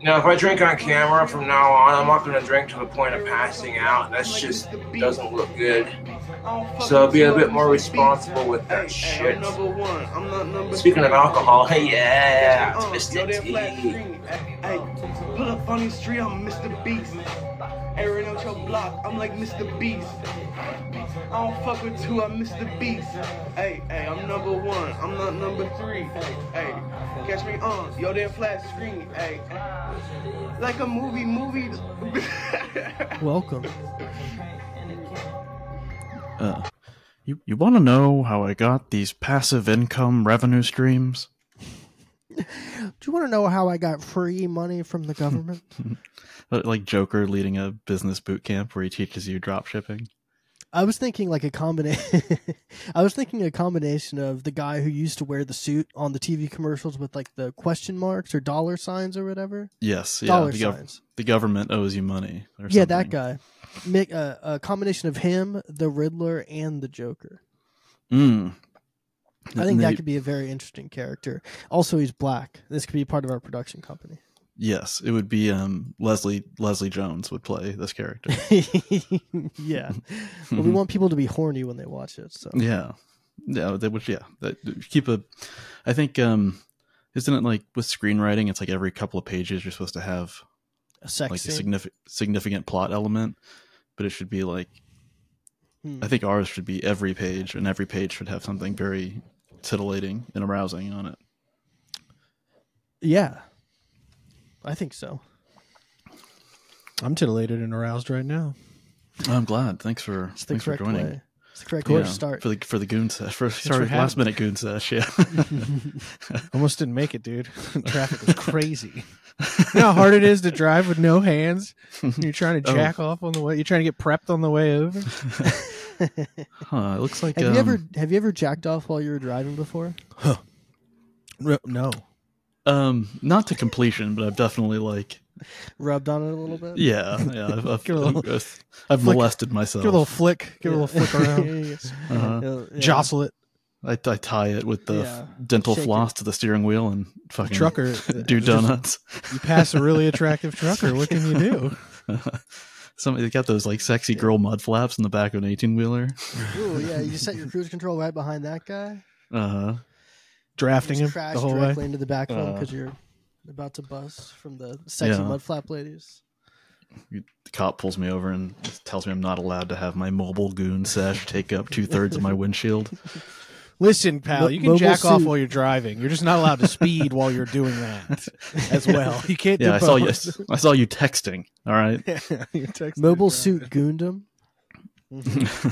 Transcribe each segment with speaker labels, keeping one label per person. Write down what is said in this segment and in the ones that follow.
Speaker 1: You know, if I drink on camera from now on, I'm not gonna drink to the point of passing out. That's just doesn't look good. So be a bit more responsible with that shit. Speaking of
Speaker 2: Uh,
Speaker 1: alcohol, hey yeah, it's E. Mr. T.
Speaker 2: Hey, pull up on the street, I'm Mr. Beast. Airing out your block, I'm like Mr. Beast. I don't fuck with two, I'm Mr. Beast. Hey, hey, I'm number one, I'm not number three. Hey, catch me on your damn flat screen. Hey, like a movie, movie.
Speaker 3: Welcome.
Speaker 4: Uh, you you want to know how I got these passive income revenue streams?
Speaker 3: Do you want to know how I got free money from the government?
Speaker 4: Uh, Like Joker leading a business boot camp where he teaches you drop shipping.
Speaker 3: I was thinking like a combination. I was thinking a combination of the guy who used to wear the suit on the TV commercials with like the question marks or dollar signs or whatever.
Speaker 4: Yes, yeah,
Speaker 3: dollar
Speaker 4: the, gov-
Speaker 3: signs.
Speaker 4: the government owes you money. Or
Speaker 3: Yeah, that
Speaker 4: something.
Speaker 3: guy. Mick, uh, a combination of him, the Riddler, and the Joker.
Speaker 4: Mm.
Speaker 3: I think that
Speaker 4: They-
Speaker 3: could be a very interesting character. Also, he's black. This could be part of our production company.
Speaker 4: Yes, it would be um Leslie Leslie Jones would play this character.
Speaker 3: yeah, but we want people to be horny when they watch it. So
Speaker 4: yeah. Yeah, they would yeah. That, keep a I think um isn't it like with screenwriting it's like every couple of pages you're supposed to have
Speaker 3: a sex
Speaker 4: like a
Speaker 3: scene.
Speaker 4: significant significant plot element, but it should be like
Speaker 3: Hmm.
Speaker 4: I think ours should be every page and every page should have something very titillating and arousing on it.
Speaker 3: yeah, I think so.
Speaker 5: I'm titillated and aroused right now.
Speaker 4: I'm glad. Thanks for
Speaker 3: It's the
Speaker 4: thanks for
Speaker 3: correct
Speaker 4: joining.
Speaker 3: way. It's the correct way
Speaker 4: Yeah,
Speaker 3: to start.
Speaker 4: for the for the goon sesh. For,
Speaker 5: for
Speaker 4: sorry,
Speaker 5: having
Speaker 4: last
Speaker 5: me.
Speaker 4: minute goon sesh. Yeah.
Speaker 5: Almost didn't make it, dude. Traffic was crazy. you know how hard it is to drive with no hands. You're trying to
Speaker 4: Oh.
Speaker 5: jack off on the way. You're trying to get prepped on the way over.
Speaker 4: huh, it looks like
Speaker 3: have
Speaker 4: um,
Speaker 3: you ever have you ever jacked off while you were driving before?
Speaker 5: No, no.
Speaker 4: um not to completion, but I've definitely like
Speaker 3: Rubbed on it a little bit.
Speaker 4: yeah yeah I've I've,
Speaker 5: Give a little-
Speaker 4: I've- I've
Speaker 5: flick-
Speaker 4: molested myself.
Speaker 5: Give it a little flick. Give it a little flick around.
Speaker 3: Yeah, yeah,
Speaker 4: Uh-huh.
Speaker 3: yeah. Yeah.
Speaker 5: Uh, Jostle it.
Speaker 4: I, I tie it with the
Speaker 3: Yeah.
Speaker 4: dental
Speaker 3: Shake it.
Speaker 4: floss to the steering wheel and
Speaker 3: Mm.
Speaker 4: fucking
Speaker 5: Trucker.
Speaker 4: do
Speaker 5: Just-
Speaker 4: donuts.
Speaker 5: You pass a really attractive trucker. What can you do?
Speaker 4: Somebody they got those like sexy girl mud flaps in the back of an eighteen wheeler.
Speaker 3: Ooh, yeah. You set your cruise control right behind that guy.
Speaker 4: Uh huh.
Speaker 5: Drafting
Speaker 3: Just
Speaker 5: him
Speaker 3: crash
Speaker 5: the whole way.
Speaker 3: directly into the back of him
Speaker 4: Uh.
Speaker 3: because you're about to bust from the sexy
Speaker 4: Yeah.
Speaker 3: mud flap ladies.
Speaker 4: The cop pulls me over and tells me I'm not allowed to have my mobile goon sesh take up two thirds of my windshield.
Speaker 5: Listen, pal,
Speaker 3: Mo-
Speaker 5: you can
Speaker 3: mobile
Speaker 5: jack off
Speaker 3: suit.
Speaker 5: while you're driving. You're just not allowed to speed while you're doing that as well. You can't do
Speaker 4: Yeah, I saw you.
Speaker 5: both.
Speaker 4: I saw you texting. All right.
Speaker 5: You're texting
Speaker 3: Mobile
Speaker 5: around.
Speaker 3: suit Gundam.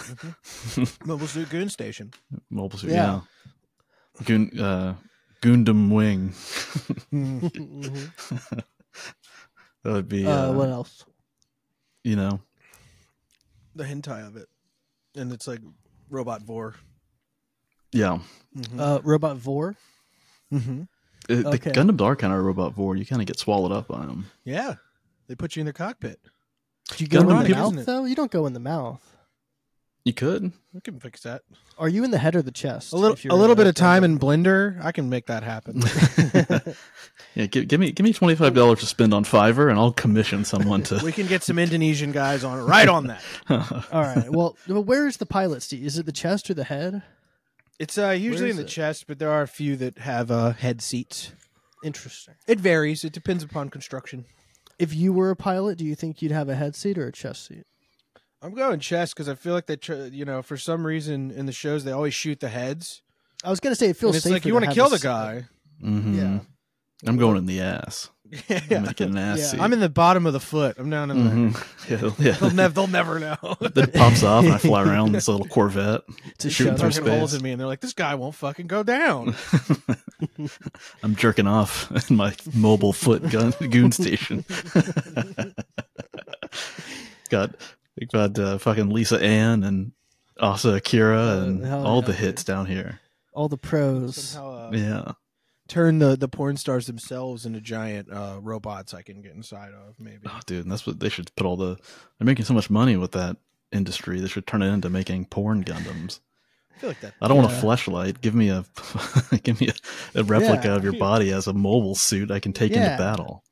Speaker 5: Mobile suit goon station.
Speaker 4: Mobile suit.
Speaker 3: Yeah.
Speaker 4: Yeah. Goon, uh, Gundam Wing.
Speaker 3: Mhm.
Speaker 4: That would be. Uh,
Speaker 3: Uh, what else?
Speaker 4: you know.
Speaker 5: The hentai of it, and it's like robot vor.
Speaker 4: Yeah.
Speaker 3: Uh, Robot Vor.
Speaker 5: Mm-hmm.
Speaker 4: It-
Speaker 3: Okay.
Speaker 4: Uh, The Gundams are kind of robot vor. You kind of get swallowed up by them.
Speaker 5: Yeah, they put you in their cockpit.
Speaker 3: Do you go in
Speaker 4: Gundam
Speaker 3: the
Speaker 4: people-
Speaker 3: mouth
Speaker 5: isn't it?
Speaker 3: though? You don't go in the mouth.
Speaker 4: You could.
Speaker 5: We can fix that.
Speaker 3: Are you in the head or the chest?
Speaker 5: A little,
Speaker 3: if you're
Speaker 5: a little
Speaker 3: in a-
Speaker 5: bit of time in Blender, I can make that happen.
Speaker 4: Yeah. Give, give me give me twenty five dollars to spend on Fiverr, and I'll commission someone to.
Speaker 5: we can get some Indonesian guys on right on that.
Speaker 3: All right. Well, well, where is the pilot seat? Is it the chest or the head?
Speaker 5: It's uh, usually
Speaker 3: is
Speaker 5: in the
Speaker 3: it?
Speaker 5: chest, but there are a few that have uh, head seats.
Speaker 3: Interesting.
Speaker 5: It varies. It depends upon construction.
Speaker 3: If you were a pilot, do you think you'd have a head seat or a chest seat?
Speaker 5: I'm going chest because I feel like they, tr- you know, for some reason in the shows they always shoot the heads.
Speaker 3: I was gonna say it
Speaker 5: And
Speaker 3: feels
Speaker 5: it's
Speaker 3: safer
Speaker 5: like you
Speaker 3: to
Speaker 5: want to
Speaker 3: have
Speaker 5: kill
Speaker 3: a
Speaker 5: the
Speaker 3: seat.
Speaker 5: guy.
Speaker 4: Mhm.
Speaker 3: Yeah.
Speaker 4: I'm going in the ass. I'm gonna get an ass
Speaker 3: Yeah.
Speaker 4: seat.
Speaker 5: I'm in the bottom of the foot. I'm down in
Speaker 3: Mm-hmm.
Speaker 5: there.
Speaker 4: Mhm. Yeah,
Speaker 5: They'll,
Speaker 4: yeah.
Speaker 5: nev- they'll never know.
Speaker 4: That pops off, and I fly around in this little Corvette,
Speaker 3: To
Speaker 4: shooting
Speaker 3: shove
Speaker 4: through
Speaker 3: it.
Speaker 5: Fucking holes
Speaker 4: space.
Speaker 5: in me, and they're like, "This guy won't fucking go down."
Speaker 4: I'm jerking off in my mobile foot gun goon station. got got uh, fucking Lisa Ann and Asa
Speaker 5: Uh,
Speaker 4: Akira and
Speaker 3: hell
Speaker 4: all
Speaker 3: yeah,
Speaker 4: the
Speaker 3: dude.
Speaker 4: hits down here.
Speaker 3: All the pros.
Speaker 5: Somehow, uh,
Speaker 4: Yeah,
Speaker 5: turn the the porn stars themselves into giant uh, robots I can get inside of. Maybe
Speaker 4: oh, dude, and that's what they should put all the. They're making so much money with that industry. They should turn it into making porn Gundams.
Speaker 5: feel like that.
Speaker 4: I don't want a
Speaker 3: Yeah.
Speaker 4: flashlight. Give me a give me a, a replica of your body as a mobile suit I can take
Speaker 3: Yeah.
Speaker 4: into battle.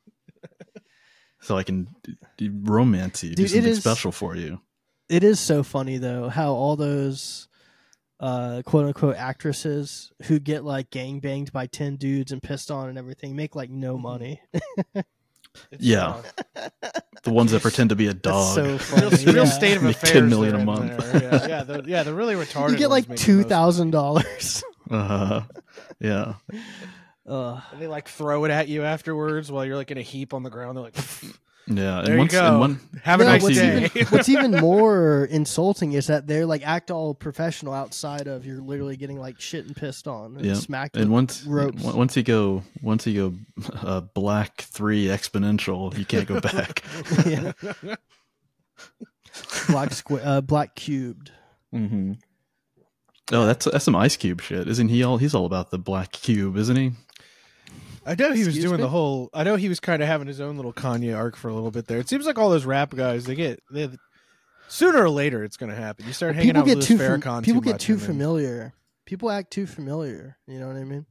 Speaker 4: So I can d- d- romance you, do
Speaker 3: Dude, it
Speaker 4: something
Speaker 3: is-
Speaker 4: special for you.
Speaker 3: it is so funny though how all those uh quote unquote actresses who get like gang banged by 10 dudes and pissed on and everything make like no money
Speaker 5: It's
Speaker 4: Yeah.
Speaker 5: wrong.
Speaker 4: The ones that pretend to be a dog.
Speaker 3: so
Speaker 5: Real,
Speaker 3: funny.
Speaker 5: real
Speaker 3: Yeah.
Speaker 5: state of
Speaker 4: Make
Speaker 5: affairs.
Speaker 4: 10 million
Speaker 5: they're
Speaker 4: a
Speaker 5: in
Speaker 4: month.
Speaker 5: there. Yeah, yeah, the, yeah, the really retarded.
Speaker 3: you get like
Speaker 5: ones make the most money.
Speaker 3: $2000
Speaker 4: uh, yeah.
Speaker 3: uh,
Speaker 5: And they like throw it at you afterwards while you're like in a heap on the ground. They're like, "Pff,
Speaker 4: Yeah. And
Speaker 5: There you go.
Speaker 4: and one
Speaker 5: "Have a
Speaker 4: No,
Speaker 5: nice
Speaker 4: what's
Speaker 5: day."
Speaker 3: what's even more insulting is that they're like act all professional outside of you're literally getting like shit and pissed on and
Speaker 4: Yeah.
Speaker 3: smacked
Speaker 4: and
Speaker 3: with
Speaker 4: once
Speaker 3: ropes.
Speaker 4: on- once you go once you go uh, black three exponential, you can't go back.
Speaker 3: yeah. black square uh, black cubed
Speaker 4: mm-hmm. Oh, that's that's some ice cube shit, isn't he? All he's all about the black cube, isn't he?
Speaker 5: I know he was
Speaker 3: Excuse
Speaker 5: doing
Speaker 3: me?
Speaker 5: the whole. I know he was kind of having his own little Kanye arc for a little bit there. It seems like all those rap guys, they get they, sooner or later, it's going to happen. You start hanging
Speaker 3: people
Speaker 5: out with
Speaker 3: get too
Speaker 5: Louis
Speaker 3: fam-
Speaker 5: Farrakhan
Speaker 3: people
Speaker 5: too
Speaker 3: get
Speaker 5: much,
Speaker 3: too
Speaker 5: and then-
Speaker 3: familiar people act too familiar you know what i mean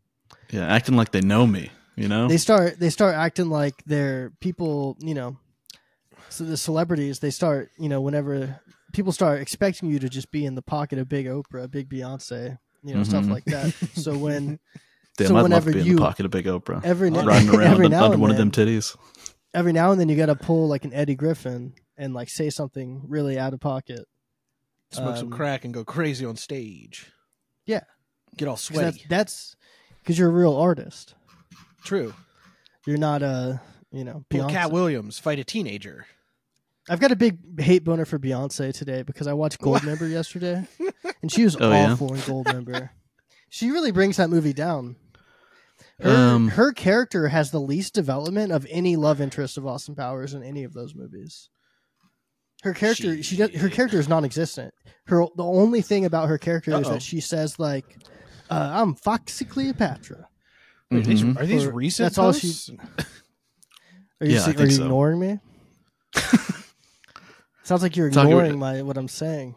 Speaker 4: Yeah, acting like they know me. You know,
Speaker 3: they start they start acting like they're people you know so the celebrities they start you know whenever people start expecting you to just be in the pocket of big oprah big beyonce you know stuff
Speaker 5: Mm-hmm.
Speaker 4: Mhm.
Speaker 3: like that so when
Speaker 4: Damn,
Speaker 3: so
Speaker 4: I'd love
Speaker 3: whenever
Speaker 4: to be in
Speaker 3: you-
Speaker 4: the pocket of Big Oprah,
Speaker 3: every now,
Speaker 4: riding around
Speaker 3: every,
Speaker 4: on-
Speaker 3: now
Speaker 4: under
Speaker 3: and
Speaker 4: one
Speaker 3: then,
Speaker 4: of them titties.
Speaker 3: every now and then you got to pull like an eddie griffin and like say something really out of pocket
Speaker 5: smoke some
Speaker 3: Um,
Speaker 5: crack and go crazy on stage.
Speaker 3: Yeah.
Speaker 5: get all
Speaker 3: 'Cause that's
Speaker 5: sweaty.
Speaker 3: that's because you're a real artist
Speaker 5: True.
Speaker 3: you're not a you know
Speaker 5: Pull Cat
Speaker 3: Beyonce.
Speaker 5: Williams fight a teenager.
Speaker 3: I've got a big hate boner for Beyonce today because I watched Goldmember yesterday, and she was
Speaker 4: Oh, yeah?
Speaker 3: awful in Goldmember. She really brings that movie down. Her,
Speaker 4: Um,
Speaker 3: her character has the least development of any love interest of Austin Powers in any of those movies. Her character, she does, her character is non-existent. Her the only thing about her character is
Speaker 5: Uh-oh.
Speaker 3: that she says like, uh, "I'm Foxy Cleopatra."
Speaker 5: Wait, these-
Speaker 4: Mhm.
Speaker 5: Are these
Speaker 3: Or-
Speaker 5: recent?
Speaker 3: that's all she-
Speaker 5: posts?
Speaker 3: Are you,
Speaker 4: Yeah, I
Speaker 3: se- are
Speaker 4: think
Speaker 3: you
Speaker 4: so.
Speaker 3: ignoring me? Sounds like you're
Speaker 4: Talking about-
Speaker 3: ignoring my what I'm saying.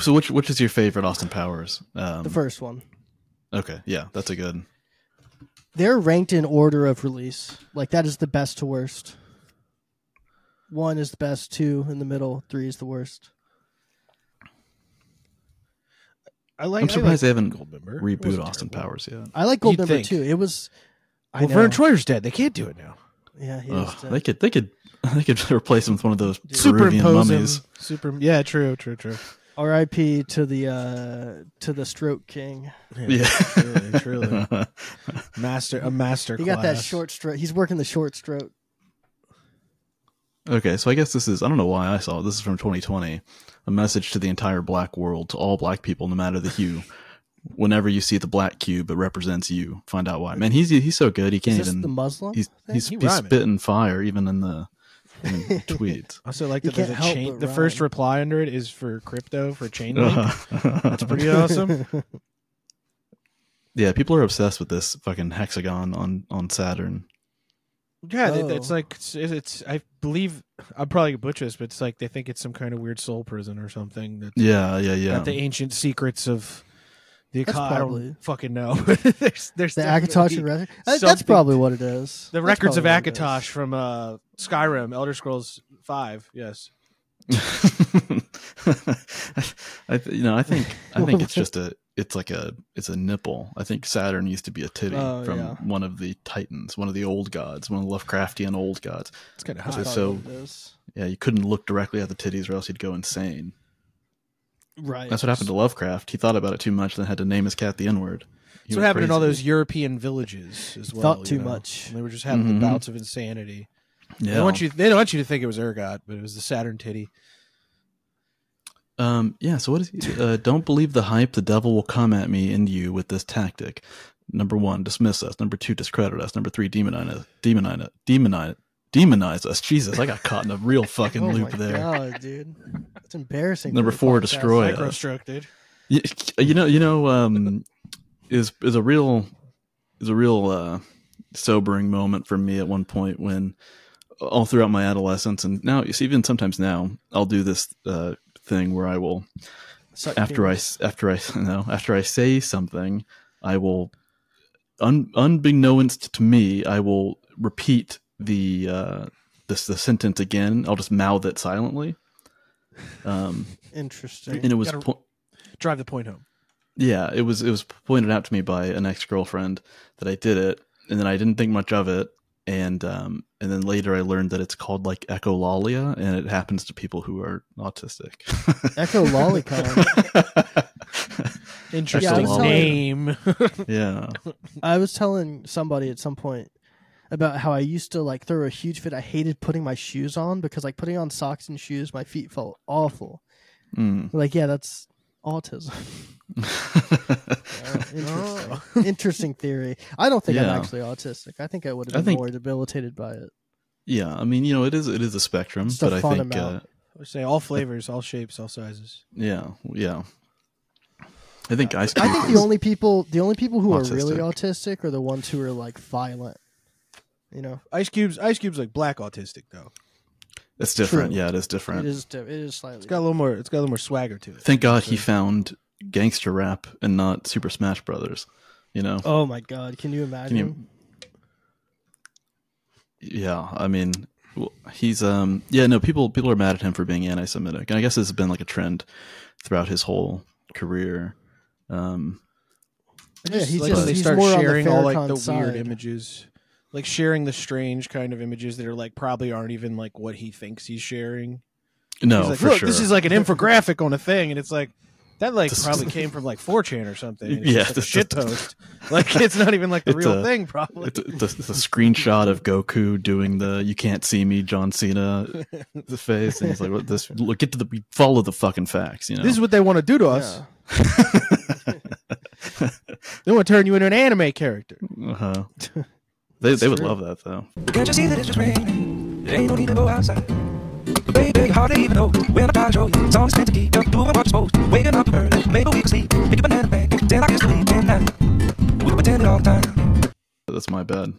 Speaker 4: So, which which is your favorite Austin Powers? Um,
Speaker 3: The first one.
Speaker 4: Okay, yeah, that's a good.
Speaker 3: they're ranked in order of release. Like that is the best to worst. One is the best, two in the middle, three is the worst.
Speaker 5: I like.
Speaker 4: I'm surprised they
Speaker 5: I like
Speaker 4: haven't
Speaker 5: Goldmember. It
Speaker 4: reboot
Speaker 5: wasn't
Speaker 4: Austin
Speaker 5: terrible.
Speaker 4: Powers yet.
Speaker 3: I like
Speaker 5: You'd
Speaker 3: Goldmember
Speaker 5: think.
Speaker 3: too. It was, I
Speaker 5: Well,
Speaker 3: know.
Speaker 5: Vern Troyer's dead. They can't do it now.
Speaker 3: yeah, he
Speaker 4: Ugh,
Speaker 3: was dead.
Speaker 4: they could they could they could replace him with one of those Peruvian
Speaker 5: Superimpose him.
Speaker 4: mummies.
Speaker 5: Super. Yeah. True. True. True.
Speaker 3: R.I.P. to the uh to the stroke king.
Speaker 4: Yeah,
Speaker 5: Truly. Truly. Master. A master.
Speaker 3: He got that
Speaker 5: class.
Speaker 3: short stroke. He's working the short stroke.
Speaker 4: Okay, so I guess this is I don't know why I saw it. This is from 2020. A message to the entire black world, to all black people, no matter the hue. Whenever you see the black cube, it represents you. Find out why. Man, he's he's so good. He
Speaker 3: Is
Speaker 4: can't
Speaker 3: this
Speaker 4: even.
Speaker 3: the Muslim?
Speaker 4: he's
Speaker 3: thing?
Speaker 4: he's,
Speaker 5: He
Speaker 4: he's
Speaker 5: rhyming.
Speaker 4: spitting fire even in the in tweets.
Speaker 5: Also, like
Speaker 3: You
Speaker 5: that there's a
Speaker 3: can't help
Speaker 5: chain.
Speaker 3: but
Speaker 5: The first
Speaker 3: rhyme.
Speaker 5: reply under it is for crypto for chain link.
Speaker 4: Uh-huh. That's
Speaker 5: Pretty awesome.
Speaker 4: Yeah, people are obsessed with this fucking hexagon on on Saturn.
Speaker 5: Yeah,
Speaker 3: Oh.
Speaker 5: they, it's like it's, it's. I believe I'm probably gonna butcher this, but it's like they think it's some kind of weird soul prison or something that's
Speaker 4: Yeah, yeah,
Speaker 5: got the
Speaker 4: yeah.
Speaker 5: ancient secrets of the.
Speaker 3: That's
Speaker 5: Akatsuki. I
Speaker 3: probably-
Speaker 5: don't fucking know. there's, there's
Speaker 3: the
Speaker 5: definitely-
Speaker 3: Akatosh record. I- That's
Speaker 5: something-
Speaker 3: probably what it is.
Speaker 5: The
Speaker 3: That's
Speaker 5: records of
Speaker 3: probably what it is.
Speaker 5: Akatosh from uh, Skyrim, Elder Scrolls Five. Yes,
Speaker 4: I th- you know, I think I think it's just a it's like a it's a nipple. I think Saturn used to be a titty
Speaker 3: Oh,
Speaker 4: from
Speaker 3: yeah.
Speaker 4: one of the titans, one of the old gods, one of the Lovecraftian old gods.
Speaker 5: it's kind of
Speaker 3: That's
Speaker 5: hot.
Speaker 4: Just
Speaker 3: probably
Speaker 4: so-
Speaker 3: what it is.
Speaker 4: Yeah, you couldn't look directly at the titties or else you'd go insane.
Speaker 3: Right.
Speaker 4: That's what happened to Lovecraft. He thought about it too much, then had to name his cat the N word. He
Speaker 5: That's what
Speaker 4: went
Speaker 5: happened in all
Speaker 4: crazy.
Speaker 5: those European villages as well.
Speaker 3: Thought
Speaker 5: you
Speaker 3: too
Speaker 5: know?
Speaker 3: much.
Speaker 5: And they were just having
Speaker 4: Mhm.
Speaker 5: the bouts of insanity.
Speaker 4: Yeah.
Speaker 5: They want you. They don't want you to think it was Ergot, but it was the Saturn titty.
Speaker 4: Um, yeah. So what is he? Uh, don't believe the hype. The devil will come at me and you with this tactic. Number one, dismiss us. Number two, discredit us. Number three, demonize us. Demonize us. Demonize, demonize us. Jesus, I got caught in a real fucking
Speaker 3: oh
Speaker 4: loop
Speaker 3: my
Speaker 4: there.
Speaker 3: God, dude. It's embarrassing.
Speaker 4: Number
Speaker 3: for the
Speaker 4: four,
Speaker 3: podcast.
Speaker 4: destroy
Speaker 5: Micro
Speaker 4: us.
Speaker 5: stroke, dude.
Speaker 4: You, you know, you know, um, is is a real is a real uh, sobering moment for me at one point when all throughout my adolescence and now you see, even sometimes now I'll do this uh, thing where I will
Speaker 3: Suck
Speaker 4: after I
Speaker 3: penis.
Speaker 4: s- after I no after I say something, I will, un, unbeknownst to me, I will repeat the uh, this the sentence again. I'll just mouth it silently. Um,
Speaker 3: Interesting.
Speaker 4: and it was
Speaker 5: Gotta-
Speaker 4: po-
Speaker 5: Drive the point home.
Speaker 4: yeah, it was it was pointed out to me by an ex girlfriend that I did it, and then I didn't think much of it, and um, and then later I learned that it's called like echolalia, and it happens to people who are autistic.
Speaker 3: Echo lolicon.
Speaker 5: Interesting
Speaker 4: Yeah, I was
Speaker 5: name.
Speaker 4: yeah.
Speaker 3: I was telling somebody at some point about how I used to like throw a huge fit. I hated putting my shoes on because like putting on socks and shoes, my feet felt awful.
Speaker 4: Mm.
Speaker 3: Like, yeah, that's autism. Interesting. Interesting theory. I don't think
Speaker 4: Yeah.
Speaker 3: I'm actually autistic. I think I would have
Speaker 4: I
Speaker 3: been
Speaker 4: think-
Speaker 3: more debilitated by it.
Speaker 4: yeah, I mean, you know, it is it is a spectrum,
Speaker 3: It's the
Speaker 4: but I
Speaker 3: fun
Speaker 4: think uh,
Speaker 3: amount.
Speaker 5: I would say all flavors, all shapes, all sizes.
Speaker 4: yeah, yeah. I think ice
Speaker 3: I
Speaker 4: cream.
Speaker 3: think the
Speaker 4: is-
Speaker 3: only people, the only people who are really autistic are the ones who are like violent. You know,
Speaker 5: Ice cubes. Ice cubes like black autistic though.
Speaker 4: it's different.
Speaker 3: True.
Speaker 4: Yeah, it is different.
Speaker 3: it is di- it is slightly.
Speaker 5: It's got a little more. It's got a little more swagger to it.
Speaker 4: Thank God he found gangster rap and not Super Smash Brothers. You know.
Speaker 3: oh my god! Can you imagine?
Speaker 4: Yeah, I mean, well, he's um, yeah, no, people people are mad at him for being anti-Semitic, and I guess this has been like a trend throughout his whole career. Um,
Speaker 3: Yeah, he's
Speaker 5: like
Speaker 3: just
Speaker 5: when they
Speaker 3: he's
Speaker 5: start
Speaker 3: more
Speaker 5: sharing
Speaker 3: on the
Speaker 5: all like the
Speaker 3: Farrakhan
Speaker 5: weird
Speaker 3: side.
Speaker 5: images, like sharing the strange kind of images that are like probably aren't even like what he thinks he's sharing.
Speaker 4: no,
Speaker 5: he's like,
Speaker 4: for
Speaker 5: Look,
Speaker 4: sure.
Speaker 5: this is like an infographic on a thing, and it's like that like
Speaker 4: This-
Speaker 5: probably came from like 4chan or something. and It's
Speaker 4: Yeah,
Speaker 5: just, like a
Speaker 4: this-
Speaker 5: shit post. like it's not even like the
Speaker 4: It's
Speaker 5: real
Speaker 4: a-
Speaker 5: thing, probably.
Speaker 4: it's, it's a, it's a screenshot of Goku doing the "You can't see me, John Cena" the face, and he's like, "What this? Look, get to the follow the fucking facts." You know,
Speaker 5: This is what they want to do to us. They want to turn you into an anime character.
Speaker 4: uh-huh. they they would
Speaker 3: true.
Speaker 4: love that though.
Speaker 6: Can't you see that it's just raining? It ain't no need to go outside. Baby, you hardly even know when I try to show you. It's all meant to keep up doing what you're supposed to. Waking up early, maybe we can sleep. Pick up banana bag, pretend like it's the weekend now. We pretend it all the time.
Speaker 4: That's my bad.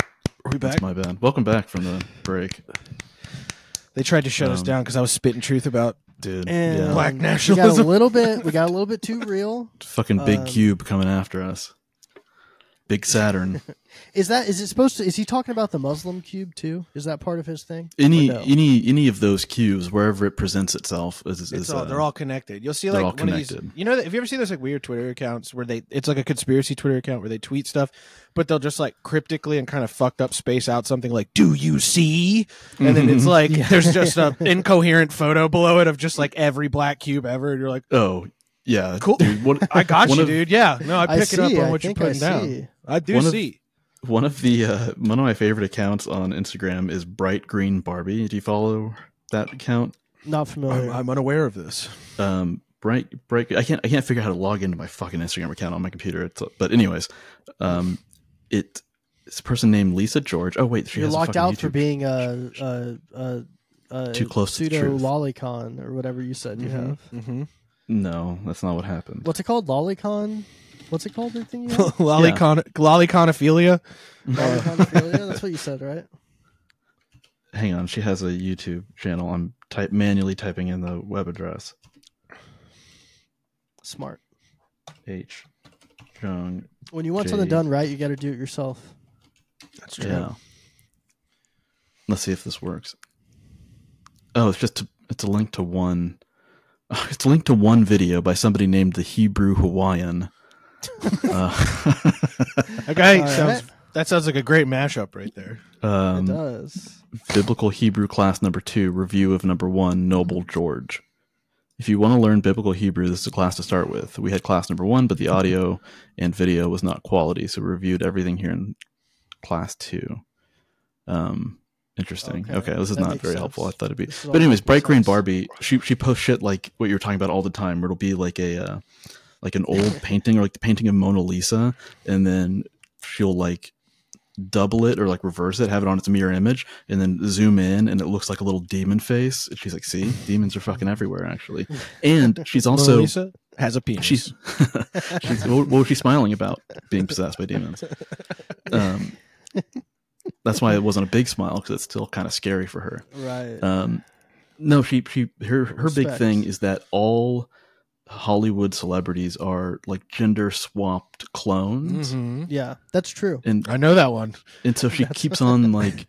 Speaker 5: Are we
Speaker 4: That's my bad. Welcome back from the break,
Speaker 5: They tried to shut us
Speaker 4: Um,
Speaker 5: down because I was spitting truth about
Speaker 4: dude.
Speaker 3: And
Speaker 4: yeah,
Speaker 5: Black
Speaker 3: We got a
Speaker 5: nationalism.
Speaker 3: little bit. We got a little bit too real.
Speaker 4: fucking big
Speaker 3: um,
Speaker 4: cube coming after us. Big Saturn.
Speaker 3: Is that? Is it supposed to? Is he talking about the Muslim cube too? Is that part of his thing?
Speaker 4: any
Speaker 3: Or no?
Speaker 4: any any of those cubes wherever it presents itself is, is,
Speaker 5: It's
Speaker 4: uh,
Speaker 5: all, they're all connected. You'll see
Speaker 4: they're
Speaker 5: like
Speaker 4: all
Speaker 5: one of these.
Speaker 4: connected.
Speaker 5: You know, if you ever see those like weird Twitter accounts where they, it's like a conspiracy Twitter account where they tweet stuff, but they'll just like cryptically and kind of fucked up space out something like "Do you see?" and then it's like there's just a incoherent photo below it of just like every black cube ever, and you're like,
Speaker 4: oh yeah
Speaker 5: Cool.
Speaker 4: dude, what,
Speaker 5: "I got
Speaker 4: one
Speaker 5: you,
Speaker 4: of-
Speaker 5: dude. Yeah, no, I
Speaker 3: I
Speaker 5: pick it up
Speaker 3: see,
Speaker 5: on
Speaker 3: I
Speaker 5: what you're
Speaker 3: think I
Speaker 5: putting down.
Speaker 3: see.
Speaker 5: I do
Speaker 4: One of-
Speaker 5: see."
Speaker 4: one of the uh, one of my favorite accounts on Instagram is Bright Green Barbie. Do you follow that account?
Speaker 3: Not
Speaker 5: I'm,
Speaker 3: familiar.
Speaker 5: I'm unaware of this.
Speaker 4: Um, bright bright. I can't I can't figure out how to log into my fucking Instagram account on my computer. It's, but anyways, um, it it's a person named Lisa George. Oh wait, she
Speaker 3: You're
Speaker 4: has a
Speaker 3: locked
Speaker 4: fucking
Speaker 3: out
Speaker 4: YouTube.
Speaker 3: for being a, a, a, a
Speaker 4: Too close to the
Speaker 3: pseudo
Speaker 4: truth.
Speaker 3: lolicon or whatever you said you have.
Speaker 5: Mm-hmm.
Speaker 4: No, that's not what happened.
Speaker 3: What's it called? Lolicon. What's it called? The thing. You have?
Speaker 5: Lollicon, lolliconophilia.
Speaker 3: Lolliconophilia? That's what you said, right?
Speaker 4: Hang on, she has a YouTube channel. I'm type manually typing in the web address.
Speaker 3: Smart.
Speaker 4: H. Jung
Speaker 3: When you want
Speaker 4: Jade.
Speaker 3: something done right, you got to do it yourself.
Speaker 5: That's
Speaker 4: Yeah. Let's see if this works. Oh, it's just it's a link to one. It's linked to one video by somebody named the Hebrew Hawaiian. uh,
Speaker 5: Okay,
Speaker 3: All right.
Speaker 5: sounds that sounds like a great mashup right there.
Speaker 3: It
Speaker 4: um,
Speaker 3: does.
Speaker 4: biblical Hebrew class number two review of number one Noble George. If you want to learn biblical Hebrew, this is a class to start with. We had class number one, but the audio and video was not quality, so we reviewed everything here in class two. Um, interesting.
Speaker 3: Okay,
Speaker 4: Okay, this is
Speaker 3: that
Speaker 4: not
Speaker 3: makes
Speaker 4: very
Speaker 3: sense.
Speaker 4: helpful. I thought it'd be,
Speaker 3: This is all
Speaker 4: but anyways,
Speaker 3: making
Speaker 4: Bright Green
Speaker 3: sense.
Speaker 4: Barbie, she she posts shit like what you're talking about all the time. Where it'll be like a uh, like an old painting or like the painting of Mona Lisa, and then she'll like double it or like reverse it, have it on its mirror image, and then zoom in, and it looks like a little demon face. And she's like, "See, demons are fucking everywhere, actually." And she's
Speaker 5: Mona
Speaker 4: also
Speaker 5: Lisa has a penis.
Speaker 4: she's, she's what, what was she smiling about? Being possessed by demons. Um, that's why it wasn't a big smile because it's still kind of scary for her.
Speaker 3: Right.
Speaker 4: Um, no, she she her her big
Speaker 3: Respect.
Speaker 4: thing is that all Hollywood celebrities are like gender swapped clones.
Speaker 3: Yeah, that's true.
Speaker 4: And
Speaker 5: Mm-hmm. I know that one.
Speaker 4: and so she keeps on like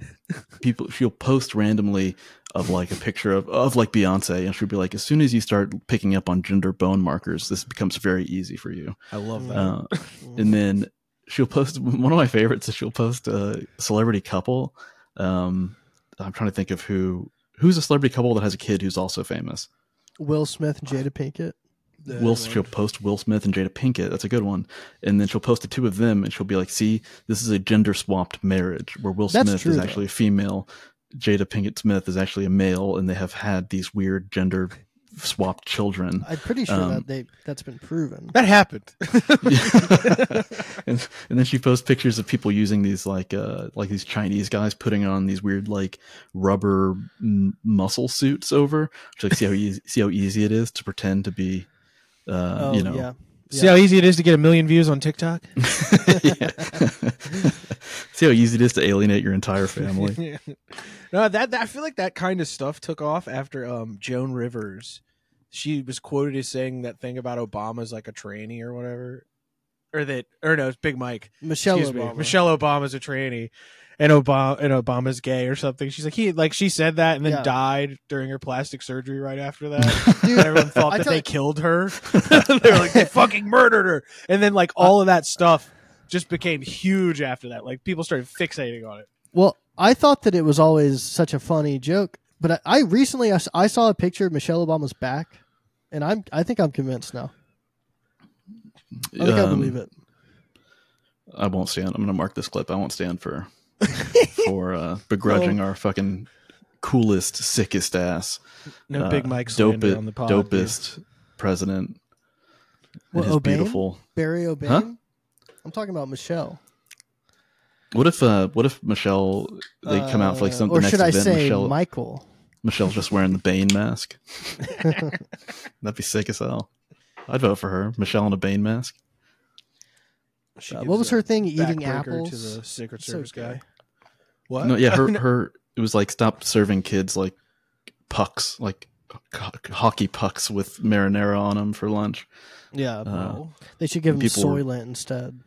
Speaker 4: people she'll post randomly of like a picture of, of like Beyonce and she'll be like, as soon as you start picking up on gender bone markers, this becomes very easy for you.
Speaker 5: I love that.
Speaker 4: Uh, and then she'll post one of my favorites is she'll post a celebrity couple. Um, I'm trying to think of who who's a celebrity couple that has a kid who's also famous.
Speaker 3: Will Smith and Jada Pinkett.
Speaker 4: Will she'll post Will Smith and Jada Pinkett. That's a good one. And then she'll post the two of them, and she'll be like, "See, this is a gender swapped marriage where Will
Speaker 3: That's
Speaker 4: Smith
Speaker 3: true,
Speaker 4: is
Speaker 3: though.
Speaker 4: actually a female, Jada Pinkett Smith is actually a male, and they have had these weird gender swapped children."
Speaker 3: I'm pretty sure
Speaker 4: Um,
Speaker 3: that they that's been proven.
Speaker 5: That happened.
Speaker 4: and, and then she posts pictures of people using these like uh like these Chinese guys putting on these weird like rubber m- muscle suits over. She's like, see how easy see how easy it is to pretend to be, uh,
Speaker 3: oh
Speaker 4: you know,
Speaker 3: yeah,
Speaker 5: See how easy it is to get a million views on TikTok?
Speaker 4: Yeah. see how easy it is to alienate your entire family.
Speaker 5: No, that, that I feel like that kind of stuff took off after um Joan Rivers. She was quoted as saying that thing about Obama's like a tranny or whatever. Or that or no, it's Big Mike.
Speaker 3: Michelle
Speaker 5: Excuse
Speaker 3: Obama.
Speaker 5: me. Michelle Obama's a tranny. And Obama and Obama's gay or something. She's like he like she said that and then
Speaker 3: Yeah.
Speaker 5: died during her plastic surgery right after that. And everyone thought
Speaker 3: I
Speaker 5: that
Speaker 3: tell-
Speaker 5: they killed her. they were like they fucking murdered her. And then like all of that stuff just became huge after that. Like people started fixating on it.
Speaker 3: Well, I thought that it was always such a funny joke, but I, I recently I, s- I saw a picture of Michelle Obama's back, and I'm I think I'm convinced now. I think I
Speaker 4: Um,
Speaker 3: believe it.
Speaker 4: I won't stand. I'm going to mark this clip. I won't stand for for uh, begrudging our fucking coolest, sickest ass.
Speaker 5: No
Speaker 4: uh,
Speaker 5: Big Mike
Speaker 4: dope
Speaker 5: slander on the pod.
Speaker 4: dopest president.
Speaker 3: What,
Speaker 4: What, his
Speaker 3: Obama?
Speaker 4: beautiful.
Speaker 3: Barry O'Bane.
Speaker 4: Huh?
Speaker 3: I'm talking about Michelle.
Speaker 4: What if uh, what if Michelle they come out for like
Speaker 3: Uh,
Speaker 4: some the
Speaker 3: or
Speaker 4: next
Speaker 3: should I
Speaker 4: event?
Speaker 3: say
Speaker 4: Michelle
Speaker 3: Michael?
Speaker 4: Michelle's just wearing the Bane mask. That'd be sick as hell. I'd vote for her, Michelle in a Bane mask.
Speaker 5: dude. She
Speaker 3: Uh,
Speaker 5: gives
Speaker 3: what was
Speaker 5: a
Speaker 3: her thing? Eating
Speaker 5: backbreaker
Speaker 3: apples.
Speaker 5: to the Secret
Speaker 3: So
Speaker 5: Service
Speaker 3: gay.
Speaker 5: guy. What?
Speaker 4: No, yeah, her her it was like stop serving kids like pucks, like ho- hockey pucks with marinara on them for lunch.
Speaker 3: Yeah,
Speaker 4: Uh,
Speaker 3: they should give him
Speaker 4: people were-
Speaker 3: Soylent instead.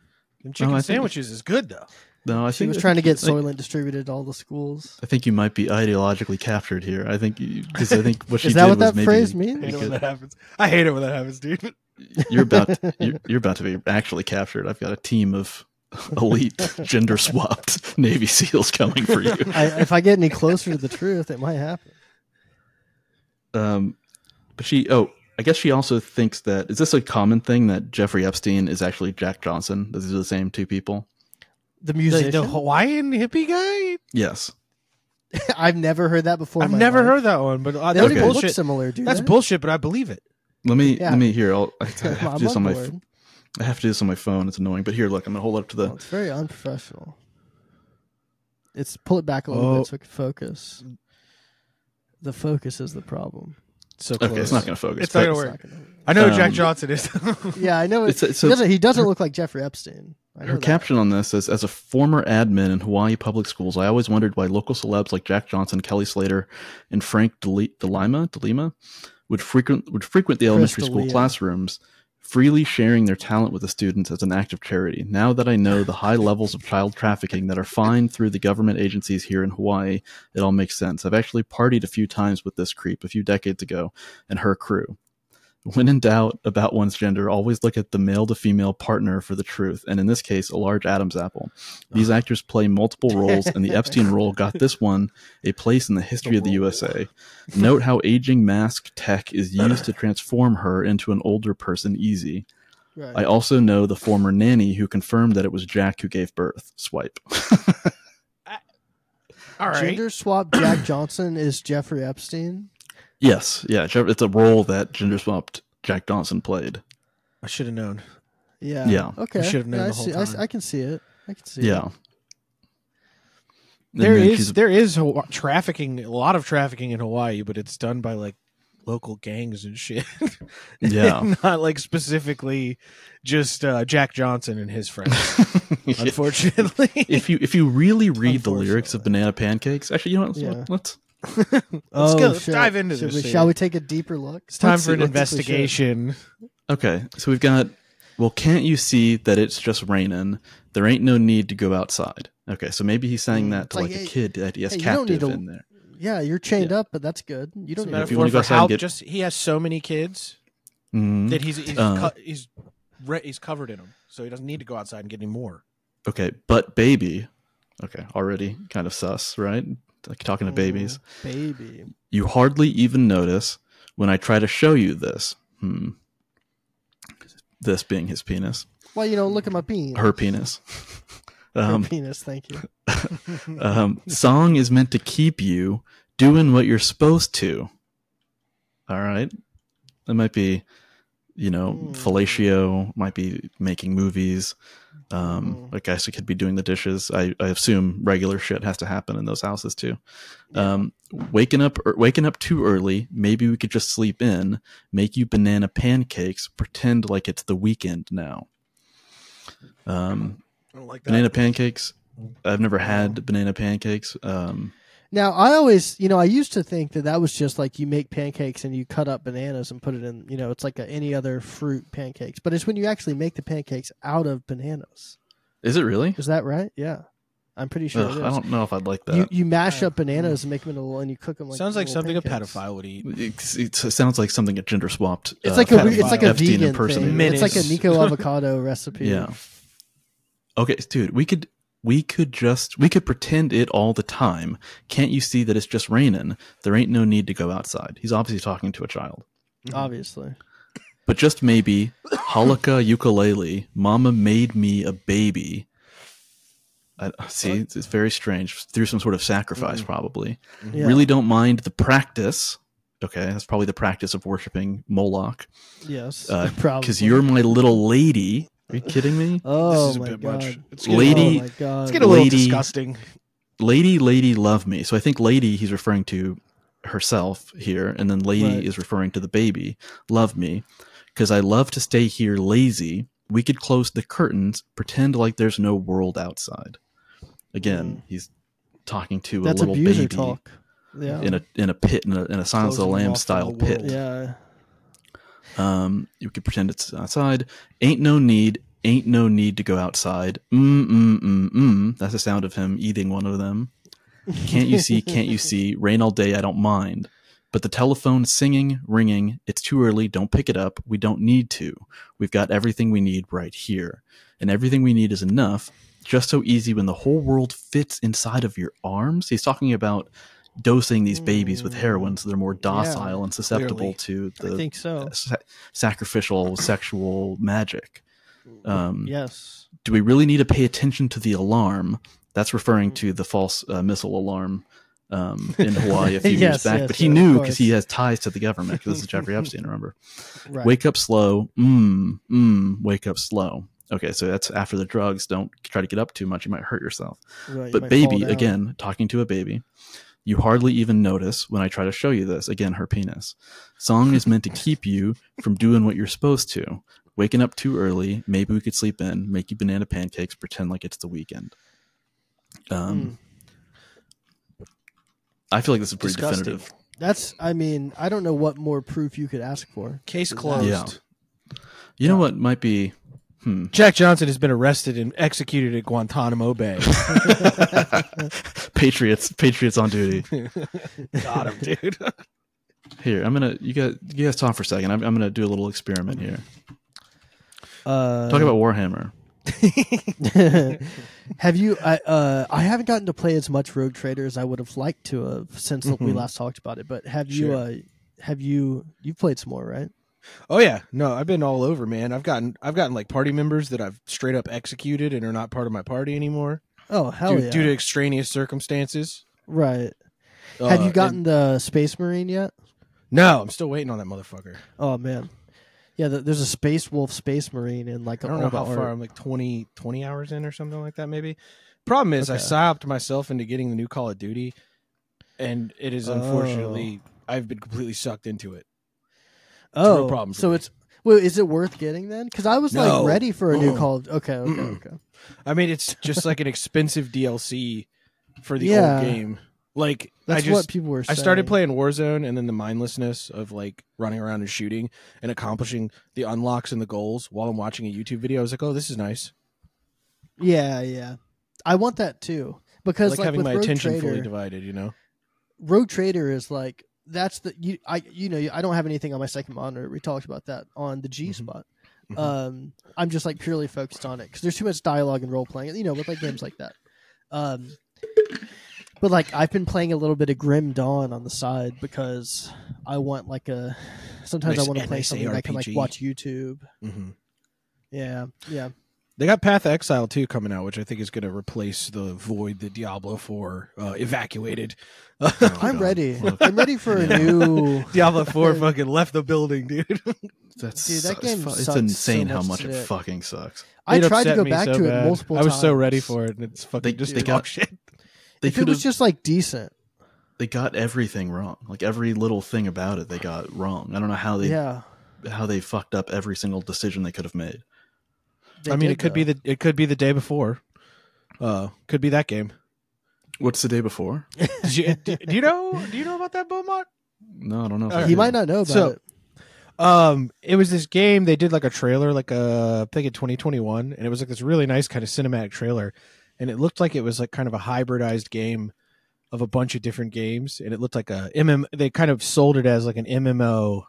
Speaker 5: Them chicken
Speaker 4: No, I think-
Speaker 5: sandwiches is good though.
Speaker 4: no, I
Speaker 3: She
Speaker 4: think
Speaker 3: was trying to get
Speaker 4: I think-
Speaker 3: Soylent distributed to all the schools.
Speaker 4: I think you might be ideologically captured here. I think because I think what she
Speaker 3: Is that
Speaker 4: did
Speaker 3: what
Speaker 4: was
Speaker 3: that
Speaker 4: maybe
Speaker 3: phrase
Speaker 5: I hate
Speaker 3: means?
Speaker 5: it when
Speaker 4: could-
Speaker 5: that happens. I hate it when that happens, dude.
Speaker 4: you're about you're, you're about to be actually captured. I've got a team of elite gender swapped Navy SEALs coming for you.
Speaker 3: I, if I get any closer to the truth, it might happen.
Speaker 4: Um, but she oh. I guess she also thinks that is this a common thing that Jeffrey Epstein is actually Jack Johnson? These are the same two people.
Speaker 3: The
Speaker 5: The,
Speaker 3: musician.
Speaker 5: the Hawaiian hippie guy.
Speaker 4: Yes.
Speaker 3: I've never heard that before. in
Speaker 5: I've
Speaker 3: my
Speaker 5: never
Speaker 3: life.
Speaker 5: heard that one, but uh,
Speaker 3: They
Speaker 5: that's
Speaker 3: don't
Speaker 4: Okay.
Speaker 3: even look
Speaker 5: bullshit.
Speaker 3: similar, dude.
Speaker 5: That's bullshit, but I believe it.
Speaker 4: Let me
Speaker 3: Yeah.
Speaker 4: let me hear. I'll, I
Speaker 3: I'm
Speaker 4: have to
Speaker 3: on
Speaker 4: do this on my
Speaker 3: board.
Speaker 4: I have to do this on my phone. It's annoying. But here, look, I'm gonna hold up to
Speaker 3: Well,
Speaker 4: the.
Speaker 3: it's very unprofessional. It's pull it back a little
Speaker 5: Oh.
Speaker 3: bit so it can focus. The focus is the problem.
Speaker 5: So close.
Speaker 4: Okay, it's not gonna focus.
Speaker 5: It's not gonna
Speaker 4: but-
Speaker 5: work.
Speaker 3: It's not gonna work.
Speaker 5: I know who Jack
Speaker 4: Um,
Speaker 5: Johnson is.
Speaker 3: Yeah, I know. It,
Speaker 4: It's- it's
Speaker 3: he
Speaker 4: a-
Speaker 3: doesn't, he doesn't look like Jeffrey Epstein. I know
Speaker 4: Her
Speaker 3: that.
Speaker 4: caption on this is As a former admin in Hawaii public schools, I always wondered why local celebs like Jack Johnson, Kelly Slater, and Frank DeLi- DeLima, DeLima would, frequent, would frequent the elementary school
Speaker 3: D'Elia.
Speaker 4: classrooms, freely sharing their talent with the students as an act of charity. Now that I know the high levels of child trafficking that are fined through the government agencies here in Hawaii, it all makes sense. I've actually partied a few times with this creep a few decades ago and her crew. When in doubt about one's gender, always look at the male to female partner for the truth, and in this case, a large Adam's apple. These actors play multiple roles, and the Epstein role got this one a place in the history of the USA. Note how aging mask tech is used to transform her into an older person easy.
Speaker 3: Right.
Speaker 4: I also know the former nanny who confirmed that it was Jack who gave birth. Swipe.
Speaker 5: All right.
Speaker 3: Gender swap Jack Johnson is Jeffrey Epstein.
Speaker 4: yes, yeah, it's a role that gender swapped Jack Johnson played.
Speaker 5: I should have known.
Speaker 3: Yeah.
Speaker 4: Yeah.
Speaker 3: Okay.
Speaker 5: You should've known
Speaker 3: Yeah, I,
Speaker 5: the whole
Speaker 3: see, I s-
Speaker 5: time.
Speaker 3: I can see it. I can see it.
Speaker 4: Yeah. And
Speaker 5: There
Speaker 4: then she's
Speaker 5: is
Speaker 4: a-
Speaker 5: there is Hawa- trafficking, a lot of trafficking in Hawaii, but it's done by like local gangs and shit.
Speaker 4: Yeah.
Speaker 5: not like specifically just uh, Jack Johnson and his friends. unfortunately,
Speaker 4: if you if you really read the lyrics of Banana Pancakes, actually, you know, what?
Speaker 3: Yeah.
Speaker 4: let's
Speaker 5: Let's
Speaker 3: oh,
Speaker 5: go- let's
Speaker 3: shit.
Speaker 5: dive into
Speaker 3: Should
Speaker 5: this
Speaker 3: we-
Speaker 5: shit.
Speaker 3: shall we take a deeper look?
Speaker 5: It's time
Speaker 4: Let's
Speaker 5: for
Speaker 4: see,
Speaker 5: an
Speaker 4: let's
Speaker 3: see if we should.
Speaker 5: investigation.
Speaker 4: Okay, so we've got. Well, can't you see that it's just raining? There ain't no need to go outside. Okay, so maybe he's saying that to
Speaker 3: Mm, Like,
Speaker 4: like,
Speaker 3: hey,
Speaker 4: a kid that he has
Speaker 3: hey, you don't need
Speaker 4: captive
Speaker 3: to-
Speaker 4: in there.
Speaker 3: Yeah, you're chained up, but that's good. You don't
Speaker 5: It's a
Speaker 3: need to
Speaker 4: if you
Speaker 5: metaphor
Speaker 4: wanna go
Speaker 5: for
Speaker 4: outside and
Speaker 5: how
Speaker 4: get-
Speaker 5: just he has so many kids
Speaker 4: Mhm.
Speaker 5: that he's he's,
Speaker 4: Uh.
Speaker 5: cu- he's re- he's covered in them, so he doesn't need to go outside and get any more.
Speaker 4: Okay, but baby. Okay, already kind of sus, right? Like talking to babies.
Speaker 3: baby.
Speaker 4: You hardly even notice when I try to show you this. Hmm. This being his penis,
Speaker 3: Well, you know, look at my penis.
Speaker 4: her penis.
Speaker 3: Her
Speaker 4: Um,
Speaker 3: penis. Thank you.
Speaker 4: um, song is meant to keep you doing what you're supposed to. All right. That might be, you know, fellatio, might be making movies. Um, I guess it could be doing the dishes. I, I assume regular shit has to happen in those houses too. Um, waking up, er, waking up too early. Maybe we could just sleep in, make you banana pancakes, pretend like it's the weekend now. Um,
Speaker 5: I don't like
Speaker 4: banana pancakes i've never had banana pancakes um
Speaker 3: Now, I always, you know, I used to think that that was just like you make pancakes and you cut up bananas and put it in, you know, it's like a, any other fruit pancakes. But it's when you actually make the pancakes out of bananas.
Speaker 4: is it really
Speaker 3: Is that right? Yeah. I'm pretty sure
Speaker 4: Ugh,
Speaker 3: it
Speaker 4: i
Speaker 3: is.
Speaker 4: don't know if i'd like that
Speaker 3: You, you mash up bananas and make them into little, and you cook them like
Speaker 5: Sounds like
Speaker 3: little
Speaker 5: something
Speaker 3: pancakes.
Speaker 5: a pedophile would
Speaker 4: Uh,
Speaker 5: eat.
Speaker 4: It's- it's- it sounds like something a gender swapped uh,
Speaker 3: It's like a
Speaker 5: pedophile.
Speaker 3: we- it's like a
Speaker 5: Epstein
Speaker 3: vegan
Speaker 4: impersonator.
Speaker 3: thing. It's like a
Speaker 5: Mayonnaise.
Speaker 3: Nico avocado recipe.
Speaker 4: yeah okay dude we could we could just we could pretend it all the time can't you see that it's just raining there ain't no need to go outside he's obviously talking to a child
Speaker 3: obviously.
Speaker 4: but just maybe halaka ukulele mama made me a baby I, see it's, it's very strange through some sort of sacrifice probably
Speaker 3: Yeah.
Speaker 4: really don't mind the practice okay that's probably the practice of worshiping moloch
Speaker 3: Yes. probably.
Speaker 4: because Uh, you're my little lady are you kidding me
Speaker 3: Oh
Speaker 5: this is a
Speaker 3: my
Speaker 5: bit
Speaker 3: god.
Speaker 5: much. It's
Speaker 4: getting- Lady-
Speaker 3: Oh my god.
Speaker 5: Let's get a little
Speaker 4: Lady-
Speaker 5: disgusting.
Speaker 4: lady lady love me so i think lady he's referring to herself here and then lady
Speaker 3: Right.
Speaker 4: is referring to the baby love me because i love to stay here lazy we could close the curtains pretend like there's no world outside again
Speaker 5: Mm.
Speaker 4: he's talking to
Speaker 3: That's
Speaker 4: a little
Speaker 3: abuser
Speaker 4: baby
Speaker 3: talk. Yeah.
Speaker 4: in a in a pit in a, in a silence of the
Speaker 5: Closing them
Speaker 4: lamb
Speaker 5: off from
Speaker 4: style
Speaker 5: the
Speaker 4: pit
Speaker 5: world.
Speaker 3: yeah.
Speaker 4: Um, you could pretend it's outside. Ain't no need. Ain't no need to go outside. Mm mm mm mm. That's the sound of him eating one of them. Can't you see? Can't you see? Rain all day. I don't mind. But the telephone singing, ringing. It's too early. Don't pick it up. We don't need to. We've got everything we need right here, and everything we need is enough. Just so easy when the whole world fits inside of your arms. He's talking about dosing these babies with heroin so they're more docile and susceptible to the
Speaker 3: Mm. I think so.
Speaker 4: sa- sacrificial sexual magic. Um,
Speaker 3: Yes.
Speaker 4: Do we really need to pay attention to the alarm? That's referring
Speaker 3: Mm-hmm.
Speaker 4: to the false uh, missile alarm um, in Hawaii a few
Speaker 3: Yes,
Speaker 4: years back.
Speaker 3: yes,
Speaker 4: but he
Speaker 3: of
Speaker 4: knew
Speaker 3: course.
Speaker 4: because he has ties to the government. 'cause this is Jeffrey Epstein, remember?
Speaker 3: Right.
Speaker 4: Wake up slow. Mmm, mmm, wake up slow. Okay, so that's after the drugs. Don't try to get up too much. You might hurt yourself.
Speaker 3: Right, you
Speaker 4: But
Speaker 3: might fall
Speaker 4: baby,
Speaker 3: down.
Speaker 4: again, talking to a baby, you hardly even notice when I try to show you this. Again, her penis. Song is meant to keep you from doing what you're supposed to. Waking up too early, maybe we could sleep in, make you banana pancakes, pretend like it's the weekend.
Speaker 3: Hmm.
Speaker 4: Um, I feel like this is pretty
Speaker 5: Disgusting.
Speaker 4: definitive.
Speaker 3: That's. I mean, I don't know what more proof you could ask for.
Speaker 5: Case closed.
Speaker 4: Yeah. You know what might be
Speaker 5: Jack Johnson has been arrested and executed at Guantanamo Bay.
Speaker 4: Patriots, Patriots on duty.
Speaker 5: Got him, dude.
Speaker 4: Here, I'm gonna you guys you guys talk for a second. I'm, I'm gonna do a little experiment here.
Speaker 3: Uh,
Speaker 4: Talk about Warhammer.
Speaker 3: have you? I. Uh, I haven't gotten to play as much Rogue Trader as I would have liked to have since
Speaker 4: Mm-hmm.
Speaker 3: we last talked about it. But have you?
Speaker 5: Sure.
Speaker 3: Uh, have you? You've played some more, right?
Speaker 5: Oh yeah, no, I've been all over, man. I've gotten I've gotten like party members that I've straight up executed and are not part of my party anymore
Speaker 3: Oh hell
Speaker 5: due,
Speaker 3: yeah!
Speaker 5: due to extraneous circumstances.
Speaker 3: right. have
Speaker 5: Uh,
Speaker 3: you gotten
Speaker 5: and-
Speaker 3: the Space Marine yet?
Speaker 5: No, I'm still waiting on that motherfucker.
Speaker 3: Oh man. Yeah, th- there's a Space Wolf Space Marine in like
Speaker 5: I
Speaker 3: all
Speaker 5: don't know
Speaker 3: the
Speaker 5: how
Speaker 3: art.
Speaker 5: far I'm like 20, 20 hours in or something like that maybe. Problem is I
Speaker 3: Okay.
Speaker 5: sobbed myself into getting the new Call of Duty and it is unfortunately I've been completely sucked into it. no
Speaker 3: Oh,
Speaker 5: problem for
Speaker 3: So
Speaker 5: me.
Speaker 3: it's well, is it worth getting then? Because I was
Speaker 5: No.
Speaker 3: like ready for a new
Speaker 5: Mm-mm.
Speaker 3: Call. Of, okay, okay,
Speaker 5: Mm-mm.
Speaker 3: okay.
Speaker 5: I mean it's just like an expensive DLC for the
Speaker 3: Yeah.
Speaker 5: old game. Like
Speaker 3: That's
Speaker 5: I just
Speaker 3: what people were.
Speaker 5: I
Speaker 3: Saying.
Speaker 5: started playing Warzone and then the mindlessness of like running around and shooting and accomplishing the unlocks and the goals while I'm watching a YouTube video. I was like, oh, this is nice.
Speaker 3: Yeah, yeah. I want that too because
Speaker 5: Like,
Speaker 3: like,
Speaker 5: having
Speaker 3: with
Speaker 5: my
Speaker 3: Road
Speaker 5: attention
Speaker 3: Trader,
Speaker 5: fully divided, you know?
Speaker 3: Road Trader is like that's the you I you know I don't have anything on my second monitor. We talked about that on the G spot.
Speaker 5: Mhm.
Speaker 3: Um, I'm just like purely focused on it because there's too much dialogue and role playing. You know, with like games like that. Um, but like I've been playing a little bit of Grim Dawn on the side because I want like a sometimes
Speaker 5: Nice
Speaker 3: I want to play
Speaker 5: NICE
Speaker 3: something that I can like
Speaker 5: RPG.
Speaker 3: watch YouTube.
Speaker 5: hmm
Speaker 3: Yeah, yeah.
Speaker 5: They got Path of Exile 2 coming out, which I think is going to replace the void that Diablo 4 uh, evacuated.
Speaker 3: I'm
Speaker 4: Oh, God.
Speaker 3: ready.
Speaker 4: Look.
Speaker 3: I'm ready for a
Speaker 4: Yeah.
Speaker 3: new.
Speaker 5: Diablo 4 fucking left the building, dude.
Speaker 4: That's
Speaker 3: Dude, that
Speaker 4: so-
Speaker 3: game
Speaker 4: fu- It's
Speaker 3: sucks so
Speaker 4: insane how
Speaker 3: much
Speaker 4: much it
Speaker 3: today.
Speaker 4: fucking sucks.
Speaker 3: I
Speaker 5: It
Speaker 3: tried to
Speaker 5: upset
Speaker 3: go
Speaker 5: me
Speaker 3: back
Speaker 5: so
Speaker 3: to
Speaker 5: bad.
Speaker 3: it multiple
Speaker 5: I
Speaker 3: times.
Speaker 5: was so ready for it, and it's fucking
Speaker 4: They-
Speaker 5: just
Speaker 4: they
Speaker 5: dog
Speaker 4: got-
Speaker 5: shit.
Speaker 4: They
Speaker 3: if it
Speaker 4: could have
Speaker 3: was just like decent,
Speaker 4: they got everything wrong. Like every little thing about it, they got wrong. I don't know how they
Speaker 3: yeah.
Speaker 4: how they fucked up every single decision they could have made.
Speaker 3: they
Speaker 5: I mean,
Speaker 3: did,
Speaker 5: it could be
Speaker 3: though.
Speaker 5: the it could be the day before. Uh, could be that game.
Speaker 4: What's the day before?
Speaker 5: Did you, do, do you know? Do you know about that, Beaumont?
Speaker 4: No, I don't know. if I
Speaker 5: Alright.
Speaker 3: He
Speaker 4: do.
Speaker 3: might not know about
Speaker 5: So-
Speaker 3: it.
Speaker 5: Um, it was this game. They did like a trailer, like uh, I think in 2021, and it was like this really nice kind of cinematic trailer, and it looked like it was like kind of a hybridized game of a bunch of different games, and it looked like a MM. They kind of sold it as like an MMO,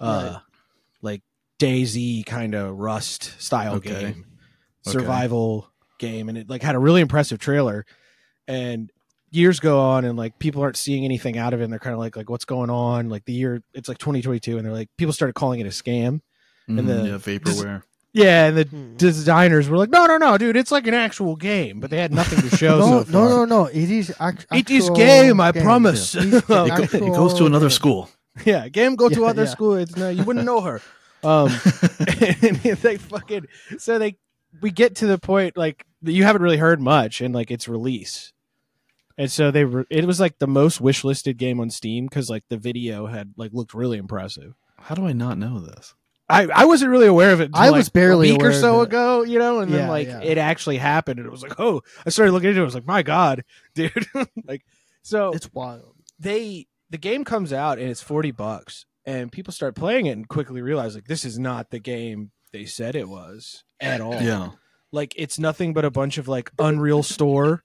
Speaker 5: uh, like Daisy kind of Rust style
Speaker 4: Okay.
Speaker 5: game,
Speaker 4: Okay.
Speaker 5: survival game, and it like had a really impressive trailer, and years go on and like people aren't seeing anything out of it and they're kind of like like what's going on like the year it's like 2022 and they're like people started calling it a scam
Speaker 4: Mm,
Speaker 5: the-
Speaker 4: yeah, vaporware.
Speaker 5: yeah and the
Speaker 3: Hmm.
Speaker 5: designers were like no no no dude it's like an actual game but they had nothing to show
Speaker 3: No, no,
Speaker 5: so far.
Speaker 4: uh,
Speaker 3: no, no. It is. Act-
Speaker 5: it is
Speaker 3: actual
Speaker 5: game i
Speaker 3: game.
Speaker 5: promise
Speaker 3: It is
Speaker 5: yeah.
Speaker 4: It, go-
Speaker 3: actual
Speaker 4: it goes to another
Speaker 3: game.
Speaker 4: school.
Speaker 5: game go to
Speaker 3: Yeah,
Speaker 5: other
Speaker 3: yeah.
Speaker 5: school it's no you wouldn't know her um and they fucking so they we get to the point like that you haven't really heard much and like its release and so they were it was like the most wishlisted game on steam because like the video had like looked really impressive
Speaker 4: How do I not know this?
Speaker 5: i i wasn't really aware of it until,
Speaker 3: I
Speaker 5: like,
Speaker 3: was barely
Speaker 5: a week
Speaker 3: aware
Speaker 5: or
Speaker 3: of
Speaker 5: so
Speaker 3: it.
Speaker 5: ago you know and then
Speaker 3: Yeah,
Speaker 5: like
Speaker 3: yeah.
Speaker 5: it actually happened and it was like oh i started looking into it i was like my god dude like so
Speaker 3: It's wild.
Speaker 5: they the game comes out and it's 40 bucks and people start playing it and quickly realize like this is not the game they said it was at all
Speaker 4: Yeah,
Speaker 5: like it's nothing but a bunch of like unreal store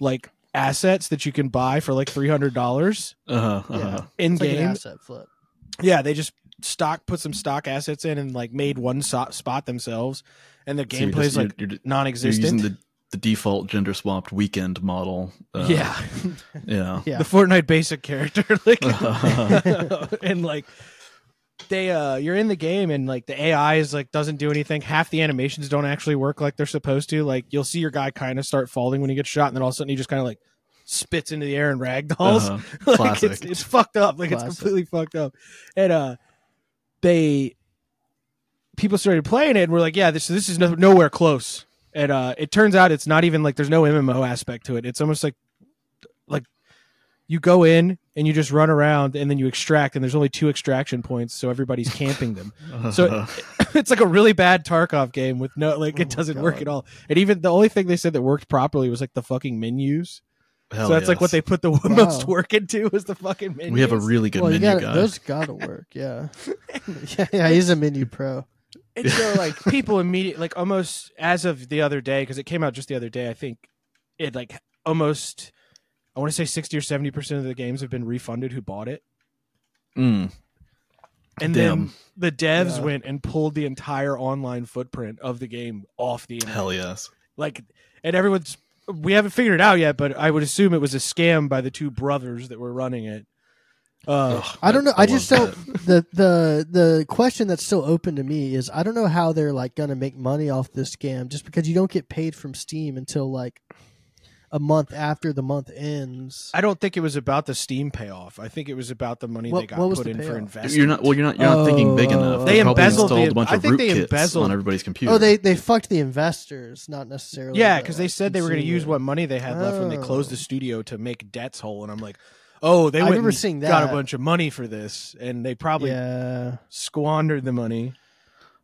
Speaker 5: like assets that you can buy for like $300
Speaker 4: uh-huh, uh-huh.
Speaker 3: Yeah.
Speaker 5: in
Speaker 3: It's like an
Speaker 5: game
Speaker 3: asset flip.
Speaker 5: yeah they just stock put some stock assets in and like made one so- spot themselves and the
Speaker 4: So you're
Speaker 5: gameplay's
Speaker 4: just-
Speaker 5: like
Speaker 4: you're, you're, you're using
Speaker 5: non-existent
Speaker 4: the the default gender swapped weekend model. Uh,
Speaker 5: yeah
Speaker 4: yeah.
Speaker 3: Yeah.
Speaker 5: the Fortnite basic character, like,
Speaker 4: Uh-huh.
Speaker 5: and like they uh you're in the game and like the AI is like doesn't do anything. Half the animations don't actually work like they're supposed to. Like you'll see your guy kind of start falling when he gets shot, and then all of a sudden he just kind of like spits into the air and ragdolls.
Speaker 4: Uh-huh.
Speaker 5: like,
Speaker 4: Classic.
Speaker 5: it's, it's fucked up. Like
Speaker 3: Classic.
Speaker 5: it's completely fucked up. And uh they people started playing it and we're like, yeah, this this is no, nowhere close. And uh it turns out it's not even like there's no MMO aspect to it. It's almost like like you go in and you just run around and then you extract and there's only two extraction points, so everybody's camping them.
Speaker 4: Uh-huh.
Speaker 5: So- it's like a really bad Tarkov game with no like
Speaker 3: Oh
Speaker 5: it
Speaker 3: my
Speaker 5: doesn't work
Speaker 3: God.
Speaker 5: at all. And even the only thing they said that worked properly was like the fucking menus.
Speaker 4: Hell
Speaker 5: so that's like
Speaker 4: yes.
Speaker 5: what they put the
Speaker 3: Wow.
Speaker 5: most work into was the fucking menus.
Speaker 4: We have a really good
Speaker 3: well, you
Speaker 4: menu,
Speaker 3: got
Speaker 4: guys.
Speaker 3: those. Gotta work. Yeah. yeah, yeah. He's a menu pro.
Speaker 5: And so, like, people immediately, like, almost as of the other day, because it came out just the other day, I think it, like, almost, I want to say 60 or 70% of the games have been refunded who bought it.
Speaker 4: Mm, Damn.
Speaker 5: And then the devs
Speaker 3: Yeah.
Speaker 5: went and pulled the entire online footprint of the game off the internet.
Speaker 4: hell yes.
Speaker 5: Like, and everyone's, we haven't figured it out yet, but I would assume it was a scam by the two brothers that were running it. Uh,
Speaker 4: Ugh,
Speaker 3: I don't know. I just
Speaker 4: love
Speaker 3: don't. The the the question that's still open to me is I don't know how they're like gonna make money off this scam just because you don't get paid from Steam until like a month after the month ends.
Speaker 5: I don't think it was about the Steam payoff. I think it was that the money
Speaker 3: What-
Speaker 5: they got
Speaker 3: what was
Speaker 5: put
Speaker 3: the
Speaker 5: in for
Speaker 3: payoff?
Speaker 4: that.
Speaker 5: investment.
Speaker 4: You're not well. You're not. You're not thinking big
Speaker 3: Oh,
Speaker 4: enough.
Speaker 5: They
Speaker 4: probably
Speaker 5: embezzled the-
Speaker 4: installed a bunch
Speaker 5: I
Speaker 4: of
Speaker 5: think they
Speaker 4: rootkits
Speaker 5: embezzled-
Speaker 4: on everybody's computer.
Speaker 3: Oh, they they fucked the investors, not necessarily.
Speaker 5: Yeah,
Speaker 3: the,
Speaker 5: because they
Speaker 3: like,
Speaker 5: said they were going to use
Speaker 3: consumer.
Speaker 5: what money they had left when they
Speaker 3: Oh.
Speaker 5: closed the studio to make debts whole, and I'm like, oh, they
Speaker 3: I
Speaker 5: went
Speaker 3: remember
Speaker 5: and
Speaker 3: seeing
Speaker 5: got a
Speaker 3: that.
Speaker 5: bunch of money for this, and they probably
Speaker 3: Yeah.
Speaker 5: squandered the money.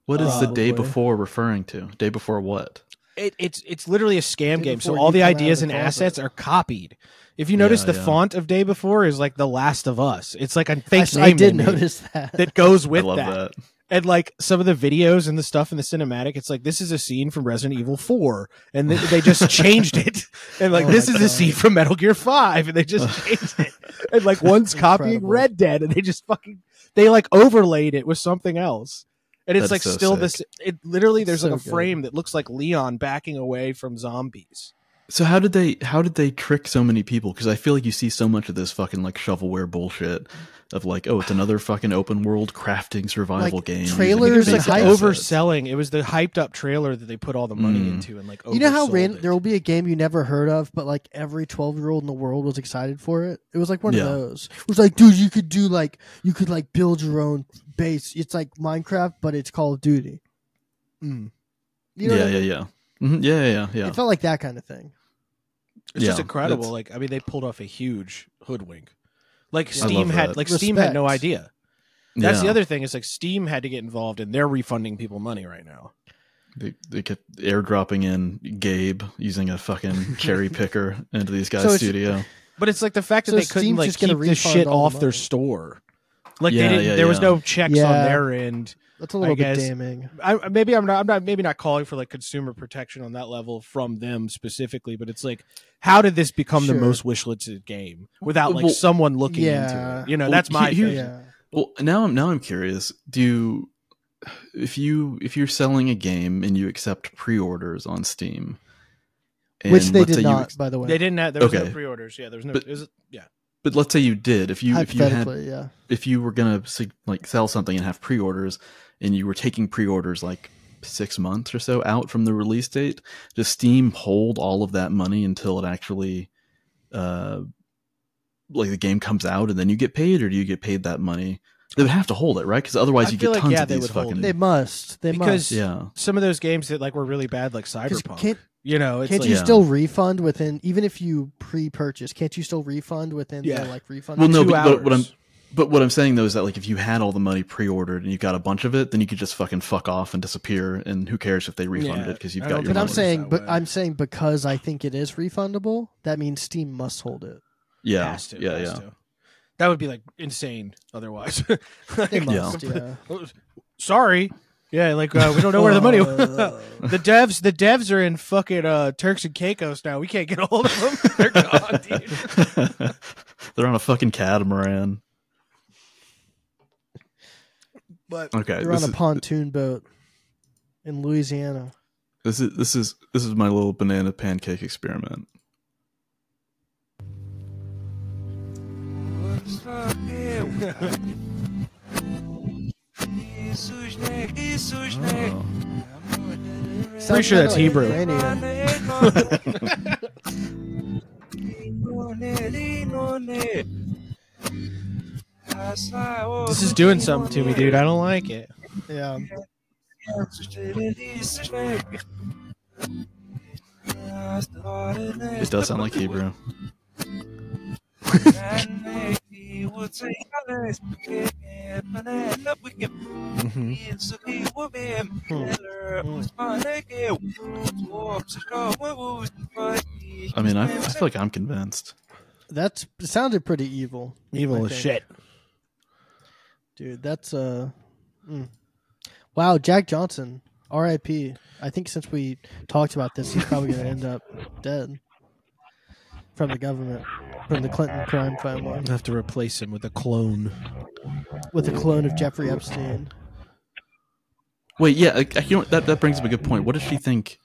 Speaker 4: What is the day
Speaker 3: Probably.
Speaker 4: before referring to? Day before what?
Speaker 5: It, it's it's literally a scam
Speaker 3: Day
Speaker 5: game. So
Speaker 3: before
Speaker 5: all
Speaker 3: you
Speaker 5: the
Speaker 3: come out of
Speaker 5: ideas
Speaker 3: the
Speaker 5: and
Speaker 3: closet.
Speaker 5: assets are copied. If you notice,
Speaker 4: Yeah,
Speaker 5: the
Speaker 4: yeah.
Speaker 5: font of Day Before is like The Last of Us. It's like a
Speaker 3: I,
Speaker 5: fake
Speaker 3: s-
Speaker 5: name
Speaker 3: I did
Speaker 5: they made
Speaker 3: notice that.
Speaker 5: that goes with
Speaker 4: I love
Speaker 5: that.
Speaker 4: that.
Speaker 5: And like some of the videos and the stuff in the cinematic, it's like this is a scene from Resident Evil Four, and they, they just changed it. And like
Speaker 3: Oh
Speaker 5: this
Speaker 3: my
Speaker 5: is a
Speaker 3: God.
Speaker 5: scene from Metal Gear Five, and they just changed it. And like one's copying
Speaker 3: Incredible.
Speaker 5: Red Dead, and they just fucking they like overlaid it with something else. And it's
Speaker 4: That's
Speaker 5: like
Speaker 4: so
Speaker 5: still this. It literally there's
Speaker 3: So
Speaker 5: like a
Speaker 3: good.
Speaker 5: frame that looks like Leon backing away from zombies.
Speaker 4: So how did they how did they trick so many people? Because I feel like you see so much of this fucking like shovelware bullshit of like, oh, it's another fucking open world crafting survival
Speaker 3: Like,
Speaker 4: game. using
Speaker 3: trailers
Speaker 5: It was
Speaker 4: basic
Speaker 5: like
Speaker 3: and hype.
Speaker 4: assets.
Speaker 5: overselling. It was the hyped up trailer that they put all the money
Speaker 4: Mm.
Speaker 5: into, and like
Speaker 3: you know how
Speaker 5: oversold
Speaker 3: ran-
Speaker 5: it.
Speaker 3: there will be a game you never heard of, but like every twelve year old in the world was excited for it. It was like one
Speaker 4: Yeah.
Speaker 3: of those. It was like, dude, you could do like you could like build your own base. It's like Minecraft, but it's Call of Duty.
Speaker 5: Mm.
Speaker 3: You know
Speaker 4: yeah,
Speaker 3: what I
Speaker 4: yeah,
Speaker 3: mean?
Speaker 4: yeah, Mhm, yeah, yeah, yeah, yeah.
Speaker 3: It felt like that kind of thing.
Speaker 5: It's just
Speaker 4: Yeah,
Speaker 5: incredible.
Speaker 4: it's-
Speaker 5: Like I mean, they pulled off a huge hoodwink. Like
Speaker 4: I
Speaker 5: Steam
Speaker 4: love
Speaker 5: had,
Speaker 4: that.
Speaker 5: like Steam had no
Speaker 3: Respect.
Speaker 5: idea. That's the
Speaker 4: Yeah.
Speaker 5: other thing is like Steam had to get involved, and they're refunding people money right now.
Speaker 4: They, they kept airdropping in Gabe using a fucking cherry picker into these guys'
Speaker 5: So it's-
Speaker 4: studio.
Speaker 5: But it's like the fact that
Speaker 3: So
Speaker 5: they couldn't
Speaker 3: Steam's
Speaker 5: like
Speaker 3: just
Speaker 5: keep
Speaker 3: gonna
Speaker 5: this
Speaker 3: refund
Speaker 5: shit
Speaker 3: all the
Speaker 5: off their
Speaker 3: money.
Speaker 5: store. Like
Speaker 4: Yeah,
Speaker 5: they didn't,
Speaker 4: yeah,
Speaker 5: there was
Speaker 4: yeah.
Speaker 5: no checks on
Speaker 3: Yeah.
Speaker 5: their end.
Speaker 3: That's a little bit
Speaker 5: guess.
Speaker 3: damning.
Speaker 5: I, maybe I'm not. I'm not. Maybe not calling for like consumer protection on that level from them specifically. But it's like, how did this become the
Speaker 3: Sure.
Speaker 5: most wishlisted game without like
Speaker 4: Well,
Speaker 5: someone looking into
Speaker 3: yeah.
Speaker 5: it? You know,
Speaker 4: Well,
Speaker 5: that's my.
Speaker 4: he- he-
Speaker 5: thing.
Speaker 3: Yeah.
Speaker 4: Well, now I'm now I'm curious. Do you, if you if you're selling a game and you accept pre-orders on Steam, and
Speaker 3: Which they
Speaker 4: let's say
Speaker 3: did
Speaker 4: you
Speaker 3: not,
Speaker 4: ex-
Speaker 3: by the way.
Speaker 5: They didn't have. There was no
Speaker 4: Okay.
Speaker 5: pre-orders. Yeah, there was no.
Speaker 4: But-
Speaker 5: it was- yeah.
Speaker 4: but let's say you did. If you if you had
Speaker 3: Hypothetically, yeah.
Speaker 4: if you were gonna sig- like sell something and have pre-orders and you were taking pre-orders like six months or so out from the release date does steam hold all of that money until it actually uh like the game comes out and then you get paid or do you get paid that money they would have to hold it right because otherwise
Speaker 5: I
Speaker 4: you
Speaker 5: feel
Speaker 4: get
Speaker 5: like,
Speaker 4: tons
Speaker 5: yeah,
Speaker 4: of
Speaker 5: they
Speaker 4: these
Speaker 5: would hold
Speaker 4: fucking
Speaker 3: They must. They
Speaker 5: Because-
Speaker 3: must.
Speaker 4: yeah
Speaker 5: some of those games that like were really bad, like
Speaker 3: 'Cause
Speaker 5: Cyberpunk.
Speaker 3: Can't,
Speaker 5: you know, it's
Speaker 3: can't
Speaker 5: like,
Speaker 3: you
Speaker 4: Yeah.
Speaker 3: still refund within even if you pre-purchase? Can't you still refund within
Speaker 5: Yeah.
Speaker 3: the like refund?
Speaker 4: well no
Speaker 5: two
Speaker 4: but, but what i'm
Speaker 5: hours.
Speaker 4: but what i'm saying though is that like if you had all the money pre-ordered and you got a bunch of it then you could just fucking fuck off and disappear and who cares if they refund
Speaker 5: Yeah,
Speaker 4: it because you've
Speaker 5: I
Speaker 4: got
Speaker 5: don't
Speaker 4: your
Speaker 3: But
Speaker 5: think
Speaker 3: I'm
Speaker 4: money.
Speaker 5: Dollars
Speaker 3: saying,
Speaker 5: that
Speaker 3: but
Speaker 5: way.
Speaker 3: I'm saying because I think it is refundable, that means Steam must hold it.
Speaker 4: yeah
Speaker 5: has to,
Speaker 4: yeah
Speaker 5: has
Speaker 4: yeah
Speaker 5: to. That would be like insane otherwise.
Speaker 3: They
Speaker 5: Like,
Speaker 3: must, yeah.
Speaker 5: Sorry. Yeah, like uh, we don't know where the money.
Speaker 3: Uh,
Speaker 5: the devs, the devs are in fucking uh, Turks and Caicos now. We can't get a hold of them. They're gone, dude.
Speaker 4: They're on a fucking catamaran.
Speaker 5: But
Speaker 4: Okay,
Speaker 3: You're on
Speaker 4: this
Speaker 3: a
Speaker 4: is,
Speaker 3: pontoon boat in Louisiana.
Speaker 4: this is this is this is my little banana pancake experiment. Oh.
Speaker 3: Sounds
Speaker 5: sure
Speaker 3: kinda
Speaker 5: that's
Speaker 3: like
Speaker 5: Hebrew.
Speaker 3: Iranian.
Speaker 5: this is doing something to me, dude. I don't like it.
Speaker 3: Yeah.
Speaker 4: It does sound like Hebrew. Mm-hmm. I mean, I, I feel like I'm convinced.
Speaker 3: That's it sounded pretty evil,
Speaker 5: Evil
Speaker 3: I
Speaker 5: as
Speaker 3: think.
Speaker 5: shit.
Speaker 3: dude. That's uh, mm. wow. Jack Johnson, R.I.P. I think since we talked about this, he's probably gonna end up dead from the government, from the Clinton crime family,
Speaker 5: I have to replace him with a clone.
Speaker 3: with a clone of Jeffrey Epstein.
Speaker 4: Wait, yeah, like, you know what, that that brings up a good point. What does she think?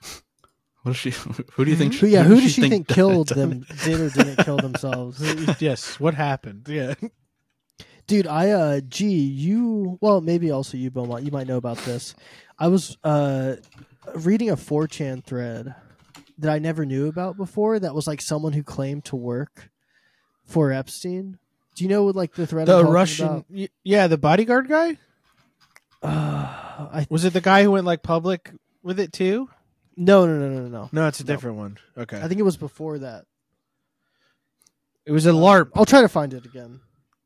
Speaker 4: What does she? Who do you think?
Speaker 3: Who, Hmm? yeah, who
Speaker 4: does
Speaker 3: does she think,
Speaker 4: done-
Speaker 3: killed
Speaker 4: done
Speaker 3: them?
Speaker 4: it?
Speaker 3: Did or didn't kill themselves?
Speaker 5: yes. What happened? Yeah.
Speaker 3: Dude, I uh gee, you well, maybe also you Beaumont, you might know about this. I was uh reading a 4chan thread that I never knew about before that was like someone who claimed to work for Epstein. Do you know like the thread? I'm
Speaker 5: The
Speaker 3: talking
Speaker 5: Russian.
Speaker 3: about?
Speaker 5: y- Yeah, the bodyguard guy.
Speaker 3: Uh, I
Speaker 5: Was it the guy who went like public with it too?
Speaker 3: no no no no no, no.
Speaker 5: No, it's a different one. Okay.
Speaker 3: I think it was before that.
Speaker 5: it was a LARP.
Speaker 3: I'll try to find it again.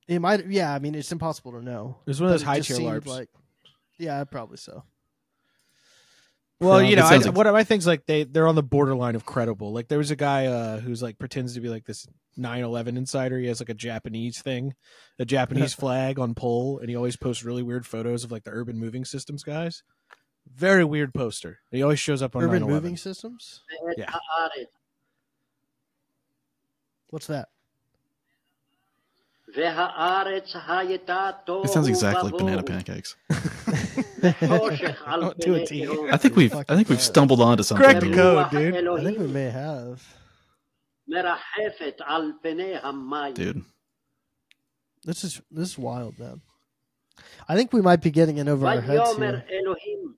Speaker 3: It might yeah, I mean it's impossible to know.
Speaker 5: It was one
Speaker 3: but
Speaker 5: of those
Speaker 3: it
Speaker 5: high
Speaker 3: just
Speaker 5: tier
Speaker 3: seemed
Speaker 5: LARPs.
Speaker 3: Like, yeah, probably so.
Speaker 5: Well,
Speaker 4: From-
Speaker 5: you know,
Speaker 4: it
Speaker 5: I,
Speaker 4: sounds like-
Speaker 5: what are my things like they they're on the borderline of credible. Like there was a guy uh, who's like pretends to be like this 9/11 insider. He has like a Japanese thing, a Japanese flag on pole, and he always posts really weird photos of like the urban moving systems guys. Very weird poster. He always shows up on
Speaker 3: Urban
Speaker 5: 9/11.
Speaker 3: moving systems.
Speaker 5: Yeah.
Speaker 7: Veharid.
Speaker 3: What's that?
Speaker 7: Vehaarets hayeta
Speaker 4: It sounds
Speaker 7: tohu
Speaker 4: exactly like banana
Speaker 7: vabohu.
Speaker 4: pancakes.
Speaker 8: Oh,
Speaker 7: Hoshech al
Speaker 5: Don't do it to you.
Speaker 7: penehu.
Speaker 4: I think we've I think we've stumbled onto something.
Speaker 5: Correct the
Speaker 4: here.
Speaker 5: code.
Speaker 7: Ruach
Speaker 5: dude.
Speaker 8: Oh,
Speaker 3: I think we
Speaker 7: Elohim
Speaker 3: may have.
Speaker 7: merahefet al penei hamayim.
Speaker 4: dude.
Speaker 3: This is this is wild, man. I think we might be getting in over our heads
Speaker 7: Vayomer
Speaker 3: here.
Speaker 7: Elohim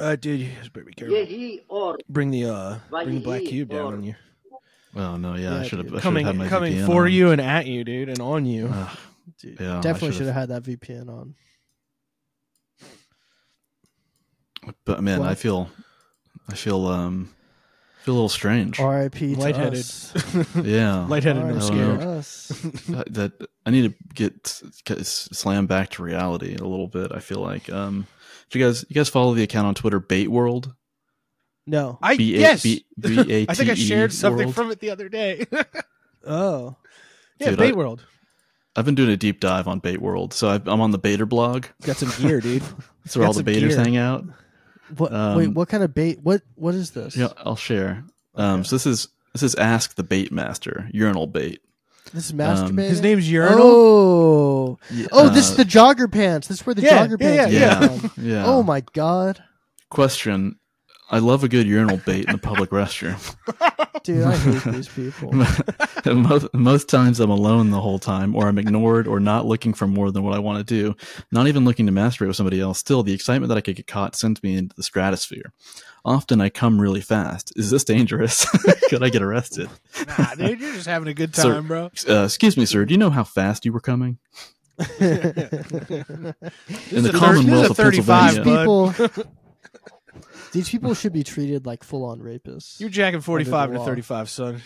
Speaker 5: Uh, dude, you just better be careful.
Speaker 7: yehi or
Speaker 5: Bring the uh, bring the black
Speaker 7: Vayehi
Speaker 5: cube down
Speaker 7: or-
Speaker 5: on you.
Speaker 4: Oh no, yeah, I
Speaker 3: Yeah,
Speaker 4: should have
Speaker 3: dude.
Speaker 4: I should have had
Speaker 5: Coming
Speaker 4: my
Speaker 5: coming
Speaker 4: VPN
Speaker 5: for
Speaker 4: on.
Speaker 5: you and at you, dude, and on you.
Speaker 4: Ugh,
Speaker 3: Dude,
Speaker 4: Yeah, Oh, I
Speaker 3: definitely should
Speaker 4: should've-
Speaker 3: have had that VPN on.
Speaker 4: but man, I
Speaker 3: Well-
Speaker 4: feel I feel um feel a little strange.
Speaker 3: R.I.P. to
Speaker 5: Lightheaded.
Speaker 3: us.
Speaker 4: Yeah.
Speaker 5: Lightheaded and
Speaker 4: Alright.
Speaker 3: R.I.P.
Speaker 5: I'm
Speaker 4: know.
Speaker 5: scared.
Speaker 3: to us.
Speaker 4: I- that I need to get, get slammed back to reality a little bit. I feel like um, do you guys you guys follow the account on Twitter Bait World?
Speaker 3: No.
Speaker 5: I
Speaker 4: B A- E
Speaker 5: yes.
Speaker 4: B- B A
Speaker 5: I think I
Speaker 4: T E
Speaker 5: shared something
Speaker 4: world.
Speaker 5: from it the other day.
Speaker 3: Oh,
Speaker 5: yeah,
Speaker 4: Dude, I-
Speaker 5: Bait World.
Speaker 4: I've been doing a deep dive on Bait World, so I've, I'm on the Baiter blog.
Speaker 5: Got some gear, dude.
Speaker 4: That's where
Speaker 5: Got
Speaker 4: all the
Speaker 5: some
Speaker 4: baiters
Speaker 5: gear.
Speaker 4: hang out.
Speaker 3: what?
Speaker 4: Um,
Speaker 3: wait, what kind of bait? What? What is this?
Speaker 4: Yeah, I'll share. Um, so this is this is Ask the Bait Master, urinal bait.
Speaker 3: This is
Speaker 4: Um,
Speaker 3: masturbating.
Speaker 5: His name's Urinal.
Speaker 3: Oh, oh, this is
Speaker 4: Uh,
Speaker 3: the jogger pants. This is where the
Speaker 5: Yeah,
Speaker 3: jogger
Speaker 5: yeah,
Speaker 3: pants.
Speaker 4: yeah,
Speaker 3: are
Speaker 4: yeah.
Speaker 3: from.
Speaker 4: Yeah.
Speaker 3: Oh my god,
Speaker 4: Question: I love a good urinal bait in the public restroom.
Speaker 3: dude, I hate these people.
Speaker 4: most, most times I'm alone the whole time, or I'm ignored, or not looking for more than what I want to do, not even looking to masturbate with somebody else. Still, the excitement that I could get caught sends me into the stratosphere. Often I come really fast. Is this dangerous? could I get arrested?
Speaker 5: Nah, dude, you're just having a good
Speaker 4: Sir.
Speaker 5: time, bro.
Speaker 4: Uh, excuse me, sir. Do you know how fast you were coming? In
Speaker 5: is
Speaker 4: the
Speaker 5: a thirty- this is
Speaker 4: Commonwealth
Speaker 5: a
Speaker 4: of
Speaker 5: 35
Speaker 4: Pennsylvania.
Speaker 3: These people, these people should be treated like full-on rapists.
Speaker 5: You're jacking 45
Speaker 3: Under the
Speaker 5: to
Speaker 3: law.
Speaker 5: 35, son.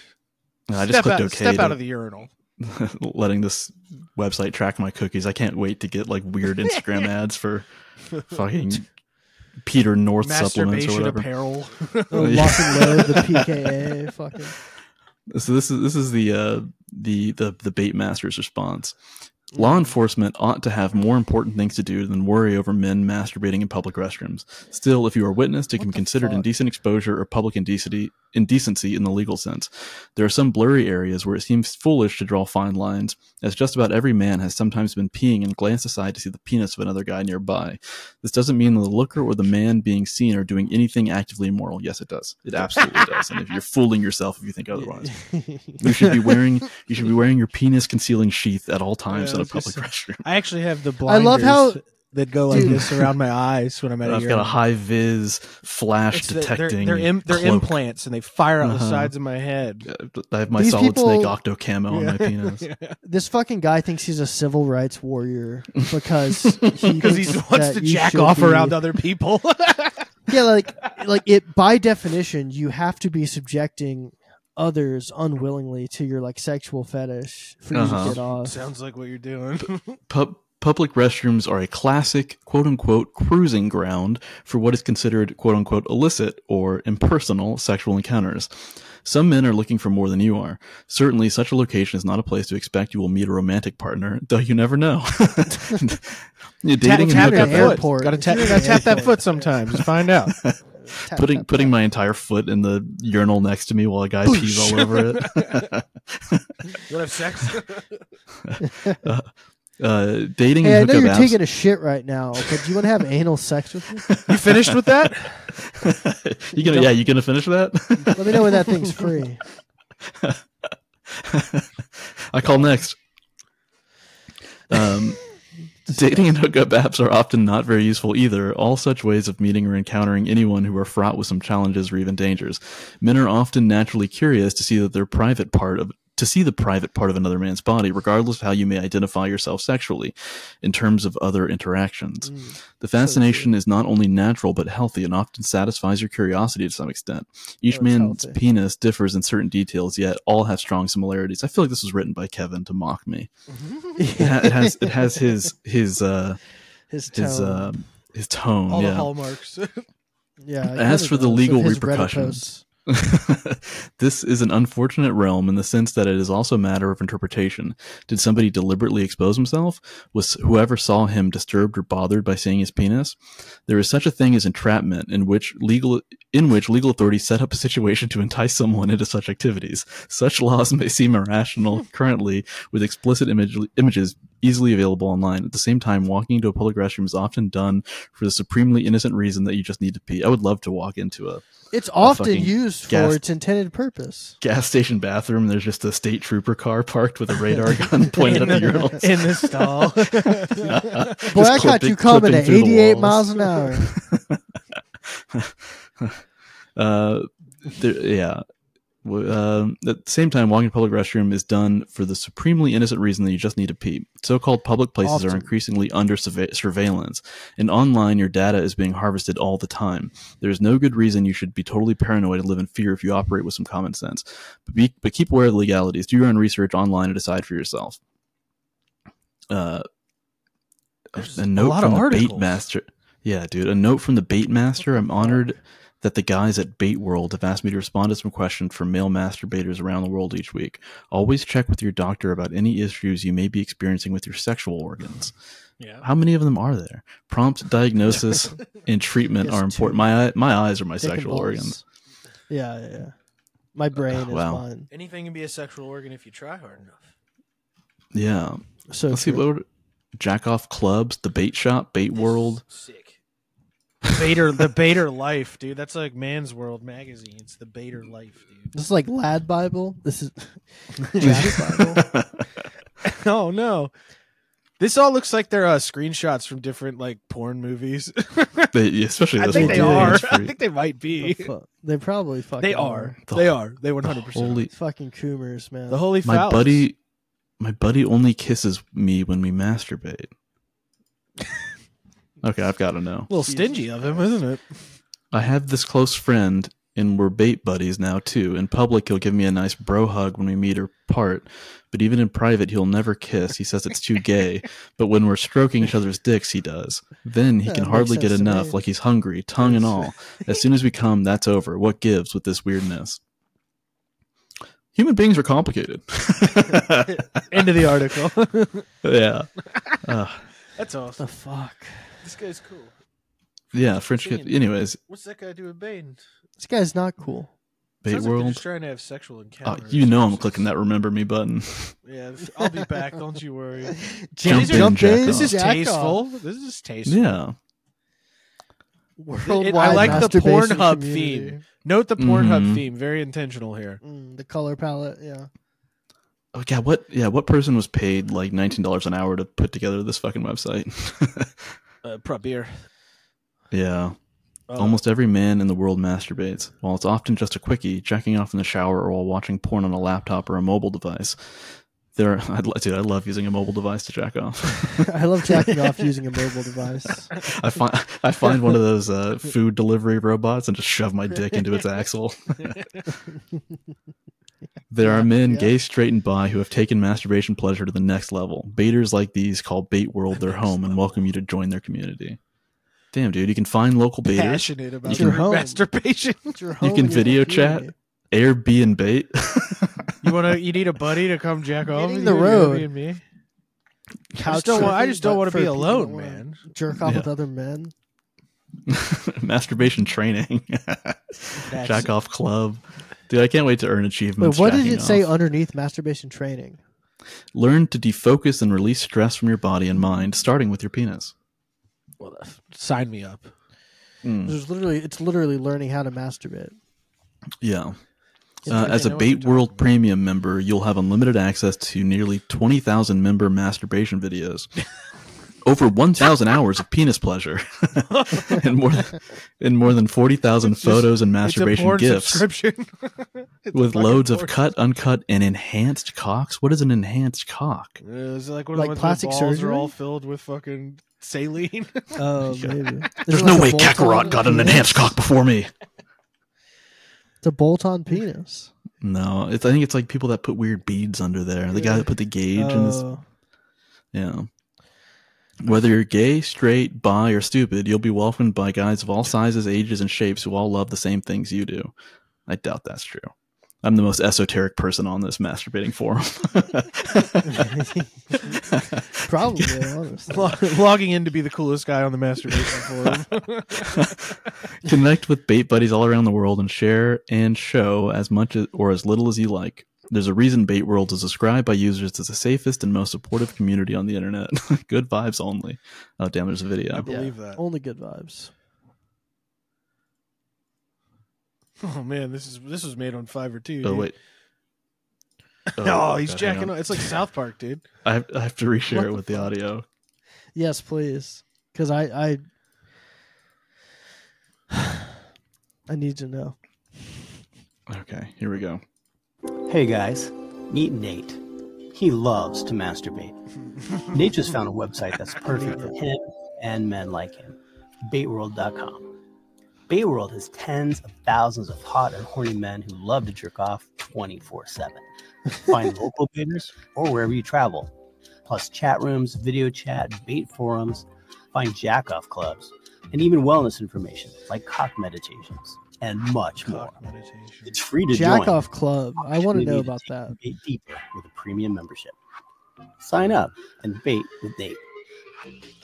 Speaker 4: I just
Speaker 5: step
Speaker 4: clicked
Speaker 5: out,
Speaker 4: OK.
Speaker 5: step
Speaker 4: to-
Speaker 5: out of the urinal.
Speaker 4: letting this website track my cookies. I can't wait to get like weird Instagram ads for fucking Peter North supplements or
Speaker 5: Masturbation
Speaker 4: whatever.
Speaker 5: apparel.
Speaker 3: Oh,
Speaker 4: Yeah.
Speaker 3: lock and load the PKA, fucking.
Speaker 4: So this is this is the uh, the the the bait master's response.
Speaker 3: Hmm.
Speaker 4: Law enforcement ought to have more important things to do than worry over men masturbating in public restrooms. Still, if you are witnessed, it
Speaker 3: What
Speaker 4: can
Speaker 3: the
Speaker 4: be considered
Speaker 3: fuck?
Speaker 4: indecent exposure or public indecency, indecency in the legal sense. There are some blurry areas where it seems foolish to draw fine lines, as just about every man has sometimes been peeing and glanced aside to see the penis of another guy nearby. This doesn't mean that the looker or the man being seen are doing anything actively immoral. Yes, it does. It absolutely does. And if you're fooling yourself if you think otherwise. You should be wearing you should be wearing your penis concealing sheath at all times
Speaker 5: Yeah,
Speaker 4: in a
Speaker 5: I was just
Speaker 4: public restroom.
Speaker 5: I actually have the
Speaker 3: I
Speaker 5: blinders
Speaker 3: love how-
Speaker 5: that go like
Speaker 3: Dude.
Speaker 5: this around my eyes when I'm at a
Speaker 4: I've got
Speaker 5: urinal.
Speaker 4: a high viz flash
Speaker 5: It's the-
Speaker 4: detecting.
Speaker 5: they're, they're, im- they're
Speaker 4: cloak.
Speaker 5: implants and they fire out the
Speaker 4: Uh-huh.
Speaker 5: sides of my head.
Speaker 4: I have my
Speaker 3: These
Speaker 4: solid
Speaker 3: people-
Speaker 4: snake octo camo on my
Speaker 5: Yeah.
Speaker 4: penis.
Speaker 3: This fucking guy thinks he's a civil rights warrior because he
Speaker 5: Because he
Speaker 3: thinks
Speaker 5: wants
Speaker 3: that
Speaker 5: to
Speaker 3: you
Speaker 5: jack
Speaker 3: should
Speaker 5: off
Speaker 3: be-
Speaker 5: around other people.
Speaker 3: yeah like like it by definition you have to be subjecting others unwillingly to your like sexual fetish for you
Speaker 4: Uh-huh.
Speaker 3: to get off
Speaker 5: Sounds like what you're doing.
Speaker 4: Pub- public restrooms are a classic quote unquote cruising ground for what is considered quote unquote illicit or impersonal sexual encounters. Some men are looking for more than you are. Certainly, such a location is not a place to expect you will meet a romantic partner, though you never know. You're
Speaker 3: tap your
Speaker 4: dating and hookup
Speaker 3: hair.
Speaker 4: app-
Speaker 3: airport.
Speaker 5: Got to tap,
Speaker 3: You're in
Speaker 5: gotta
Speaker 3: an
Speaker 5: tap that
Speaker 3: airport.
Speaker 5: foot sometimes. to Find out.
Speaker 3: Tap,
Speaker 4: putting
Speaker 3: tap,
Speaker 4: putting
Speaker 3: tap.
Speaker 4: my entire foot in the urinal next to me while a guy
Speaker 3: Oh,
Speaker 4: pees all over it.
Speaker 5: You want to have sex?
Speaker 4: uh, dating
Speaker 3: hey i
Speaker 4: and
Speaker 3: know
Speaker 4: hookup
Speaker 3: you're
Speaker 4: apps.
Speaker 3: taking a shit right now but do you want to have anal sex with me
Speaker 5: you finished with that?
Speaker 4: you gonna yeah, you gonna finish that?
Speaker 3: let me know when that thing's free
Speaker 4: I call next. Um, dating and hookup apps are often not very useful either. All such ways of meeting or encountering anyone who are fraught with some challenges or even dangers. Men are often naturally curious to see that their private part of to see the private part of another man's body, regardless of how you may identify yourself sexually, in terms of other interactions. The fascination is not only natural but healthy and often satisfies your curiosity to some extent. Each
Speaker 3: Oh, it's
Speaker 4: man's
Speaker 3: healthy.
Speaker 4: penis differs in certain details, yet all have strong similarities. I feel like this was written by Kevin to mock me. It, ha- it has it has his his uh
Speaker 3: his tone
Speaker 4: his uh his tone.
Speaker 5: All the
Speaker 4: yeah.
Speaker 5: hallmarks.
Speaker 3: Yeah. I
Speaker 4: As
Speaker 3: read
Speaker 4: for the
Speaker 3: those,
Speaker 4: legal
Speaker 3: of his Reddit
Speaker 4: repercussions.
Speaker 3: posts.
Speaker 4: this is an unfortunate realm in the sense that it is also a matter of interpretation. Did somebody deliberately expose himself? Was whoever saw him disturbed or bothered by seeing his penis? There is such a thing as entrapment, in which legal in which legal authorities set up a situation to entice someone into such activities. Such laws may seem irrational currently, with explicit image, images easily available online. At the same time, walking into a public restroom is often done for the supremely innocent reason that you just need to pee. I would love to walk into a
Speaker 3: It's often
Speaker 4: fucking
Speaker 3: used for
Speaker 4: gas-
Speaker 3: its intended purpose.
Speaker 4: gas station bathroom. There's just a state trooper car parked with a radar gun pointed at the urinals.
Speaker 5: in the stall.
Speaker 4: Just
Speaker 3: Boy, I caught
Speaker 4: clipping-
Speaker 3: you coming
Speaker 4: clipping
Speaker 3: at
Speaker 4: through the
Speaker 3: 88
Speaker 4: walls.
Speaker 3: miles an hour.
Speaker 4: Uh, there, yeah. W- Um, at the same time, walking to public restroom is done for the supremely innocent reason that you just need to pee. So-called public places are
Speaker 3: Often.
Speaker 4: increasingly under surve- surveillance, and online your data is being harvested all the time. There is no good reason you should be totally paranoid and live in fear if you operate with some common sense. But, be, but keep aware of the legalities. Do your own research online and decide for yourself. Uh,
Speaker 5: There's
Speaker 4: a note
Speaker 5: lot
Speaker 4: from
Speaker 5: of
Speaker 4: the bait
Speaker 5: articles.
Speaker 4: master. Yeah, dude. A note from the bait master. I'm honored that the guys at Bait World have asked me to respond to some questions from male masturbators around the world each week. Always check with your doctor about any issues you may be experiencing with your sexual organs.
Speaker 5: yeah.
Speaker 4: How many of them are there? Prompt diagnosis and treatment
Speaker 3: Yes,
Speaker 4: are
Speaker 3: two.
Speaker 4: important. My eye- my eyes are my
Speaker 3: Dick and
Speaker 4: sexual
Speaker 3: balls.
Speaker 4: organs. Uh,
Speaker 3: Yeah, yeah, yeah. My brain is
Speaker 4: wow.
Speaker 3: mine.
Speaker 5: Anything can be a sexual organ if you try hard enough.
Speaker 4: Yeah.
Speaker 3: So
Speaker 4: Let's see
Speaker 3: true.
Speaker 4: what jack off clubs, the bait shop, bait world.
Speaker 5: Sick. Bader, the Bader life, dude. That's like Man's World magazine. It's the Bader life, dude.
Speaker 3: This is like Lad Bible. This is Jack's Bible.
Speaker 5: oh no, this all looks like they're uh, screenshots from different like porn movies.
Speaker 4: They- especially
Speaker 5: I
Speaker 4: this one.
Speaker 5: think they
Speaker 3: dude.
Speaker 5: are.
Speaker 4: It's
Speaker 5: I
Speaker 4: free.
Speaker 5: think they might
Speaker 3: The
Speaker 5: be.
Speaker 3: fu- They probably fucking
Speaker 5: They are. They are. They one hundred percent.
Speaker 4: Holy
Speaker 3: Fucking coomers, man.
Speaker 5: The holy
Speaker 4: my
Speaker 5: phallus.
Speaker 4: buddy my buddy only kisses me when we masturbate okay i've got to know
Speaker 5: A little stingy of him, isn't it?
Speaker 4: i have this close friend and we're bait buddies now too in public he'll give me a nice bro hug when we meet or part but even in private he'll never kiss he says it's too gay but when we're stroking each other's dicks he does then he
Speaker 3: Yeah,
Speaker 4: can
Speaker 3: makes
Speaker 4: hardly get
Speaker 3: sense to me.
Speaker 4: enough like he's hungry tongue and all as soon as we come that's over what gives with this weirdness human beings are complicated
Speaker 5: End of the article.
Speaker 4: yeah Ugh.
Speaker 5: That's awesome.
Speaker 3: the fuck.
Speaker 5: This guy's cool.
Speaker 4: Yeah, French kiss.
Speaker 5: Continue.
Speaker 4: Anyways,
Speaker 5: What's that guy doing, Bane?
Speaker 3: This guy's not cool.
Speaker 4: Bait
Speaker 5: Sounds like they're
Speaker 4: World.
Speaker 5: just trying to have sexual
Speaker 4: Oh,
Speaker 5: encounters.
Speaker 4: you know I'm clicking that remember me button.
Speaker 5: Yeah, I'll be back. Don't you worry.
Speaker 4: Jump in,
Speaker 3: Jump
Speaker 4: Jack
Speaker 3: in,
Speaker 5: This is
Speaker 3: Jack off.
Speaker 5: tasteful. This is tasteful.
Speaker 4: yeah.
Speaker 3: Worldwide
Speaker 5: It- I like the
Speaker 3: masturbation
Speaker 5: Pornhub
Speaker 3: community.
Speaker 5: theme. Note the Pornhub
Speaker 4: Mhm.
Speaker 5: theme. Very intentional here.
Speaker 3: Mm, the color palette, yeah.
Speaker 4: Oh yeah. What? Yeah. What person was paid like nineteen dollars an hour to put together this fucking website?
Speaker 5: Uh, prop beer.
Speaker 4: yeah.
Speaker 5: Uh,
Speaker 4: Almost every man in the world masturbates. While it's often just a quickie, jacking off in the shower or while watching porn on a laptop or a mobile device. There, I'd, li- dude, I love using a mobile device to jack off.
Speaker 3: I love jacking off using a mobile device.
Speaker 4: I find I find one of those uh, food delivery robots and just shove my dick into its axle. there are men,
Speaker 3: yeah.
Speaker 4: gay, straight, and bi, who have taken masturbation pleasure to the next level. Baiters like these call Bait World their home and welcome you to join their community. Damn, dude, you can find local baiters,
Speaker 5: passionate about
Speaker 4: can-
Speaker 5: your
Speaker 3: Home.
Speaker 5: masturbation.
Speaker 3: It's your
Speaker 4: You
Speaker 3: home
Speaker 4: can
Speaker 3: and your
Speaker 4: video chat.
Speaker 3: community.
Speaker 4: Airbnb bait.
Speaker 5: you want to? You need a buddy to come jack off.
Speaker 3: Hitting
Speaker 5: with
Speaker 3: the
Speaker 5: you,
Speaker 3: road.
Speaker 5: you and me. I
Speaker 3: Couch
Speaker 5: just don't want. I
Speaker 3: surfing,
Speaker 5: just don't
Speaker 3: but
Speaker 5: want
Speaker 3: for
Speaker 5: to be
Speaker 3: people that
Speaker 5: alone,
Speaker 3: wanna
Speaker 5: man.
Speaker 3: Jerk off
Speaker 4: Yeah.
Speaker 3: with other men.
Speaker 4: Masturbation training. Jack off club. Dude, I can't wait to earn
Speaker 3: Wait,
Speaker 4: achievements.
Speaker 3: what did
Speaker 4: jacking
Speaker 3: it say
Speaker 4: off.
Speaker 3: underneath masturbation training?
Speaker 4: Learn to defocus and release stress from your body and mind, starting with your penis.
Speaker 5: Well, uh, sign me up.
Speaker 4: Mm.
Speaker 3: There's literally it's literally learning how to masturbate.
Speaker 4: Yeah.
Speaker 5: Seems
Speaker 4: Uh,
Speaker 5: like
Speaker 4: as
Speaker 5: they
Speaker 4: a
Speaker 5: know what they're
Speaker 4: Bait World
Speaker 5: talking about.
Speaker 4: Premium member, you'll have unlimited access to nearly 20,000 member masturbation videos, over 1,000 hours of penis pleasure, and more than, and more than 40,000 photos and
Speaker 5: It's a
Speaker 4: masturbation
Speaker 5: porn
Speaker 4: gifts
Speaker 5: subscription. It's
Speaker 4: with
Speaker 5: fucking
Speaker 4: loads of
Speaker 5: porn.
Speaker 4: cut, uncut, and enhanced cocks. What is an enhanced cock?
Speaker 5: Uh, Is it like one
Speaker 3: Like
Speaker 5: of the ones where
Speaker 3: plastic
Speaker 5: balls are
Speaker 3: surgery?
Speaker 5: all filled with fucking saline?
Speaker 3: Oh, maybe.
Speaker 4: There's no way Kakarot got an enhanced cock before me.
Speaker 3: It's a bolt-on penis.
Speaker 4: No, it's, I think it's like people that put weird beads under there. The guy that put the gauge in his.
Speaker 3: Oh.
Speaker 4: Yeah. Whether you're gay, straight, bi, or stupid, you'll be welcomed by guys of all sizes, ages, and shapes who all love the same things you do. I doubt that's true. I'm the most esoteric person on this masturbating forum.
Speaker 3: Probably, honestly.
Speaker 5: Lo- logging in to be the coolest guy on the masturbation forum.
Speaker 4: Connect with bait buddies all around the world and share and show as much as, or as little as you like. There's a reason Bait World is described by users as the safest and most supportive community on the internet. Good vibes only. Oh damn, there's a
Speaker 5: I
Speaker 4: video.
Speaker 5: believe that.
Speaker 3: Only good vibes.
Speaker 5: Oh man, this is this was made on Fiverr too.
Speaker 4: Oh
Speaker 5: dude.
Speaker 4: wait. Oh,
Speaker 5: Oh,
Speaker 4: okay,
Speaker 5: he's
Speaker 4: hang
Speaker 5: jacking.
Speaker 4: on.
Speaker 5: Up. It's like South Park, dude.
Speaker 4: I have, I have to reshare it with the audio.
Speaker 3: Yes, please. Because I, I, I need to know.
Speaker 4: Okay, here we go.
Speaker 8: Hey guys, meet Nate. He loves to masturbate. Nate just found a website that's perfect for him and men like him baitworld.com. Baitworld has tens of thousands of hot and horny men who love to jerk off 24 7. Find local baiters or wherever you travel, plus chat rooms, video chat, bait forums, find jack off clubs, and even wellness information like cock meditations and much more.
Speaker 5: Cock meditation.
Speaker 8: It's free to join
Speaker 3: Jack Off Club. I want to
Speaker 8: opportunity
Speaker 3: know about
Speaker 8: take
Speaker 3: that.
Speaker 8: you Bait deeper with a premium membership. Sign up and bait with Nate.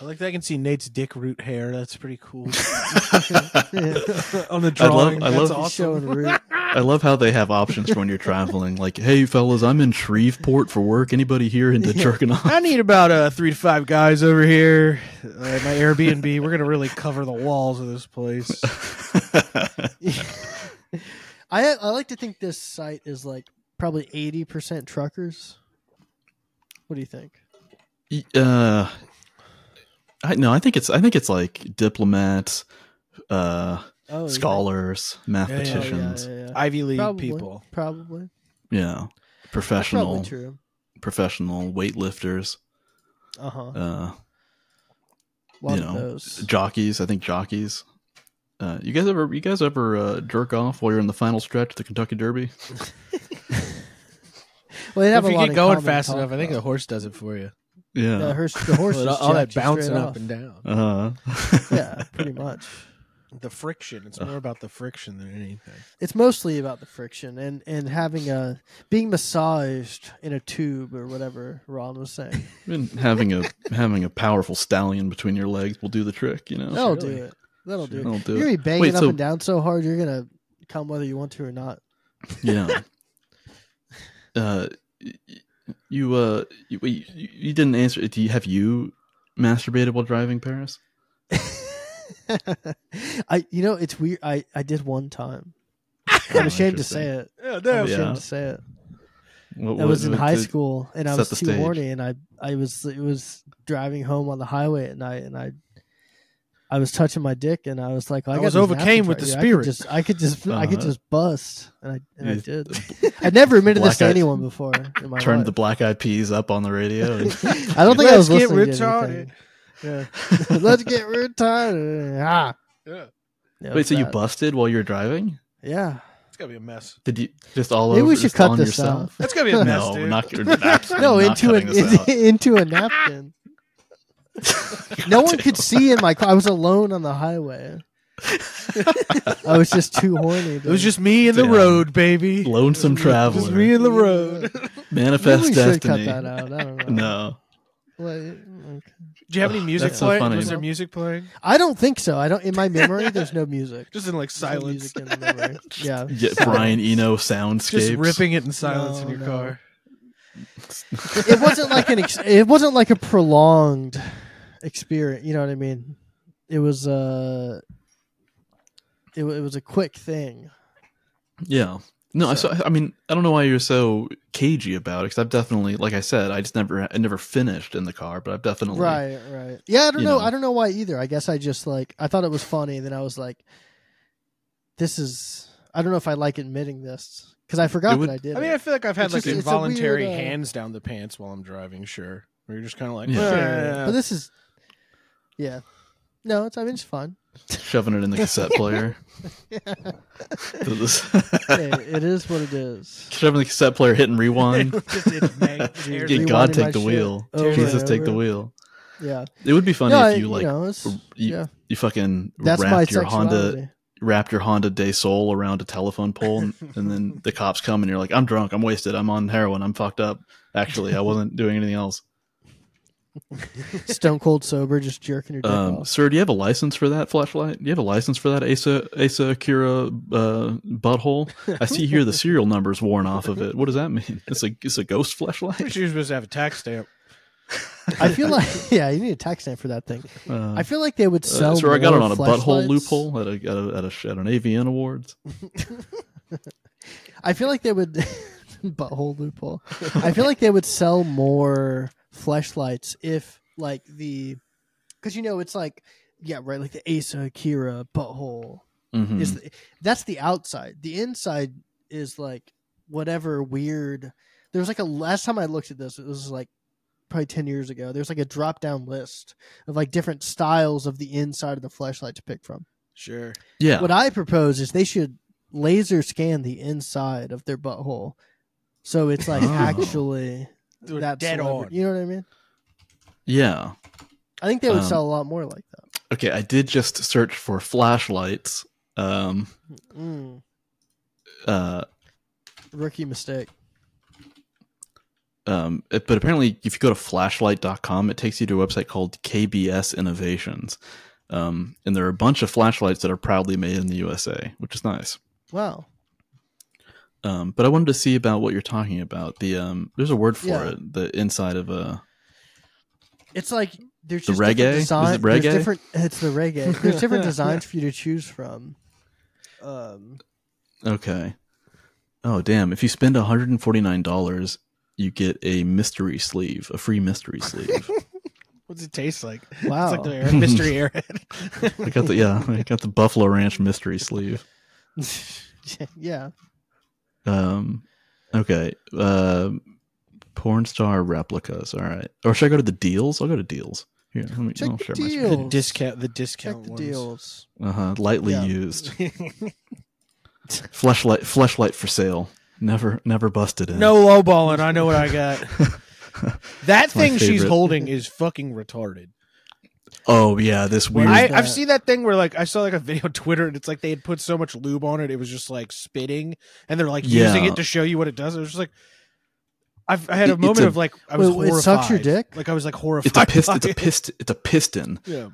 Speaker 5: I like that. I can see Nate's dick root hair. That's pretty cool. on the
Speaker 4: I love-
Speaker 5: drawing,
Speaker 4: I
Speaker 5: that's
Speaker 4: love-
Speaker 5: awesome.
Speaker 3: Showing root.
Speaker 4: I love how they have options for when you're traveling. Like, hey fellas, I'm in Shreveport for work. Anybody here into jerking off?
Speaker 5: I need about uh, three to five guys over here. Uh, my Airbnb. We're gonna really cover the walls of this place.
Speaker 3: I I like to think this site is like probably eighty percent truckers. What do you think?
Speaker 4: Y- uh I no, I think it's I think it's like diplomats, uh
Speaker 3: Oh, you think-
Speaker 4: scholars,
Speaker 5: yeah,
Speaker 3: Oh, yeah,
Speaker 4: mathematicians,
Speaker 3: yeah, yeah.
Speaker 5: Ivy League
Speaker 3: Probably,
Speaker 5: people.
Speaker 3: Probably.
Speaker 4: yeah,
Speaker 3: That's probably
Speaker 4: professional,
Speaker 3: true.
Speaker 4: professional weightlifters,
Speaker 3: Uh huh.
Speaker 4: uh
Speaker 3: A lot of
Speaker 4: you know,
Speaker 3: those.
Speaker 4: jockeys, I think jockeys. Uh, you guys ever you guys ever uh, jerk off while you're in the final stretch of the Kentucky Derby?
Speaker 3: Well, they have
Speaker 5: if
Speaker 3: a
Speaker 5: you
Speaker 3: lot
Speaker 5: get
Speaker 3: in
Speaker 5: going
Speaker 3: common
Speaker 5: fast
Speaker 3: talk
Speaker 5: enough, I think
Speaker 3: about.
Speaker 5: the horse does it for you.
Speaker 3: the
Speaker 4: Yeah.
Speaker 3: horse, the horse is
Speaker 5: all that
Speaker 3: jacked you
Speaker 5: bouncing
Speaker 3: straight
Speaker 5: up
Speaker 3: off.
Speaker 5: and down,
Speaker 4: Uh,
Speaker 3: Yeah, pretty much.
Speaker 5: the friction. It's more about the friction than anything.
Speaker 3: It's mostly about the friction and and having a being massaged in a tube or whatever Ron was saying.
Speaker 4: And having a having a powerful stallion between your legs will do the trick, you know.
Speaker 3: That'll do it. That'll do it.
Speaker 4: That'll do
Speaker 3: You're
Speaker 4: it.
Speaker 3: gonna be banging
Speaker 4: Wait,
Speaker 3: up
Speaker 4: so-
Speaker 3: and down so hard you're gonna come whether you want to or not.
Speaker 4: Yeah. uh, y- y- you uh, you, wait, you, you didn't answer. Do you have you masturbated while driving Paris?
Speaker 3: I you know it's weird. I I did one time. I'm ashamed to say it. I'm ashamed
Speaker 4: Yeah.
Speaker 3: to say it.
Speaker 4: What,
Speaker 3: I
Speaker 4: what-
Speaker 3: was in
Speaker 4: what
Speaker 3: high
Speaker 4: did-
Speaker 3: school and I
Speaker 4: set
Speaker 3: was
Speaker 4: the
Speaker 3: too
Speaker 4: stage.
Speaker 3: horny and I I was it was driving home on the highway at night and I I was touching my dick and I was like I,
Speaker 5: I
Speaker 3: got
Speaker 5: was
Speaker 3: these
Speaker 5: overcame
Speaker 3: napkins
Speaker 5: with
Speaker 3: right
Speaker 5: the
Speaker 3: here.
Speaker 5: spirit.
Speaker 3: I could just I could just I could
Speaker 4: Uh-huh.
Speaker 3: just bust and I and I
Speaker 4: You-
Speaker 3: did. I never admitted this to
Speaker 4: Blackout-
Speaker 3: anyone before in my
Speaker 4: Turned
Speaker 3: life.
Speaker 4: the black eyed peas up on the radio. And
Speaker 3: I don't think I was
Speaker 5: Let's get
Speaker 3: listening to
Speaker 5: retarded.
Speaker 3: anything.
Speaker 5: Yeah.
Speaker 3: Let's get retarded. Ah.
Speaker 5: Yeah.
Speaker 3: Yeah, it
Speaker 4: wait,
Speaker 3: was
Speaker 4: so you
Speaker 3: that.
Speaker 4: busted while you were driving?
Speaker 3: Yeah.
Speaker 5: It's gotta be a mess.
Speaker 4: Did you just all
Speaker 3: Maybe
Speaker 4: over?
Speaker 3: we should
Speaker 4: just
Speaker 3: cut
Speaker 4: on
Speaker 3: this
Speaker 4: yourself?
Speaker 5: That's gotta be a mess,
Speaker 4: no,
Speaker 5: dude.
Speaker 4: not you're absolutely
Speaker 3: No,
Speaker 4: not
Speaker 3: into
Speaker 4: cutting
Speaker 3: an
Speaker 4: this out.
Speaker 3: into a napkin. no one could see in my car. I was alone on the highway. I was just too horny.
Speaker 5: It was just me and the
Speaker 4: Damn.
Speaker 5: road, baby.
Speaker 4: lonesome
Speaker 5: Just me
Speaker 4: traveler,
Speaker 5: and the road. Do
Speaker 4: manifest
Speaker 3: we should
Speaker 4: destiny.
Speaker 3: cut that out. I don't know.
Speaker 4: No,
Speaker 3: Like, okay.
Speaker 5: you have any music
Speaker 4: That's so
Speaker 5: playing?
Speaker 4: funny.
Speaker 5: Was there music playing?
Speaker 3: I don't think so. I don't. In my memory, there's no music.
Speaker 5: Just in like
Speaker 3: There's no
Speaker 5: silence.
Speaker 3: music in the memory. Yeah.
Speaker 4: yeah, Brian Eno soundscapes.
Speaker 5: Just ripping it in silence in
Speaker 3: No,
Speaker 5: your
Speaker 3: no.
Speaker 5: car.
Speaker 3: It wasn't like an. Ex- it wasn't like a prolonged experience. You know what I mean? It was Uh, it, wa- it was a quick thing.
Speaker 4: Yeah. No, I so I mean, I don't know why you're so cagey about it because I've definitely, like I said, I just never, I never finished in the car, but I've definitely,
Speaker 3: Right, right. Yeah, I don't
Speaker 4: you
Speaker 3: know.
Speaker 4: know.
Speaker 3: I don't know why either. I guess I just like I thought it was funny, then I was like, "This is." I don't know if I like admitting this because I forgot
Speaker 4: It would-
Speaker 3: that I did.
Speaker 5: I mean,
Speaker 3: it.
Speaker 5: I feel like I've had
Speaker 3: It's
Speaker 5: like
Speaker 3: just- it's a
Speaker 5: involuntary
Speaker 3: weird, uh,
Speaker 5: hands down the pants while I'm driving. Sure, where you're just kind of like,
Speaker 4: Yeah.
Speaker 5: "Ah."
Speaker 3: Sure, but this is, yeah. No, it's. I mean, it's fun.
Speaker 4: shoving it in the cassette player, This-
Speaker 3: Hey, it is what it is.
Speaker 4: shoving the cassette player, hit and rewind.
Speaker 5: Just itch, man. Tears
Speaker 4: Get
Speaker 3: Rewinding
Speaker 4: God
Speaker 3: my
Speaker 4: take the
Speaker 3: shit
Speaker 4: wheel,
Speaker 3: over
Speaker 4: Jesus
Speaker 3: and
Speaker 4: take the
Speaker 3: over.
Speaker 4: wheel.
Speaker 3: Yeah.
Speaker 4: It would be funny
Speaker 3: yeah,
Speaker 4: if you like
Speaker 3: know, it's-
Speaker 4: you,
Speaker 3: yeah.
Speaker 4: you fucking
Speaker 3: That's my
Speaker 4: wrapped your
Speaker 3: sexuality.
Speaker 4: Honda wrapped your Honda Day Soul around a telephone pole, and, and then the cops come and you're like, I'm drunk, I'm wasted, I'm on heroin, I'm fucked up. Actually, I wasn't doing anything else.
Speaker 3: Stone cold sober, just jerking your dick
Speaker 4: Um,
Speaker 3: off.
Speaker 4: sir, do you have a license for that flashlight? Do you have a license for that Asa Asa Akira uh, butthole? I see here the serial number's worn off of it. What does that mean? It's a it's a ghost flashlight.
Speaker 5: Pretty sure you're supposed to have a tax stamp.
Speaker 3: I feel like yeah, you need a tax stamp for that thing.
Speaker 4: Uh,
Speaker 3: I feel like they would
Speaker 4: So
Speaker 3: sell.
Speaker 4: sir, I got it
Speaker 3: more
Speaker 4: on a butthole
Speaker 3: fleshlights.
Speaker 4: loophole at a, at a at a at an AVN awards.
Speaker 3: I feel like they would butthole loophole. I feel like they would sell more fleshlights if like the because you know it's like yeah right like the Asa Akira butthole
Speaker 4: Mhm.
Speaker 3: is the, that's the outside. The inside is like whatever weird. There was like a last time I looked at this, it was like probably ten years ago. There's like a drop down list of like different styles of the inside of the flashlight to pick from.
Speaker 5: Sure.
Speaker 4: yeah,
Speaker 3: What I propose is they should laser scan the inside of their butthole, so it's like
Speaker 4: Oh.
Speaker 3: actually that
Speaker 5: dead
Speaker 3: celebrity-
Speaker 5: on.
Speaker 3: You know what I mean?
Speaker 4: yeah.
Speaker 3: I think they would
Speaker 4: Um,
Speaker 3: sell a lot more like that.
Speaker 4: Okay, I did just search for flashlights. Um,
Speaker 5: Hmm.
Speaker 3: Mm,
Speaker 4: uh,
Speaker 3: rookie mistake.
Speaker 4: um, it- but apparently, if you go to flashlight.com, it takes you to a website called KBS Innovations. Um, and there are a bunch of flashlights that are proudly made in the USA, which is nice.
Speaker 3: Wow.
Speaker 4: Um, but I wanted to see about what you're talking about. The um, there's a word for
Speaker 3: Yeah.
Speaker 4: it. The inside of a
Speaker 3: It's like there's
Speaker 4: The
Speaker 3: just different
Speaker 4: reggae? Is it
Speaker 3: Design,
Speaker 4: reggae?
Speaker 3: There's different, it's the reggae. There's different designs for you to choose from. Um,
Speaker 4: okay. Oh damn! If you spend 149 dollars, you get a mystery sleeve, a free mystery sleeve.
Speaker 5: What's it taste like?
Speaker 3: Wow.
Speaker 5: It's like the air- mystery airhead.
Speaker 4: I got the yeah, I got the Buffalo Ranch mystery sleeve.
Speaker 3: yeah,
Speaker 4: Um, okay. Um porn star replicas. All right. Or should I go to the deals? I'll go to deals. Here, let me.
Speaker 3: Check
Speaker 4: I'll
Speaker 3: the
Speaker 4: share
Speaker 3: deal.
Speaker 5: the discount. The
Speaker 3: check
Speaker 5: discount
Speaker 3: the
Speaker 5: ones.
Speaker 3: deals.
Speaker 4: My uh huh. Lightly
Speaker 3: Yeah.
Speaker 4: used. fleshlight. Fleshlight for sale. Never. Never busted in.
Speaker 5: No lowballing. I know what I got. That
Speaker 4: It's my
Speaker 5: thing she's
Speaker 4: favorite.
Speaker 5: holding is fucking retarded.
Speaker 4: Oh yeah. This weird.
Speaker 5: I,
Speaker 3: that?
Speaker 5: I've seen that thing where like I saw like a video on Twitter and it's like they had put so much lube on it, it was just like spitting, and they're like using
Speaker 4: Yeah.
Speaker 5: it to show you what it does. It was just like I've, I had a
Speaker 4: It- it's
Speaker 5: moment
Speaker 4: a-
Speaker 5: of like I was
Speaker 3: Wait,
Speaker 5: horrified.
Speaker 3: it sucks your dick?
Speaker 5: Like I was like horrified.
Speaker 4: it's a piston. It's a
Speaker 5: by it.
Speaker 4: piston. It's a piston.
Speaker 5: Yeah.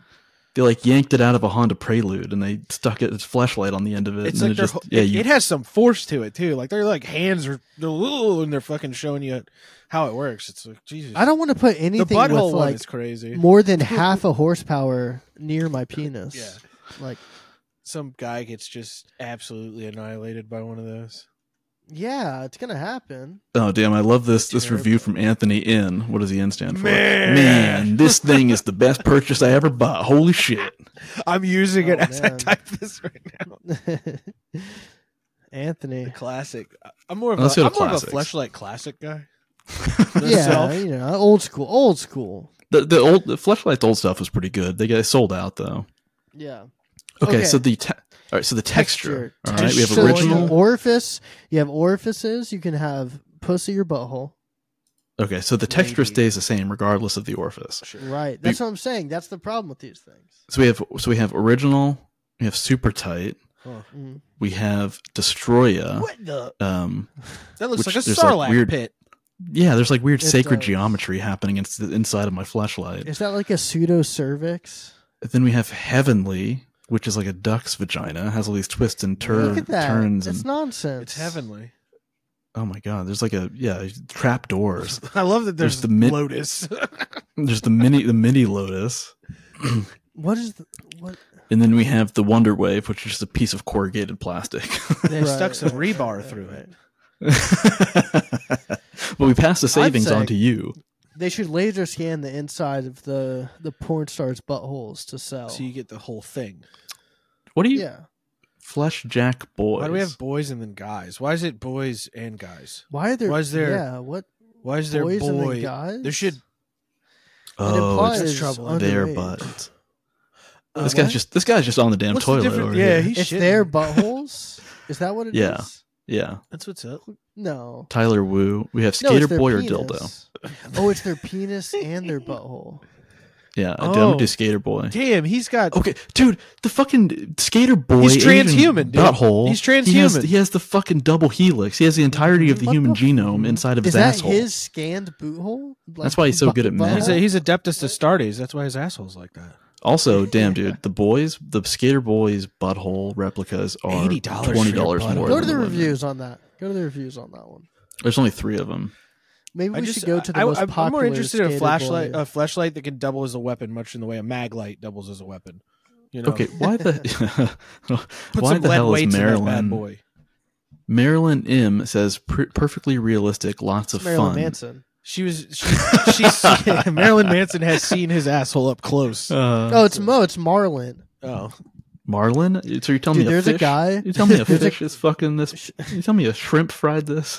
Speaker 4: They like yanked it out of a Honda Prelude and they stuck it. It's flashlight on the end of it.
Speaker 5: It's
Speaker 4: and
Speaker 5: like
Speaker 4: it
Speaker 5: their
Speaker 4: just
Speaker 5: ho-
Speaker 4: yeah.
Speaker 5: it,
Speaker 4: You,
Speaker 5: it has some force to it too. Like their like hands are they're little and they're fucking showing you how it works. It's like Jesus.
Speaker 3: I don't want to put
Speaker 5: the
Speaker 3: anything with
Speaker 5: butthole one
Speaker 3: like
Speaker 5: is crazy.
Speaker 3: more than half a horsepower near my penis.
Speaker 5: Yeah.
Speaker 3: Like,
Speaker 5: Some guy gets just absolutely annihilated by one of those.
Speaker 3: yeah, it's gonna happen.
Speaker 4: Oh damn! I love this this review from Anthony N. What does the N stand for? Man, this thing is the best purchase I ever bought. Holy shit!
Speaker 5: I'm using it
Speaker 3: Oh,
Speaker 5: as I
Speaker 3: man.
Speaker 5: type this right now.
Speaker 3: Anthony.
Speaker 5: The classic. I- I'm more of
Speaker 4: Let's
Speaker 5: a,
Speaker 4: go
Speaker 5: I'm
Speaker 4: to
Speaker 5: more of a
Speaker 4: classics.
Speaker 5: fleshlight classic guy.
Speaker 3: Yeah, you know, old school, old school.
Speaker 4: The the old the flashlight's old stuff was pretty good. They got sold out though.
Speaker 3: Yeah.
Speaker 4: Okay,
Speaker 3: Okay.
Speaker 4: so the te- all right, so the texture. All right, we have
Speaker 3: So you
Speaker 4: original.
Speaker 3: orifice. You have orifices. You can have pussy or butthole.
Speaker 4: Okay, so the texture
Speaker 5: Maybe.
Speaker 4: stays the same regardless of the orifice.
Speaker 3: Right. That's what I'm saying. That's the problem with these things.
Speaker 4: So we have so we have original. We have super tight.
Speaker 3: Mhm.
Speaker 4: We have destroya.
Speaker 5: What the?
Speaker 4: Um,
Speaker 5: That looks
Speaker 4: Which
Speaker 5: like a
Speaker 4: there's, like,
Speaker 5: sarlacc
Speaker 4: weird-
Speaker 5: pit.
Speaker 4: yeah, there's like weird
Speaker 3: It
Speaker 4: sacred
Speaker 3: does.
Speaker 4: geometry happening in, inside of my flashlight.
Speaker 3: Is that like a pseudo cervix?
Speaker 4: Then we have Heavenly, which is like a duck's vagina, has all these twists and tur-
Speaker 3: Look at that.
Speaker 4: turns.
Speaker 3: it's
Speaker 4: And,
Speaker 3: nonsense.
Speaker 5: It's heavenly.
Speaker 4: oh my god, there's like a yeah, trap doors.
Speaker 5: I love that
Speaker 4: There's
Speaker 5: there's,
Speaker 4: the mid-
Speaker 5: lotus.
Speaker 4: There's the mini the mini lotus,
Speaker 3: What is the, what?
Speaker 4: and then we have the Wonder Wave, which is just a piece of corrugated plastic.
Speaker 5: They
Speaker 3: Right,
Speaker 5: stuck some
Speaker 3: right,
Speaker 5: rebar
Speaker 3: right,
Speaker 5: through
Speaker 3: right.
Speaker 5: it.
Speaker 4: but we pass the savings
Speaker 3: say-
Speaker 4: on to you.
Speaker 3: They should laser scan the inside of the the porn star's buttholes to sell.
Speaker 5: So you get the whole thing.
Speaker 4: What do you
Speaker 3: yeah.
Speaker 4: flesh jack boys?
Speaker 5: Why do we have boys and then guys? Why is it boys and guys?
Speaker 3: Why are there?
Speaker 5: Why is there
Speaker 3: Yeah. What?
Speaker 5: Why is there
Speaker 3: boys and then
Speaker 5: boy?
Speaker 3: guys?
Speaker 5: There should
Speaker 4: oh,
Speaker 3: implies
Speaker 4: it's
Speaker 5: that's trouble.
Speaker 3: underage.
Speaker 4: their butts.
Speaker 5: Uh,
Speaker 4: this guy's
Speaker 5: what?
Speaker 4: just this guy's just on the damn
Speaker 5: What's the
Speaker 4: toilet.
Speaker 5: difference-
Speaker 4: over here.
Speaker 5: yeah, he
Speaker 3: It's
Speaker 5: shitting.
Speaker 3: their buttholes. is that what it is?
Speaker 4: Yeah. yeah.
Speaker 5: That's what's up.
Speaker 3: No.
Speaker 4: Tyler Wu. We have
Speaker 3: No,
Speaker 4: Skater
Speaker 3: it's their
Speaker 4: Boy or
Speaker 3: penis.
Speaker 4: dildo.
Speaker 3: Oh, it's their penis and their butthole.
Speaker 4: Yeah, a
Speaker 5: Oh.
Speaker 4: WD Skater Boy.
Speaker 5: Damn, he's got.
Speaker 4: Okay, dude, the fucking skater boy.
Speaker 5: He's
Speaker 4: Asian
Speaker 5: transhuman, dude.
Speaker 4: Butthole.
Speaker 5: He's
Speaker 4: He has,
Speaker 5: transhuman.
Speaker 4: he has the fucking double helix. He has the entirety of the human genome inside of
Speaker 3: Is
Speaker 4: his
Speaker 3: that
Speaker 4: asshole.
Speaker 3: his scanned boot hole?
Speaker 4: That's why he's so good at math.
Speaker 5: He's, a, he's adeptus to Stardes. That's why his asshole's like that.
Speaker 4: Also, damn, dude, the boys, the skater boys' butthole replicas are
Speaker 5: $80 for your
Speaker 4: twenty dollars
Speaker 5: butthole.
Speaker 4: more.
Speaker 3: Go
Speaker 4: than
Speaker 3: to the
Speaker 4: women.
Speaker 3: reviews on that. Go to the reviews on that one.
Speaker 4: There's only three of them.
Speaker 3: Maybe we
Speaker 5: I just
Speaker 3: should go to the
Speaker 5: I,
Speaker 3: most
Speaker 5: I'm-
Speaker 3: popular.
Speaker 5: I'm more interested in a
Speaker 3: skater
Speaker 5: flashlight,
Speaker 3: boy.
Speaker 5: a flashlight that can double as a weapon, much in the way a mag light doubles as a weapon. You know,
Speaker 4: Okay, why the
Speaker 5: Put
Speaker 4: why
Speaker 5: some
Speaker 4: the
Speaker 5: lead
Speaker 4: hell is
Speaker 5: weights in that bad
Speaker 4: Marilyn
Speaker 5: boy.
Speaker 4: Marilyn M says per- perfectly realistic, lots of
Speaker 3: Marilyn
Speaker 4: fun.
Speaker 3: Manson.
Speaker 5: She was. She, she's, Marilyn Manson has seen his asshole up close.
Speaker 4: Uh,
Speaker 3: Oh, it's Mo. It's Marlin.
Speaker 5: Oh,
Speaker 4: Marlin? So you're telling
Speaker 3: Dude,
Speaker 4: me a
Speaker 3: there's a
Speaker 4: fish-
Speaker 3: guy-
Speaker 4: You tell me a
Speaker 3: there's a-
Speaker 4: fish is fucking this. You tell me a shrimp fried this.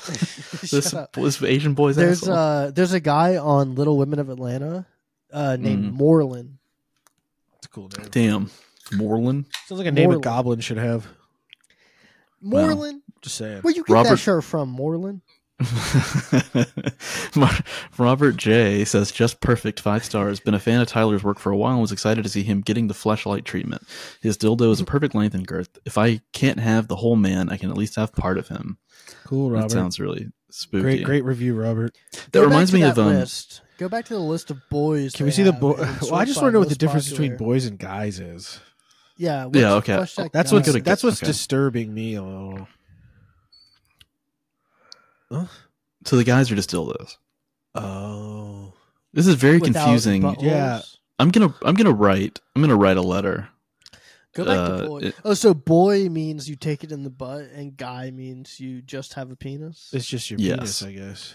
Speaker 4: this
Speaker 3: up.
Speaker 4: this Asian boy's
Speaker 3: There's
Speaker 4: asshole.
Speaker 3: uh there's a guy on Little Women of Atlanta uh named
Speaker 4: Mm.
Speaker 3: Moreland.
Speaker 5: it's a cool name.
Speaker 4: Damn, Morlin.
Speaker 5: Sounds like a name a
Speaker 3: Moreland.
Speaker 5: goblin should have.
Speaker 3: Moreland?
Speaker 5: Just saying.
Speaker 3: Where you get
Speaker 4: Robert-
Speaker 3: that shirt from, Moreland?
Speaker 4: Mar- Robert J says just perfect five stars. Been a fan of Tyler's work for a while and was excited to see him getting the fleshlight treatment. His dildo is a perfect length and girth. If I can't have the whole man, I can at least have part of him.
Speaker 5: Cool, Robert.
Speaker 4: That sounds really spooky.
Speaker 5: great. Great review, Robert.
Speaker 4: That
Speaker 3: Go back
Speaker 4: reminds
Speaker 3: to
Speaker 4: me
Speaker 3: that
Speaker 4: of um.
Speaker 3: list. Go back to the list of boys.
Speaker 5: Can
Speaker 3: they
Speaker 5: we see the
Speaker 3: have
Speaker 5: boy?
Speaker 3: and then
Speaker 5: Well, I
Speaker 3: sort
Speaker 5: just
Speaker 3: by
Speaker 5: want to know what the
Speaker 3: most
Speaker 5: difference between
Speaker 3: popular.
Speaker 5: boys and guys is.
Speaker 3: Yeah. what's-
Speaker 4: Yeah, okay.
Speaker 3: flush that
Speaker 5: That's
Speaker 3: guy.
Speaker 5: what's
Speaker 4: gotta get-
Speaker 5: that's what's
Speaker 4: okay.
Speaker 5: disturbing me. a little.
Speaker 4: So the guys are just dildos.
Speaker 5: Oh,
Speaker 4: This is very
Speaker 3: without
Speaker 4: confusing.
Speaker 3: buttholes.
Speaker 5: Yeah.
Speaker 4: I'm gonna I'm gonna write I'm gonna write a letter.
Speaker 3: Go back
Speaker 4: Uh,
Speaker 3: to boy.
Speaker 4: it-
Speaker 3: oh, so boy means you take it in the butt, and guy means you just have a penis.
Speaker 5: it's just your
Speaker 4: Yes.
Speaker 5: penis, I guess.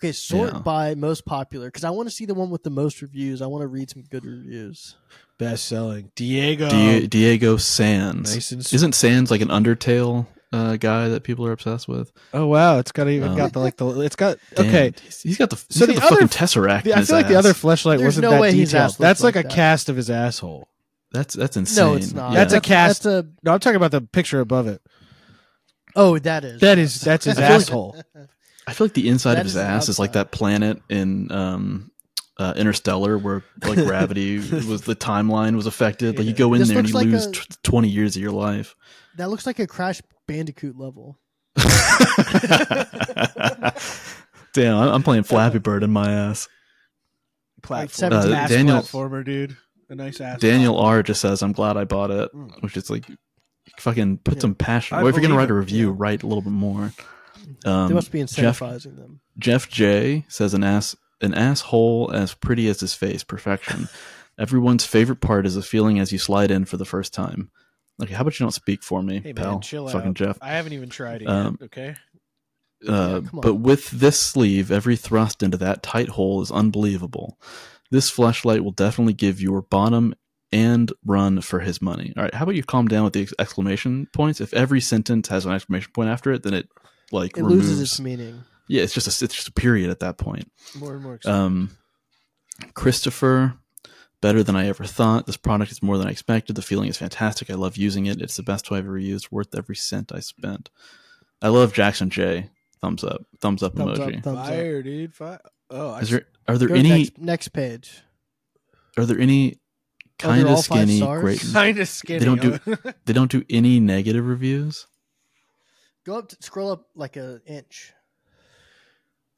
Speaker 3: Okay, sort
Speaker 4: Yeah.
Speaker 3: by most popular because I want to see the one with the most reviews. I want to read some good reviews.
Speaker 5: Best selling Diego.
Speaker 4: Die- Diego Sands.
Speaker 5: Um, Nice and s-
Speaker 4: Isn't Sands like an Undertale uh, guy that people are obsessed with?
Speaker 5: oh wow, it's got even
Speaker 4: Oh.
Speaker 5: got the like the it's got
Speaker 4: Damn,
Speaker 5: okay.
Speaker 4: he's- he's got the, he's
Speaker 5: So
Speaker 4: got
Speaker 5: the
Speaker 4: the, fucking
Speaker 5: other-
Speaker 4: tesseract.
Speaker 5: The-
Speaker 4: in
Speaker 5: I
Speaker 4: his
Speaker 5: feel like the other
Speaker 4: ass.
Speaker 5: fleshlight
Speaker 3: There's
Speaker 5: wasn't
Speaker 3: no
Speaker 5: that
Speaker 3: way his
Speaker 5: detailed.
Speaker 3: ass looks
Speaker 5: That's like,
Speaker 3: like
Speaker 5: a
Speaker 3: that.
Speaker 5: cast of his asshole.
Speaker 4: That's that's insane.
Speaker 3: No, it's not.
Speaker 4: Yeah.
Speaker 5: That's a cast.
Speaker 3: That's a
Speaker 5: No, I'm talking about the picture above it.
Speaker 3: oh, that is
Speaker 5: That is that's his
Speaker 3: I feel like-
Speaker 5: asshole.
Speaker 4: I feel like the inside
Speaker 3: That
Speaker 4: of his
Speaker 3: is an
Speaker 4: ass is like
Speaker 3: outside.
Speaker 4: that planet in um, uh, Interstellar where like gravity was the timeline was affected. Like you go in
Speaker 3: This
Speaker 4: there and you
Speaker 3: looks like
Speaker 4: lose
Speaker 3: a-
Speaker 4: t- twenty years of your life.
Speaker 3: that looks like a Crash Bandicoot level.
Speaker 4: Damn, I- I'm playing Flappy Bird in my ass.
Speaker 5: Platform.
Speaker 4: Uh,
Speaker 5: Ass
Speaker 4: Daniel-
Speaker 5: platformer, dude. A nice ass.
Speaker 4: Daniel R just says, "I'm glad I bought it," which is like, fucking put some passion.
Speaker 5: Hmm. I
Speaker 4: Well, if you're gonna
Speaker 5: believe
Speaker 4: write a
Speaker 5: it,
Speaker 4: review, write a little bit more.
Speaker 3: They
Speaker 4: Um,
Speaker 3: must be
Speaker 4: Jeff
Speaker 3: incentivizing them.
Speaker 4: Jeff J says an ass an asshole as pretty as his face, perfection. Everyone's favorite part is the feeling as you slide in for the first time. Like, how about you don't speak for me,
Speaker 5: Hey man,
Speaker 4: pal?
Speaker 5: chill
Speaker 4: Fucking
Speaker 5: out.
Speaker 4: Jeff.
Speaker 5: I haven't even tried it
Speaker 4: Um,
Speaker 5: yet. Okay.
Speaker 4: Uh,
Speaker 3: Yeah, come on.
Speaker 4: but with this sleeve, every thrust into that tight hole is unbelievable. This flashlight will definitely give your bottom and run for his money. All right, how about you calm down with the ex- exclamation points? If every sentence has an exclamation point after it, then it like
Speaker 3: It
Speaker 4: removes.
Speaker 3: loses its meaning.
Speaker 4: yeah, it's just a, it's just a period at that point.
Speaker 3: More and more. exciting.
Speaker 4: Um, Christopher, better than I ever thought. This product is more than I expected. The feeling is fantastic. I love using it. It's the best toy I've ever used. Worth every cent I spent. I love Jackson J. Thumbs up. Thumbs up
Speaker 3: thumbs
Speaker 4: emoji.
Speaker 3: up, thumbs up.
Speaker 5: Fire, dude. Fire. Oh, I
Speaker 4: Is there are
Speaker 3: Go
Speaker 4: there
Speaker 3: to
Speaker 4: any
Speaker 3: next, next page.
Speaker 4: are there any
Speaker 3: Are there
Speaker 4: kind
Speaker 3: all
Speaker 4: of
Speaker 3: five
Speaker 4: skinny
Speaker 3: stars?
Speaker 4: great?
Speaker 5: kind of skinny.
Speaker 4: They don't do-
Speaker 5: huh?
Speaker 4: They don't do any negative reviews.
Speaker 3: Go up, to, scroll up like an inch.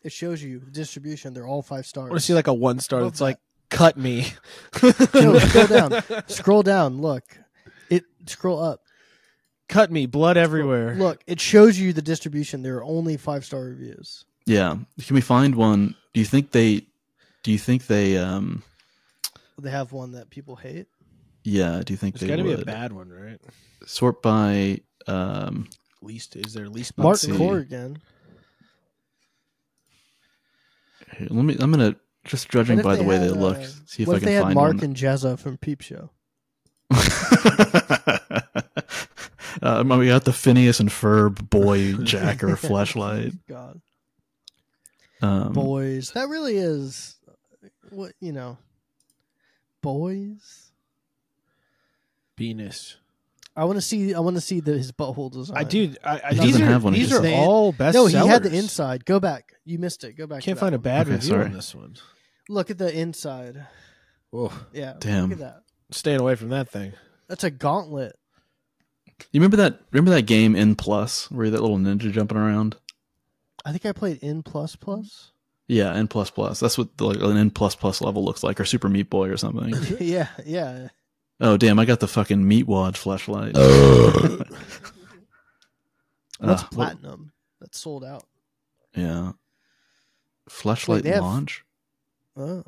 Speaker 3: It shows you the distribution. They're all five stars.
Speaker 5: I want to see like a one star
Speaker 3: Love
Speaker 5: that's
Speaker 3: that.
Speaker 5: like cut me.
Speaker 3: No, scroll down. Scroll down. Look, it scroll up.
Speaker 5: cut me, blood everywhere.
Speaker 3: Look, it shows you the distribution. There are only five star reviews.
Speaker 4: Yeah. Can we find one? Do you think they? Do you think they? Um.
Speaker 3: They have one that people hate.
Speaker 4: Yeah. Do you think
Speaker 5: There's
Speaker 4: they
Speaker 5: gotta
Speaker 4: would
Speaker 5: be a bad one, right?
Speaker 4: sort by? Um.
Speaker 5: Least is there least
Speaker 4: Let's
Speaker 3: Martin
Speaker 4: see.
Speaker 3: Corrigan.
Speaker 4: Here, let me. I'm gonna just judging
Speaker 3: What if
Speaker 4: by the way
Speaker 3: had,
Speaker 4: they look.
Speaker 3: uh,
Speaker 4: See if
Speaker 3: what
Speaker 4: I
Speaker 3: if
Speaker 4: can
Speaker 3: they had
Speaker 4: find
Speaker 3: Mark
Speaker 4: one.
Speaker 3: and Jezza from Peep Show.
Speaker 4: uh, we got the Phineas and Ferb boy jacker flashlight.
Speaker 3: God,
Speaker 4: Um,
Speaker 3: boys, that really is what you know. Boys,
Speaker 5: penis.
Speaker 3: I want to see. I want to see the, his butthole design.
Speaker 5: I do. I, I,
Speaker 4: He
Speaker 5: these
Speaker 4: doesn't
Speaker 5: are,
Speaker 4: have one, he
Speaker 5: These
Speaker 4: just
Speaker 5: are
Speaker 3: has-
Speaker 5: all best.
Speaker 3: No, he had the
Speaker 5: sellers.
Speaker 3: inside. Go back. You missed it. Go back.
Speaker 5: Can't
Speaker 3: to that
Speaker 5: find a
Speaker 3: one.
Speaker 5: bad
Speaker 4: Okay,
Speaker 5: review
Speaker 4: sorry.
Speaker 5: on this one.
Speaker 3: Look at the inside.
Speaker 5: Whoa.
Speaker 3: Yeah.
Speaker 4: Damn.
Speaker 3: Look at that.
Speaker 5: Staying away from that thing.
Speaker 3: That's a gauntlet.
Speaker 4: You remember that? Remember that game in Plus where you that little ninja jumping around?
Speaker 3: I think I played N plus plus.
Speaker 4: Yeah, N plus plus. That's what the, like, an N plus plus level looks like, or Super Meat Boy or something.
Speaker 3: yeah, yeah.
Speaker 4: oh damn, I got the fucking meat wad flashlight.
Speaker 3: That's
Speaker 4: Ah, Uh, what-
Speaker 3: platinum. That's sold out.
Speaker 4: yeah. Flashlight
Speaker 3: they have-
Speaker 4: launch.
Speaker 3: Oh.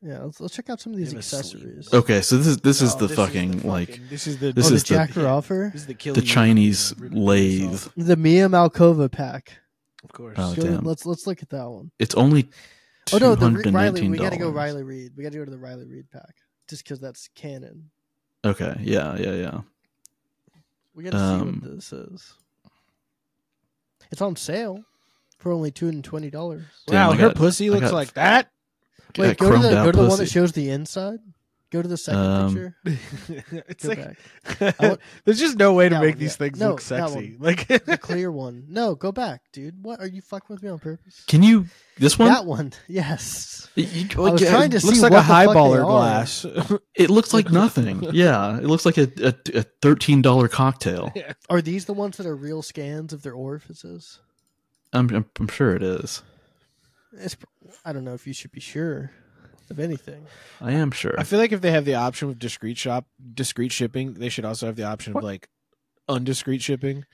Speaker 3: Yeah, let's, let's check out some of these
Speaker 5: Give us
Speaker 3: accessories.
Speaker 4: Okay, so this is this is
Speaker 5: Oh,
Speaker 4: the
Speaker 5: this
Speaker 4: fucking
Speaker 5: the
Speaker 4: like
Speaker 5: fucking- this is the
Speaker 4: this
Speaker 3: oh,
Speaker 4: is
Speaker 3: the
Speaker 4: the-
Speaker 3: Jack Offer,
Speaker 5: this is the kill
Speaker 4: the
Speaker 5: you,
Speaker 4: Chinese
Speaker 5: uh, ripping
Speaker 4: lathe.
Speaker 5: yourself,
Speaker 3: the Mia Malkova pack.
Speaker 5: of course.
Speaker 4: Oh,
Speaker 3: Go-
Speaker 4: damn.
Speaker 3: Let's let's look at that one.
Speaker 4: It's only
Speaker 3: Oh
Speaker 4: two
Speaker 3: no, the
Speaker 4: hundred
Speaker 3: Re-
Speaker 4: and
Speaker 3: Riley.
Speaker 4: nineteen
Speaker 3: We gotta
Speaker 4: dollars.
Speaker 3: go Riley Reed. We gotta go to the Riley Reed pack just because that's canon.
Speaker 4: Okay, yeah, yeah, yeah.
Speaker 3: We gotta
Speaker 4: Um,
Speaker 3: see what this is. It's on sale for only two and twenty dollars.
Speaker 4: Damn,
Speaker 5: wow,
Speaker 4: I
Speaker 5: her
Speaker 4: got-
Speaker 5: pussy
Speaker 4: I
Speaker 5: looks
Speaker 4: got-
Speaker 5: like that.
Speaker 4: Yeah,
Speaker 3: Wait, go to
Speaker 4: chromed
Speaker 3: the
Speaker 4: out
Speaker 3: go to the one that
Speaker 4: pussy.
Speaker 3: shows the inside. Go to the second
Speaker 4: Um,
Speaker 3: picture.
Speaker 5: it's
Speaker 3: Go
Speaker 5: like
Speaker 3: back. I want-
Speaker 5: there's just no way to
Speaker 3: That
Speaker 5: make
Speaker 3: one,
Speaker 5: these
Speaker 3: yeah.
Speaker 5: things
Speaker 3: No,
Speaker 5: look
Speaker 3: that
Speaker 5: sexy. Like
Speaker 3: the clear one. No, go back, dude. What are you fucking with me on purpose?
Speaker 4: Can you this one?
Speaker 3: That one. Yes.
Speaker 4: It- you-
Speaker 3: I was
Speaker 4: yeah,
Speaker 3: trying to
Speaker 5: looks
Speaker 3: see
Speaker 5: like
Speaker 3: what
Speaker 5: a
Speaker 3: the fuck they
Speaker 5: highballer
Speaker 3: are.
Speaker 5: glass.
Speaker 4: It looks like nothing. Yeah, it looks like a, a, a thirteen dollar cocktail.
Speaker 3: Are these the ones that are real scans of their orifices?
Speaker 4: I'm, I'm I'm sure it is.
Speaker 3: It's, I don't know if you should be sure of anything.
Speaker 4: I am sure.
Speaker 5: I feel like if they have the option of discreet shop, discreet shipping, they should also have the option of like undiscreet shipping,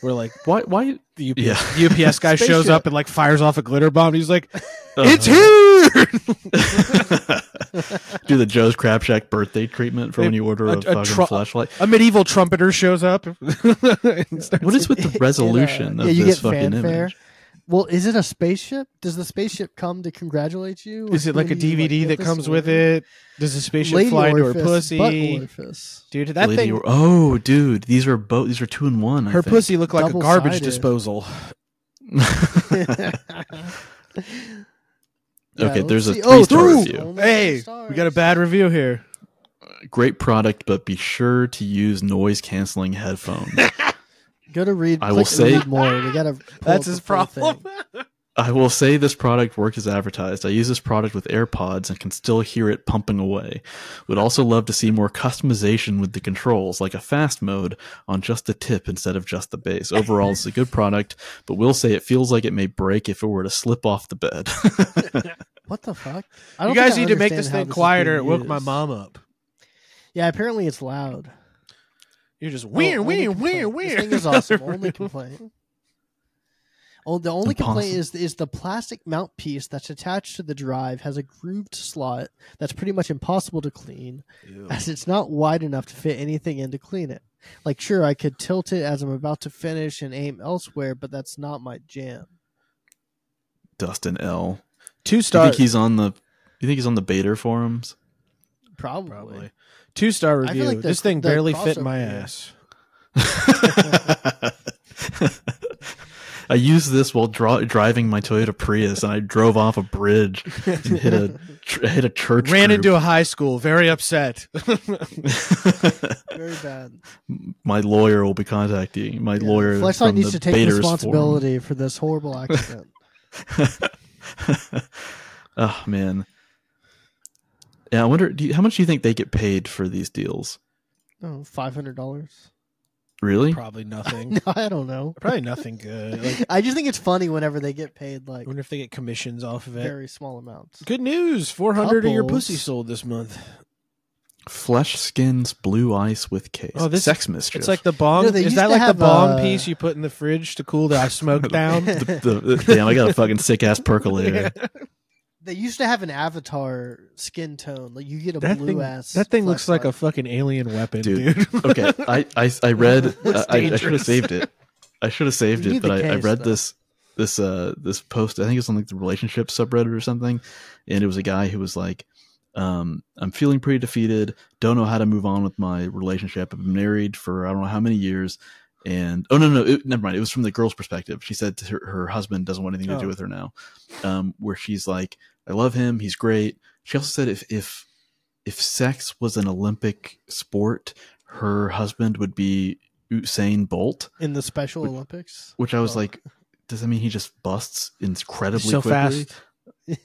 Speaker 5: where like
Speaker 4: why why
Speaker 5: the UPS,
Speaker 4: Yeah.
Speaker 5: the UPS guy shows
Speaker 3: Spaceship.
Speaker 5: up and like fires off a glitter bomb. he's like,
Speaker 4: it's
Speaker 5: "It's here!"
Speaker 4: do the Joe's Crab Shack birthday treatment for
Speaker 5: They-
Speaker 4: when you order a,
Speaker 5: a- a
Speaker 4: fucking
Speaker 5: tru-
Speaker 4: flashlight?
Speaker 5: a medieval trumpeter shows up. and starts-
Speaker 4: What is with
Speaker 3: In
Speaker 4: the
Speaker 3: a-
Speaker 4: resolution
Speaker 3: yeah,
Speaker 4: of
Speaker 3: you
Speaker 4: this
Speaker 3: get
Speaker 4: fucking
Speaker 3: fanfare.
Speaker 4: image?
Speaker 3: Well, is it a spaceship? Does the spaceship come to congratulate you?
Speaker 5: Is it like a
Speaker 3: Maybe you,
Speaker 5: DVD
Speaker 3: get
Speaker 5: that
Speaker 3: this
Speaker 5: comes
Speaker 3: or-
Speaker 5: with it? Does the spaceship
Speaker 3: Lady
Speaker 5: fly into her
Speaker 3: orifice, Butt
Speaker 5: pussy?
Speaker 3: orifice.
Speaker 5: Dude, that
Speaker 4: Lady
Speaker 5: thing.
Speaker 4: or- oh, dude, these are both. These are two in one. I
Speaker 5: her
Speaker 4: think. Oh,
Speaker 5: pussy looked like a garbage
Speaker 3: Double-sided.
Speaker 5: disposal.
Speaker 4: Okay,
Speaker 3: let's
Speaker 4: there's a
Speaker 3: see. Oh,
Speaker 4: three-star
Speaker 3: there's
Speaker 4: review.
Speaker 3: only
Speaker 5: Hey,
Speaker 3: three
Speaker 5: we got a
Speaker 3: stars.
Speaker 5: bad review here.
Speaker 4: Great product, but be sure to use noise canceling headphones.
Speaker 3: Go to read.
Speaker 4: I
Speaker 3: click
Speaker 4: will say-
Speaker 3: read more. We got to.
Speaker 5: That's his problem.
Speaker 4: I will say this product worked as advertised. I use this product with AirPods and can still hear it pumping away. Would also love to see more customization with the controls, like a fast mode on just the tip instead of just the bass. Overall, it's a good product, but will say it feels like it may break if it were to slip off the bed.
Speaker 3: What the fuck? I
Speaker 5: You
Speaker 3: think
Speaker 5: guys
Speaker 3: I
Speaker 5: need to make
Speaker 3: understand
Speaker 5: this
Speaker 3: how
Speaker 5: thing
Speaker 3: is
Speaker 5: quieter. It
Speaker 3: being
Speaker 5: woke my
Speaker 3: used.
Speaker 5: mom up.
Speaker 3: Yeah, apparently it's loud.
Speaker 5: You're just
Speaker 3: Oh,
Speaker 5: weird,
Speaker 3: only
Speaker 5: weird,
Speaker 3: complaint.
Speaker 5: weird,
Speaker 3: This
Speaker 5: weird.
Speaker 3: thing is awesome. only complaint. Oh, the only complaint
Speaker 4: Impossible.
Speaker 3: is is the plastic mount piece that's attached to the drive has a grooved slot that's pretty much impossible to clean, as it's not wide enough to fit anything in to clean it. Like, sure, I could tilt it as I'm about to finish and aim elsewhere, but that's not my jam.
Speaker 4: Dustin L.
Speaker 5: Two
Speaker 4: Do you
Speaker 5: star.
Speaker 4: think he's on the? You think he's on the Bader forums?
Speaker 3: Probably.
Speaker 5: Probably. Two star
Speaker 3: feel
Speaker 5: review.
Speaker 3: like the-
Speaker 5: this thing
Speaker 3: the
Speaker 5: barely fit
Speaker 3: crossover
Speaker 5: my
Speaker 3: here.
Speaker 5: ass.
Speaker 4: I used this while dra- driving my Toyota Prius, and I drove off a bridge and hit a tr- hit a church.
Speaker 5: Ran
Speaker 4: group.
Speaker 5: into a high school, very upset.
Speaker 3: Very bad.
Speaker 4: my lawyer will be contacting my
Speaker 3: Yeah.
Speaker 4: lawyer.
Speaker 3: Fleshlight
Speaker 4: from
Speaker 3: needs
Speaker 4: the
Speaker 3: to take
Speaker 4: Bader's
Speaker 3: responsibility for this horrible accident.
Speaker 4: forum. oh man. Yeah, I wonder do you, how much do you think they get paid for these deals?
Speaker 3: oh, five hundred dollars.
Speaker 4: Really?
Speaker 5: Probably nothing.
Speaker 3: No, I don't know.
Speaker 5: Probably nothing good. Like,
Speaker 3: I just think it's funny whenever they get paid
Speaker 5: I
Speaker 3: like
Speaker 5: wonder if they get commissions off of it.
Speaker 3: very small amounts.
Speaker 5: Good news. 400 of your
Speaker 3: Couples.
Speaker 5: pussy sold this month.
Speaker 4: Flesh skins blue ice with case.
Speaker 5: Oh, this-
Speaker 4: sex mischief.
Speaker 5: It's like the bong.
Speaker 3: You know, they
Speaker 5: is
Speaker 3: used
Speaker 5: that
Speaker 3: to
Speaker 5: like the
Speaker 3: have,
Speaker 5: bong
Speaker 3: uh,
Speaker 5: piece you put in the fridge to cool the smoke down?
Speaker 4: the, the- the- damn, I got a fucking sick ass percolator.
Speaker 3: They used to have an avatar skin tone. Like you get a
Speaker 5: That
Speaker 3: blue
Speaker 5: thing,
Speaker 3: ass.
Speaker 5: that thing looks like a
Speaker 3: flashlight.
Speaker 5: fucking alien weapon,
Speaker 4: Dude.
Speaker 5: dude.
Speaker 4: Okay, I I, I read. uh,
Speaker 5: Looks
Speaker 4: I, I should have
Speaker 5: dangerous.
Speaker 4: saved it. I should have saved
Speaker 3: You
Speaker 4: it,
Speaker 3: need the
Speaker 4: but I, I
Speaker 3: case,
Speaker 4: read
Speaker 3: though.
Speaker 4: this this uh this post. I think it's on like the relationship subreddit or something, and it was a guy who was like, um, "I'm feeling pretty defeated. Don't know how to move on with my relationship. I've been married for I don't know how many years." And oh no no it, never mind it was from the girl's perspective. She said her, her husband doesn't want anything to do
Speaker 5: Oh.
Speaker 4: with her now. Um, where she's like, I love him. He's great. She also said if if if sex was an Olympic sport, her husband would be Usain Bolt.
Speaker 3: in the Special Olympics.
Speaker 4: Which I was
Speaker 3: Oh.
Speaker 4: like, does that mean he just busts incredibly
Speaker 5: so
Speaker 4: quickly?
Speaker 5: fast.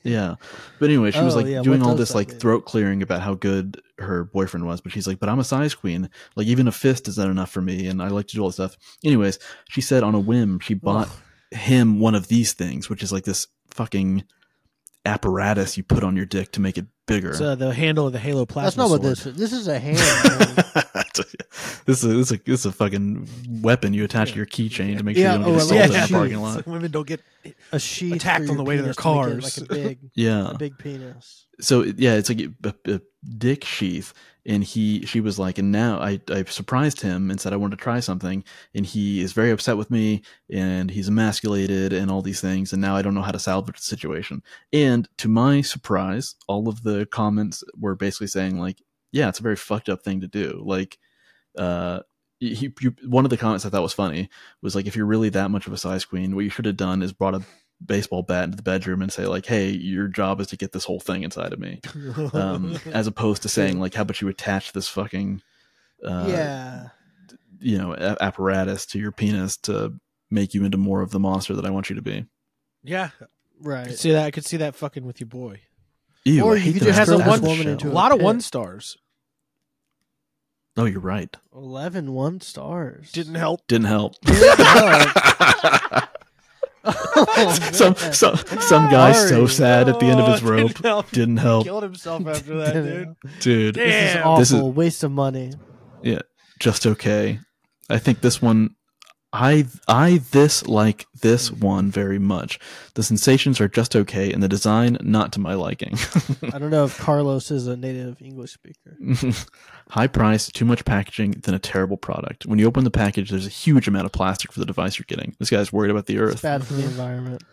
Speaker 4: Yeah. But anyway, she was
Speaker 3: Oh,
Speaker 4: like
Speaker 3: yeah,
Speaker 4: doing
Speaker 3: what
Speaker 4: all
Speaker 3: does
Speaker 4: this
Speaker 3: that
Speaker 4: like
Speaker 3: mean?
Speaker 4: throat clearing about how good her boyfriend was, but she's like, But I'm a size queen. Like even a fist isn't enough for me and I like to do all this stuff. Anyways, she said on a whim she bought him one of these things, which is like this fucking apparatus you put on your dick to make it bigger.
Speaker 5: It's uh, the handle of the Halo plasma.
Speaker 3: That's not what
Speaker 5: sword.
Speaker 3: this is. This is a hand. man.
Speaker 4: this is this is a, this is a fucking weapon you attach to your keychain to make sure
Speaker 3: Yeah,
Speaker 4: you don't
Speaker 3: oh, I love
Speaker 4: get assaulted in
Speaker 3: that.
Speaker 4: the parking lot.
Speaker 5: Women don't get.
Speaker 3: a sheath
Speaker 5: Attacked
Speaker 3: for
Speaker 5: on the
Speaker 3: your
Speaker 5: way to their
Speaker 3: penis to make it
Speaker 5: cars. Uh.
Speaker 3: Like a big,
Speaker 4: Yeah,
Speaker 3: a big penis.
Speaker 4: so yeah, it's like a, a dick sheath, and he she was like, and now I I surprised him and said I wanted to try something, and he is very upset with me, and he's emasculated and all these things, and now I don't know how to salvage the situation. And to my surprise, all of the comments were basically saying like, yeah, it's a very fucked up thing to do. Like, uh. He, you, one of the comments I thought was funny was like, if you're really that much of a size queen, what you should have done is brought a baseball bat into the bedroom and say like, "Hey, your job is to get this whole thing inside of me," um, as opposed to saying like, "How about you attach this fucking, uh,
Speaker 3: yeah.
Speaker 4: you know, a- apparatus to your penis to make you into more of the monster that I want you to be."
Speaker 5: Yeah, I could
Speaker 3: Right.
Speaker 5: see that. I could see that fucking with your boy.
Speaker 4: Ew,
Speaker 3: Or
Speaker 4: I
Speaker 3: you
Speaker 4: hate
Speaker 3: could
Speaker 4: that
Speaker 3: just
Speaker 4: that's
Speaker 5: turn
Speaker 4: the
Speaker 5: one
Speaker 4: show.
Speaker 3: woman
Speaker 5: A
Speaker 3: into
Speaker 5: lot of
Speaker 3: pit.
Speaker 5: one stars
Speaker 4: Oh, you're right.
Speaker 3: 11 one stars.
Speaker 5: didn't help.
Speaker 4: Didn't help.
Speaker 3: Oh,
Speaker 4: some
Speaker 3: man.
Speaker 4: some some guy's
Speaker 3: Sorry.
Speaker 4: so sad at the end of his
Speaker 5: Oh,
Speaker 4: rope.
Speaker 5: Didn't help.
Speaker 4: Didn't help,
Speaker 5: Killed himself after that,
Speaker 3: Didn't
Speaker 5: dude.
Speaker 3: help.
Speaker 4: dude.
Speaker 3: This is
Speaker 5: Damn.
Speaker 3: awful.
Speaker 4: This is-
Speaker 3: Waste of money.
Speaker 4: just okay. I think this one I I this like this one very much. The sensations are just okay and the design not to my liking.
Speaker 3: I don't know if Carlos is a native English speaker.
Speaker 4: High price, too much packaging, then a terrible product. When you open the package, there's a huge amount of plastic for the device you're getting. This guy's worried about the
Speaker 3: It's
Speaker 4: earth.
Speaker 3: bad for the environment.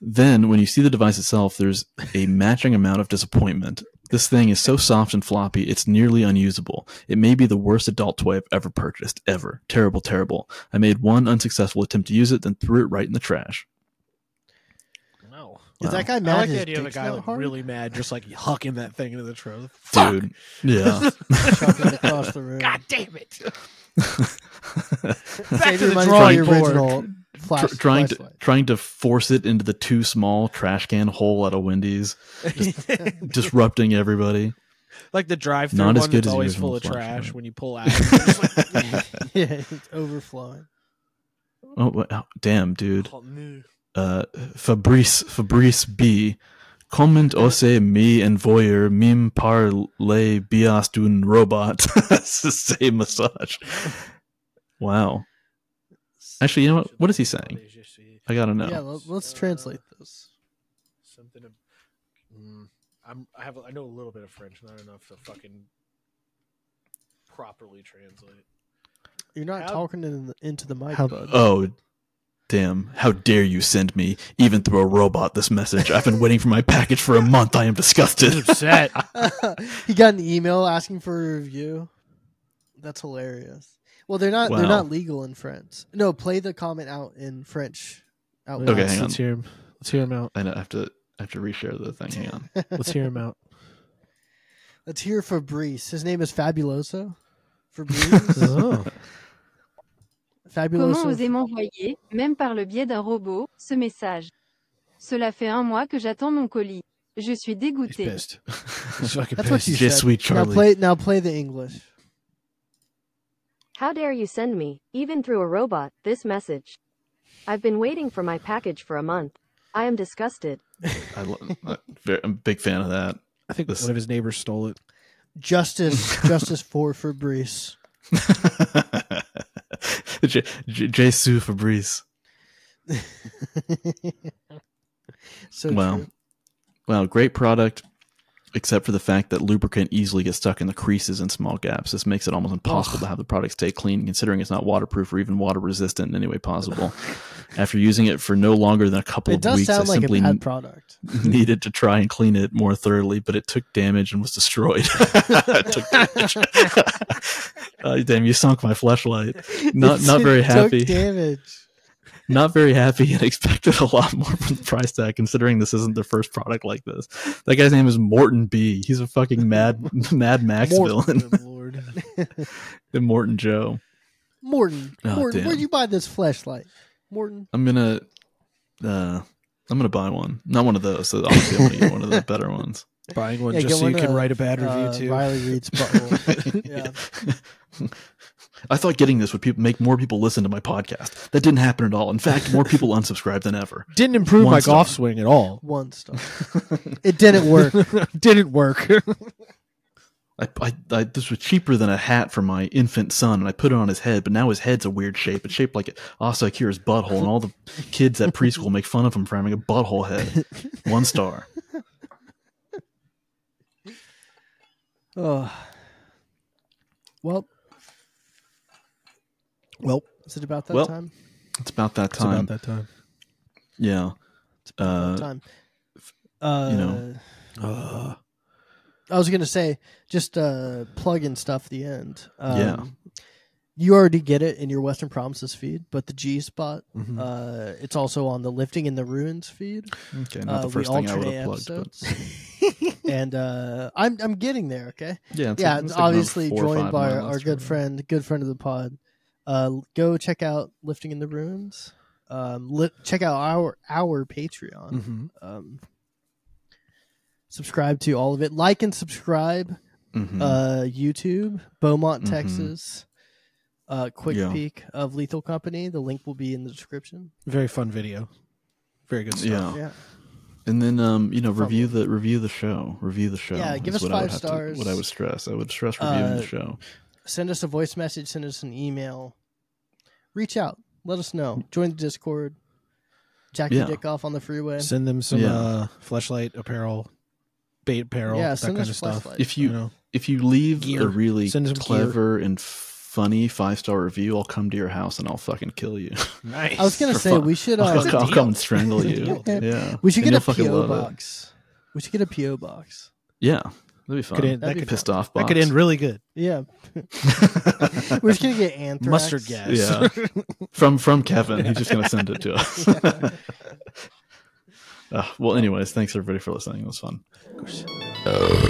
Speaker 4: Then, when you see the device itself, there's a matching amount of disappointment. This thing is so soft and floppy, it's nearly unusable. It may be the worst adult toy I've ever purchased, ever. Terrible, terrible. I made one unsuccessful attempt to use it, then threw it right in the trash.
Speaker 5: Wow.
Speaker 3: Is that guy
Speaker 5: I
Speaker 3: mad?
Speaker 5: like the
Speaker 3: his
Speaker 5: idea of a
Speaker 3: dick's
Speaker 5: guy
Speaker 3: not
Speaker 5: like,
Speaker 3: hard?
Speaker 5: really mad, just like hucking that thing into the trailer.
Speaker 4: Dude. Yeah.
Speaker 3: Chucking it across the room.
Speaker 5: God damn it!
Speaker 3: Save
Speaker 5: to
Speaker 3: your
Speaker 5: the
Speaker 3: money for
Speaker 5: drawing
Speaker 3: your
Speaker 5: board.
Speaker 3: original flash,
Speaker 4: Tr- trying to
Speaker 3: flashlight.
Speaker 4: trying to force it into the too small trash can hole at a Wendy's, disrupting everybody.
Speaker 5: like the drive-through
Speaker 4: Not
Speaker 5: one
Speaker 4: as good
Speaker 5: that's
Speaker 4: as the
Speaker 5: always
Speaker 4: original
Speaker 5: full of
Speaker 4: Flash,
Speaker 5: trash
Speaker 4: right?
Speaker 5: when you pull out. It's like,
Speaker 3: yeah, it's overflowing.
Speaker 4: Oh, what, oh, damn, dude.
Speaker 5: oh, no.
Speaker 4: Uh, Fabrice Fabrice B. Comment ose me and voyeur mim par le bias d'un robot. That's the same massage. Wow. Actually, you know what? What is he saying? I gotta know.
Speaker 3: Yeah, let, let's translate this.
Speaker 5: Something. ab- Mm, I'm. I have. I know a little bit of French, not enough to fucking properly translate.
Speaker 3: You're not
Speaker 5: How-
Speaker 3: talking in the, into the mic, bud.
Speaker 4: Oh, damn. How dare you send me, even through a robot, this message? I've been waiting for my package for a month. I am disgusted.
Speaker 5: upset.
Speaker 3: he got an email asking for a review. That's hilarious. Well, they're not. They're
Speaker 4: Wow.
Speaker 3: not legal in France. No, play the comment out in French. Out
Speaker 4: Okay,
Speaker 5: let's,
Speaker 4: hang
Speaker 5: let's
Speaker 4: on.
Speaker 5: hear him. Let's hear him out.
Speaker 4: I know, I have to I have to reshare the thing. Hang on.
Speaker 5: Let's hear him out.
Speaker 3: Let's hear Fabrice. His name is Fabuloso. Fabrice.
Speaker 5: oh,
Speaker 9: Comment oser
Speaker 3: Fabuloso.
Speaker 9: m'envoyer, même par le biais d'un robot, ce message Cela fait un mois que j'attends mon colis. Je suis
Speaker 5: He's
Speaker 9: dégoûté.
Speaker 5: pissed. He's fucking
Speaker 3: That's what
Speaker 5: pissed.
Speaker 3: you
Speaker 4: Just
Speaker 3: said.
Speaker 4: sweet
Speaker 3: Now
Speaker 4: Charlie.
Speaker 3: play. Now play the English.
Speaker 10: How dare you send me, even through a robot, this message? I've been waiting for my package for a month. I am disgusted.
Speaker 4: I lo- I, very, I'm a big fan of that.
Speaker 5: I think one of his neighbors stole it.
Speaker 3: Justice. justice for Fabrice.
Speaker 4: J- J- Jesus Fabrice.
Speaker 3: so
Speaker 4: Wow.
Speaker 3: true.
Speaker 4: Wow, great product, except for the fact that lubricant easily gets stuck in the creases and small gaps. This makes it almost impossible to have the product stay clean, considering it's not waterproof or even water resistant in any way possible. After using it for no longer than a couple
Speaker 3: It
Speaker 4: of
Speaker 3: does
Speaker 4: weeks, I
Speaker 3: sound like
Speaker 4: simply
Speaker 3: a bad product.
Speaker 4: needed to try and clean it more thoroughly, but it took damage and was destroyed. It took damage. Uh, damn, you sunk my flashlight. Not not
Speaker 3: It
Speaker 4: very
Speaker 3: took
Speaker 4: happy.
Speaker 3: Damage.
Speaker 4: Not very happy, and expected a lot more from the price tag. Considering this isn't their first product like this. That guy's name is Morton B. He's a fucking mad Mad Max villain.
Speaker 5: Good lord.
Speaker 4: and Morton Joe.
Speaker 3: Morton.
Speaker 4: Oh,
Speaker 3: Morton,
Speaker 4: damn.
Speaker 3: where'd you buy this flashlight? Morton.
Speaker 4: I'm gonna. Uh, I'm gonna buy one. Not one of those. So obviously, I'm gonna get one of the better ones.
Speaker 5: Buying one
Speaker 3: Yeah,
Speaker 5: just
Speaker 3: get
Speaker 5: so
Speaker 3: one
Speaker 5: you can
Speaker 3: of,
Speaker 5: write a bad review
Speaker 3: uh,
Speaker 5: too.
Speaker 3: Riley Reed's butthole. yeah.
Speaker 4: I thought getting this would peop make more people listen to my podcast. That didn't happen at all. In fact, more people unsubscribed than ever.
Speaker 5: Didn't improve
Speaker 4: One
Speaker 5: my
Speaker 4: star.
Speaker 5: golf swing at all.
Speaker 3: One star. It didn't work.
Speaker 5: Didn't work.
Speaker 4: I, I, I, this was cheaper than a hat for my infant son, and I put it on his head. But now his head's a weird shape. It's shaped like Asa Akira's butthole, and all the kids at preschool make fun of him for having a butthole head. One star.
Speaker 3: Oh. Well.
Speaker 5: Well.
Speaker 3: Is it about that
Speaker 4: Well.
Speaker 3: time?
Speaker 4: It's about that
Speaker 5: It's about
Speaker 4: time.
Speaker 5: that time.
Speaker 4: Yeah.
Speaker 3: It's about
Speaker 4: Uh,
Speaker 3: that time. Uh,
Speaker 4: know.
Speaker 5: Uh,
Speaker 3: I was gonna say just uh, plug in stuff at the end. Um,
Speaker 4: Yeah.
Speaker 3: You already get it in your Western Promises feed, but the G spot,
Speaker 4: Mm.
Speaker 5: Mm-hmm.
Speaker 3: uh, it's also on the Lifting in the Ruins feed.
Speaker 4: Okay. Not
Speaker 3: Uh,
Speaker 4: the
Speaker 3: we
Speaker 4: first thing I would
Speaker 3: alternate
Speaker 4: have plugged, but
Speaker 3: episodes. and uh, I'm I'm getting there. Okay.
Speaker 4: yeah. It's
Speaker 3: yeah,
Speaker 4: like- it's like number
Speaker 3: obviously
Speaker 4: four or five
Speaker 3: joined
Speaker 4: on
Speaker 3: by
Speaker 4: my
Speaker 3: our, our
Speaker 4: list
Speaker 3: good
Speaker 4: right now.
Speaker 3: friend, good friend of the pod. Uh, go check out Lifting in the Ruins. Um, li- check out our our Patreon
Speaker 5: mhm.
Speaker 3: um, subscribe to all of it. Like and subscribe.
Speaker 4: Mhm.
Speaker 3: Uh, YouTube, Beaumont,
Speaker 4: Mhm.
Speaker 3: Texas. Uh, quick
Speaker 4: Yeah.
Speaker 3: peek of Lethal Company. The link will be in the description.
Speaker 5: Very fun video. Very good stuff.
Speaker 4: yeah.
Speaker 3: Yeah,
Speaker 4: And then um, you know,
Speaker 3: Fun
Speaker 4: review the review the show. Review the show.
Speaker 3: Yeah, give
Speaker 4: is
Speaker 3: us
Speaker 4: what I would
Speaker 3: five
Speaker 4: have to-
Speaker 3: stars.
Speaker 4: what I would stress. I would stress reviewing
Speaker 3: Uh,
Speaker 4: the show.
Speaker 3: send us a voice message. Send us an email. Reach out. Let us know. Join the Discord. Jack
Speaker 4: Yeah.
Speaker 3: your dick off on the freeway.
Speaker 5: Send them some
Speaker 4: Yeah.
Speaker 5: uh, fleshlight apparel, bait apparel,
Speaker 3: yeah,
Speaker 5: that
Speaker 3: send
Speaker 5: kind
Speaker 3: us
Speaker 5: of stuff.
Speaker 3: flashlight.
Speaker 4: If
Speaker 5: You
Speaker 4: you
Speaker 5: know,
Speaker 4: if you leave
Speaker 5: Gear.
Speaker 4: a really
Speaker 5: Send some
Speaker 4: clever and funny five star review, I'll come to your house and I'll fucking kill you.
Speaker 5: nice.
Speaker 3: I was gonna
Speaker 4: for
Speaker 3: say
Speaker 4: fun.
Speaker 3: we should.
Speaker 4: I'll,
Speaker 3: Uh,
Speaker 4: I'll
Speaker 5: deal.
Speaker 4: come and strangle
Speaker 5: It's a
Speaker 4: you.
Speaker 5: deal, dude.
Speaker 4: yeah,
Speaker 3: we should get
Speaker 4: And you'll
Speaker 3: a
Speaker 4: fucking
Speaker 3: PO
Speaker 4: love it.
Speaker 3: box. We should get a PO box.
Speaker 4: Yeah, that'd be fun.
Speaker 5: Could end- that
Speaker 3: That'd be
Speaker 5: could-
Speaker 4: Pissed off box.
Speaker 5: that could end really good.
Speaker 3: Yeah, we're just gonna get anthrax.
Speaker 5: Mustard gas.
Speaker 4: yeah, from from Kevin. He's just gonna send it to us. Ah, Uh, well, anyways, thanks everybody for listening. It was fun.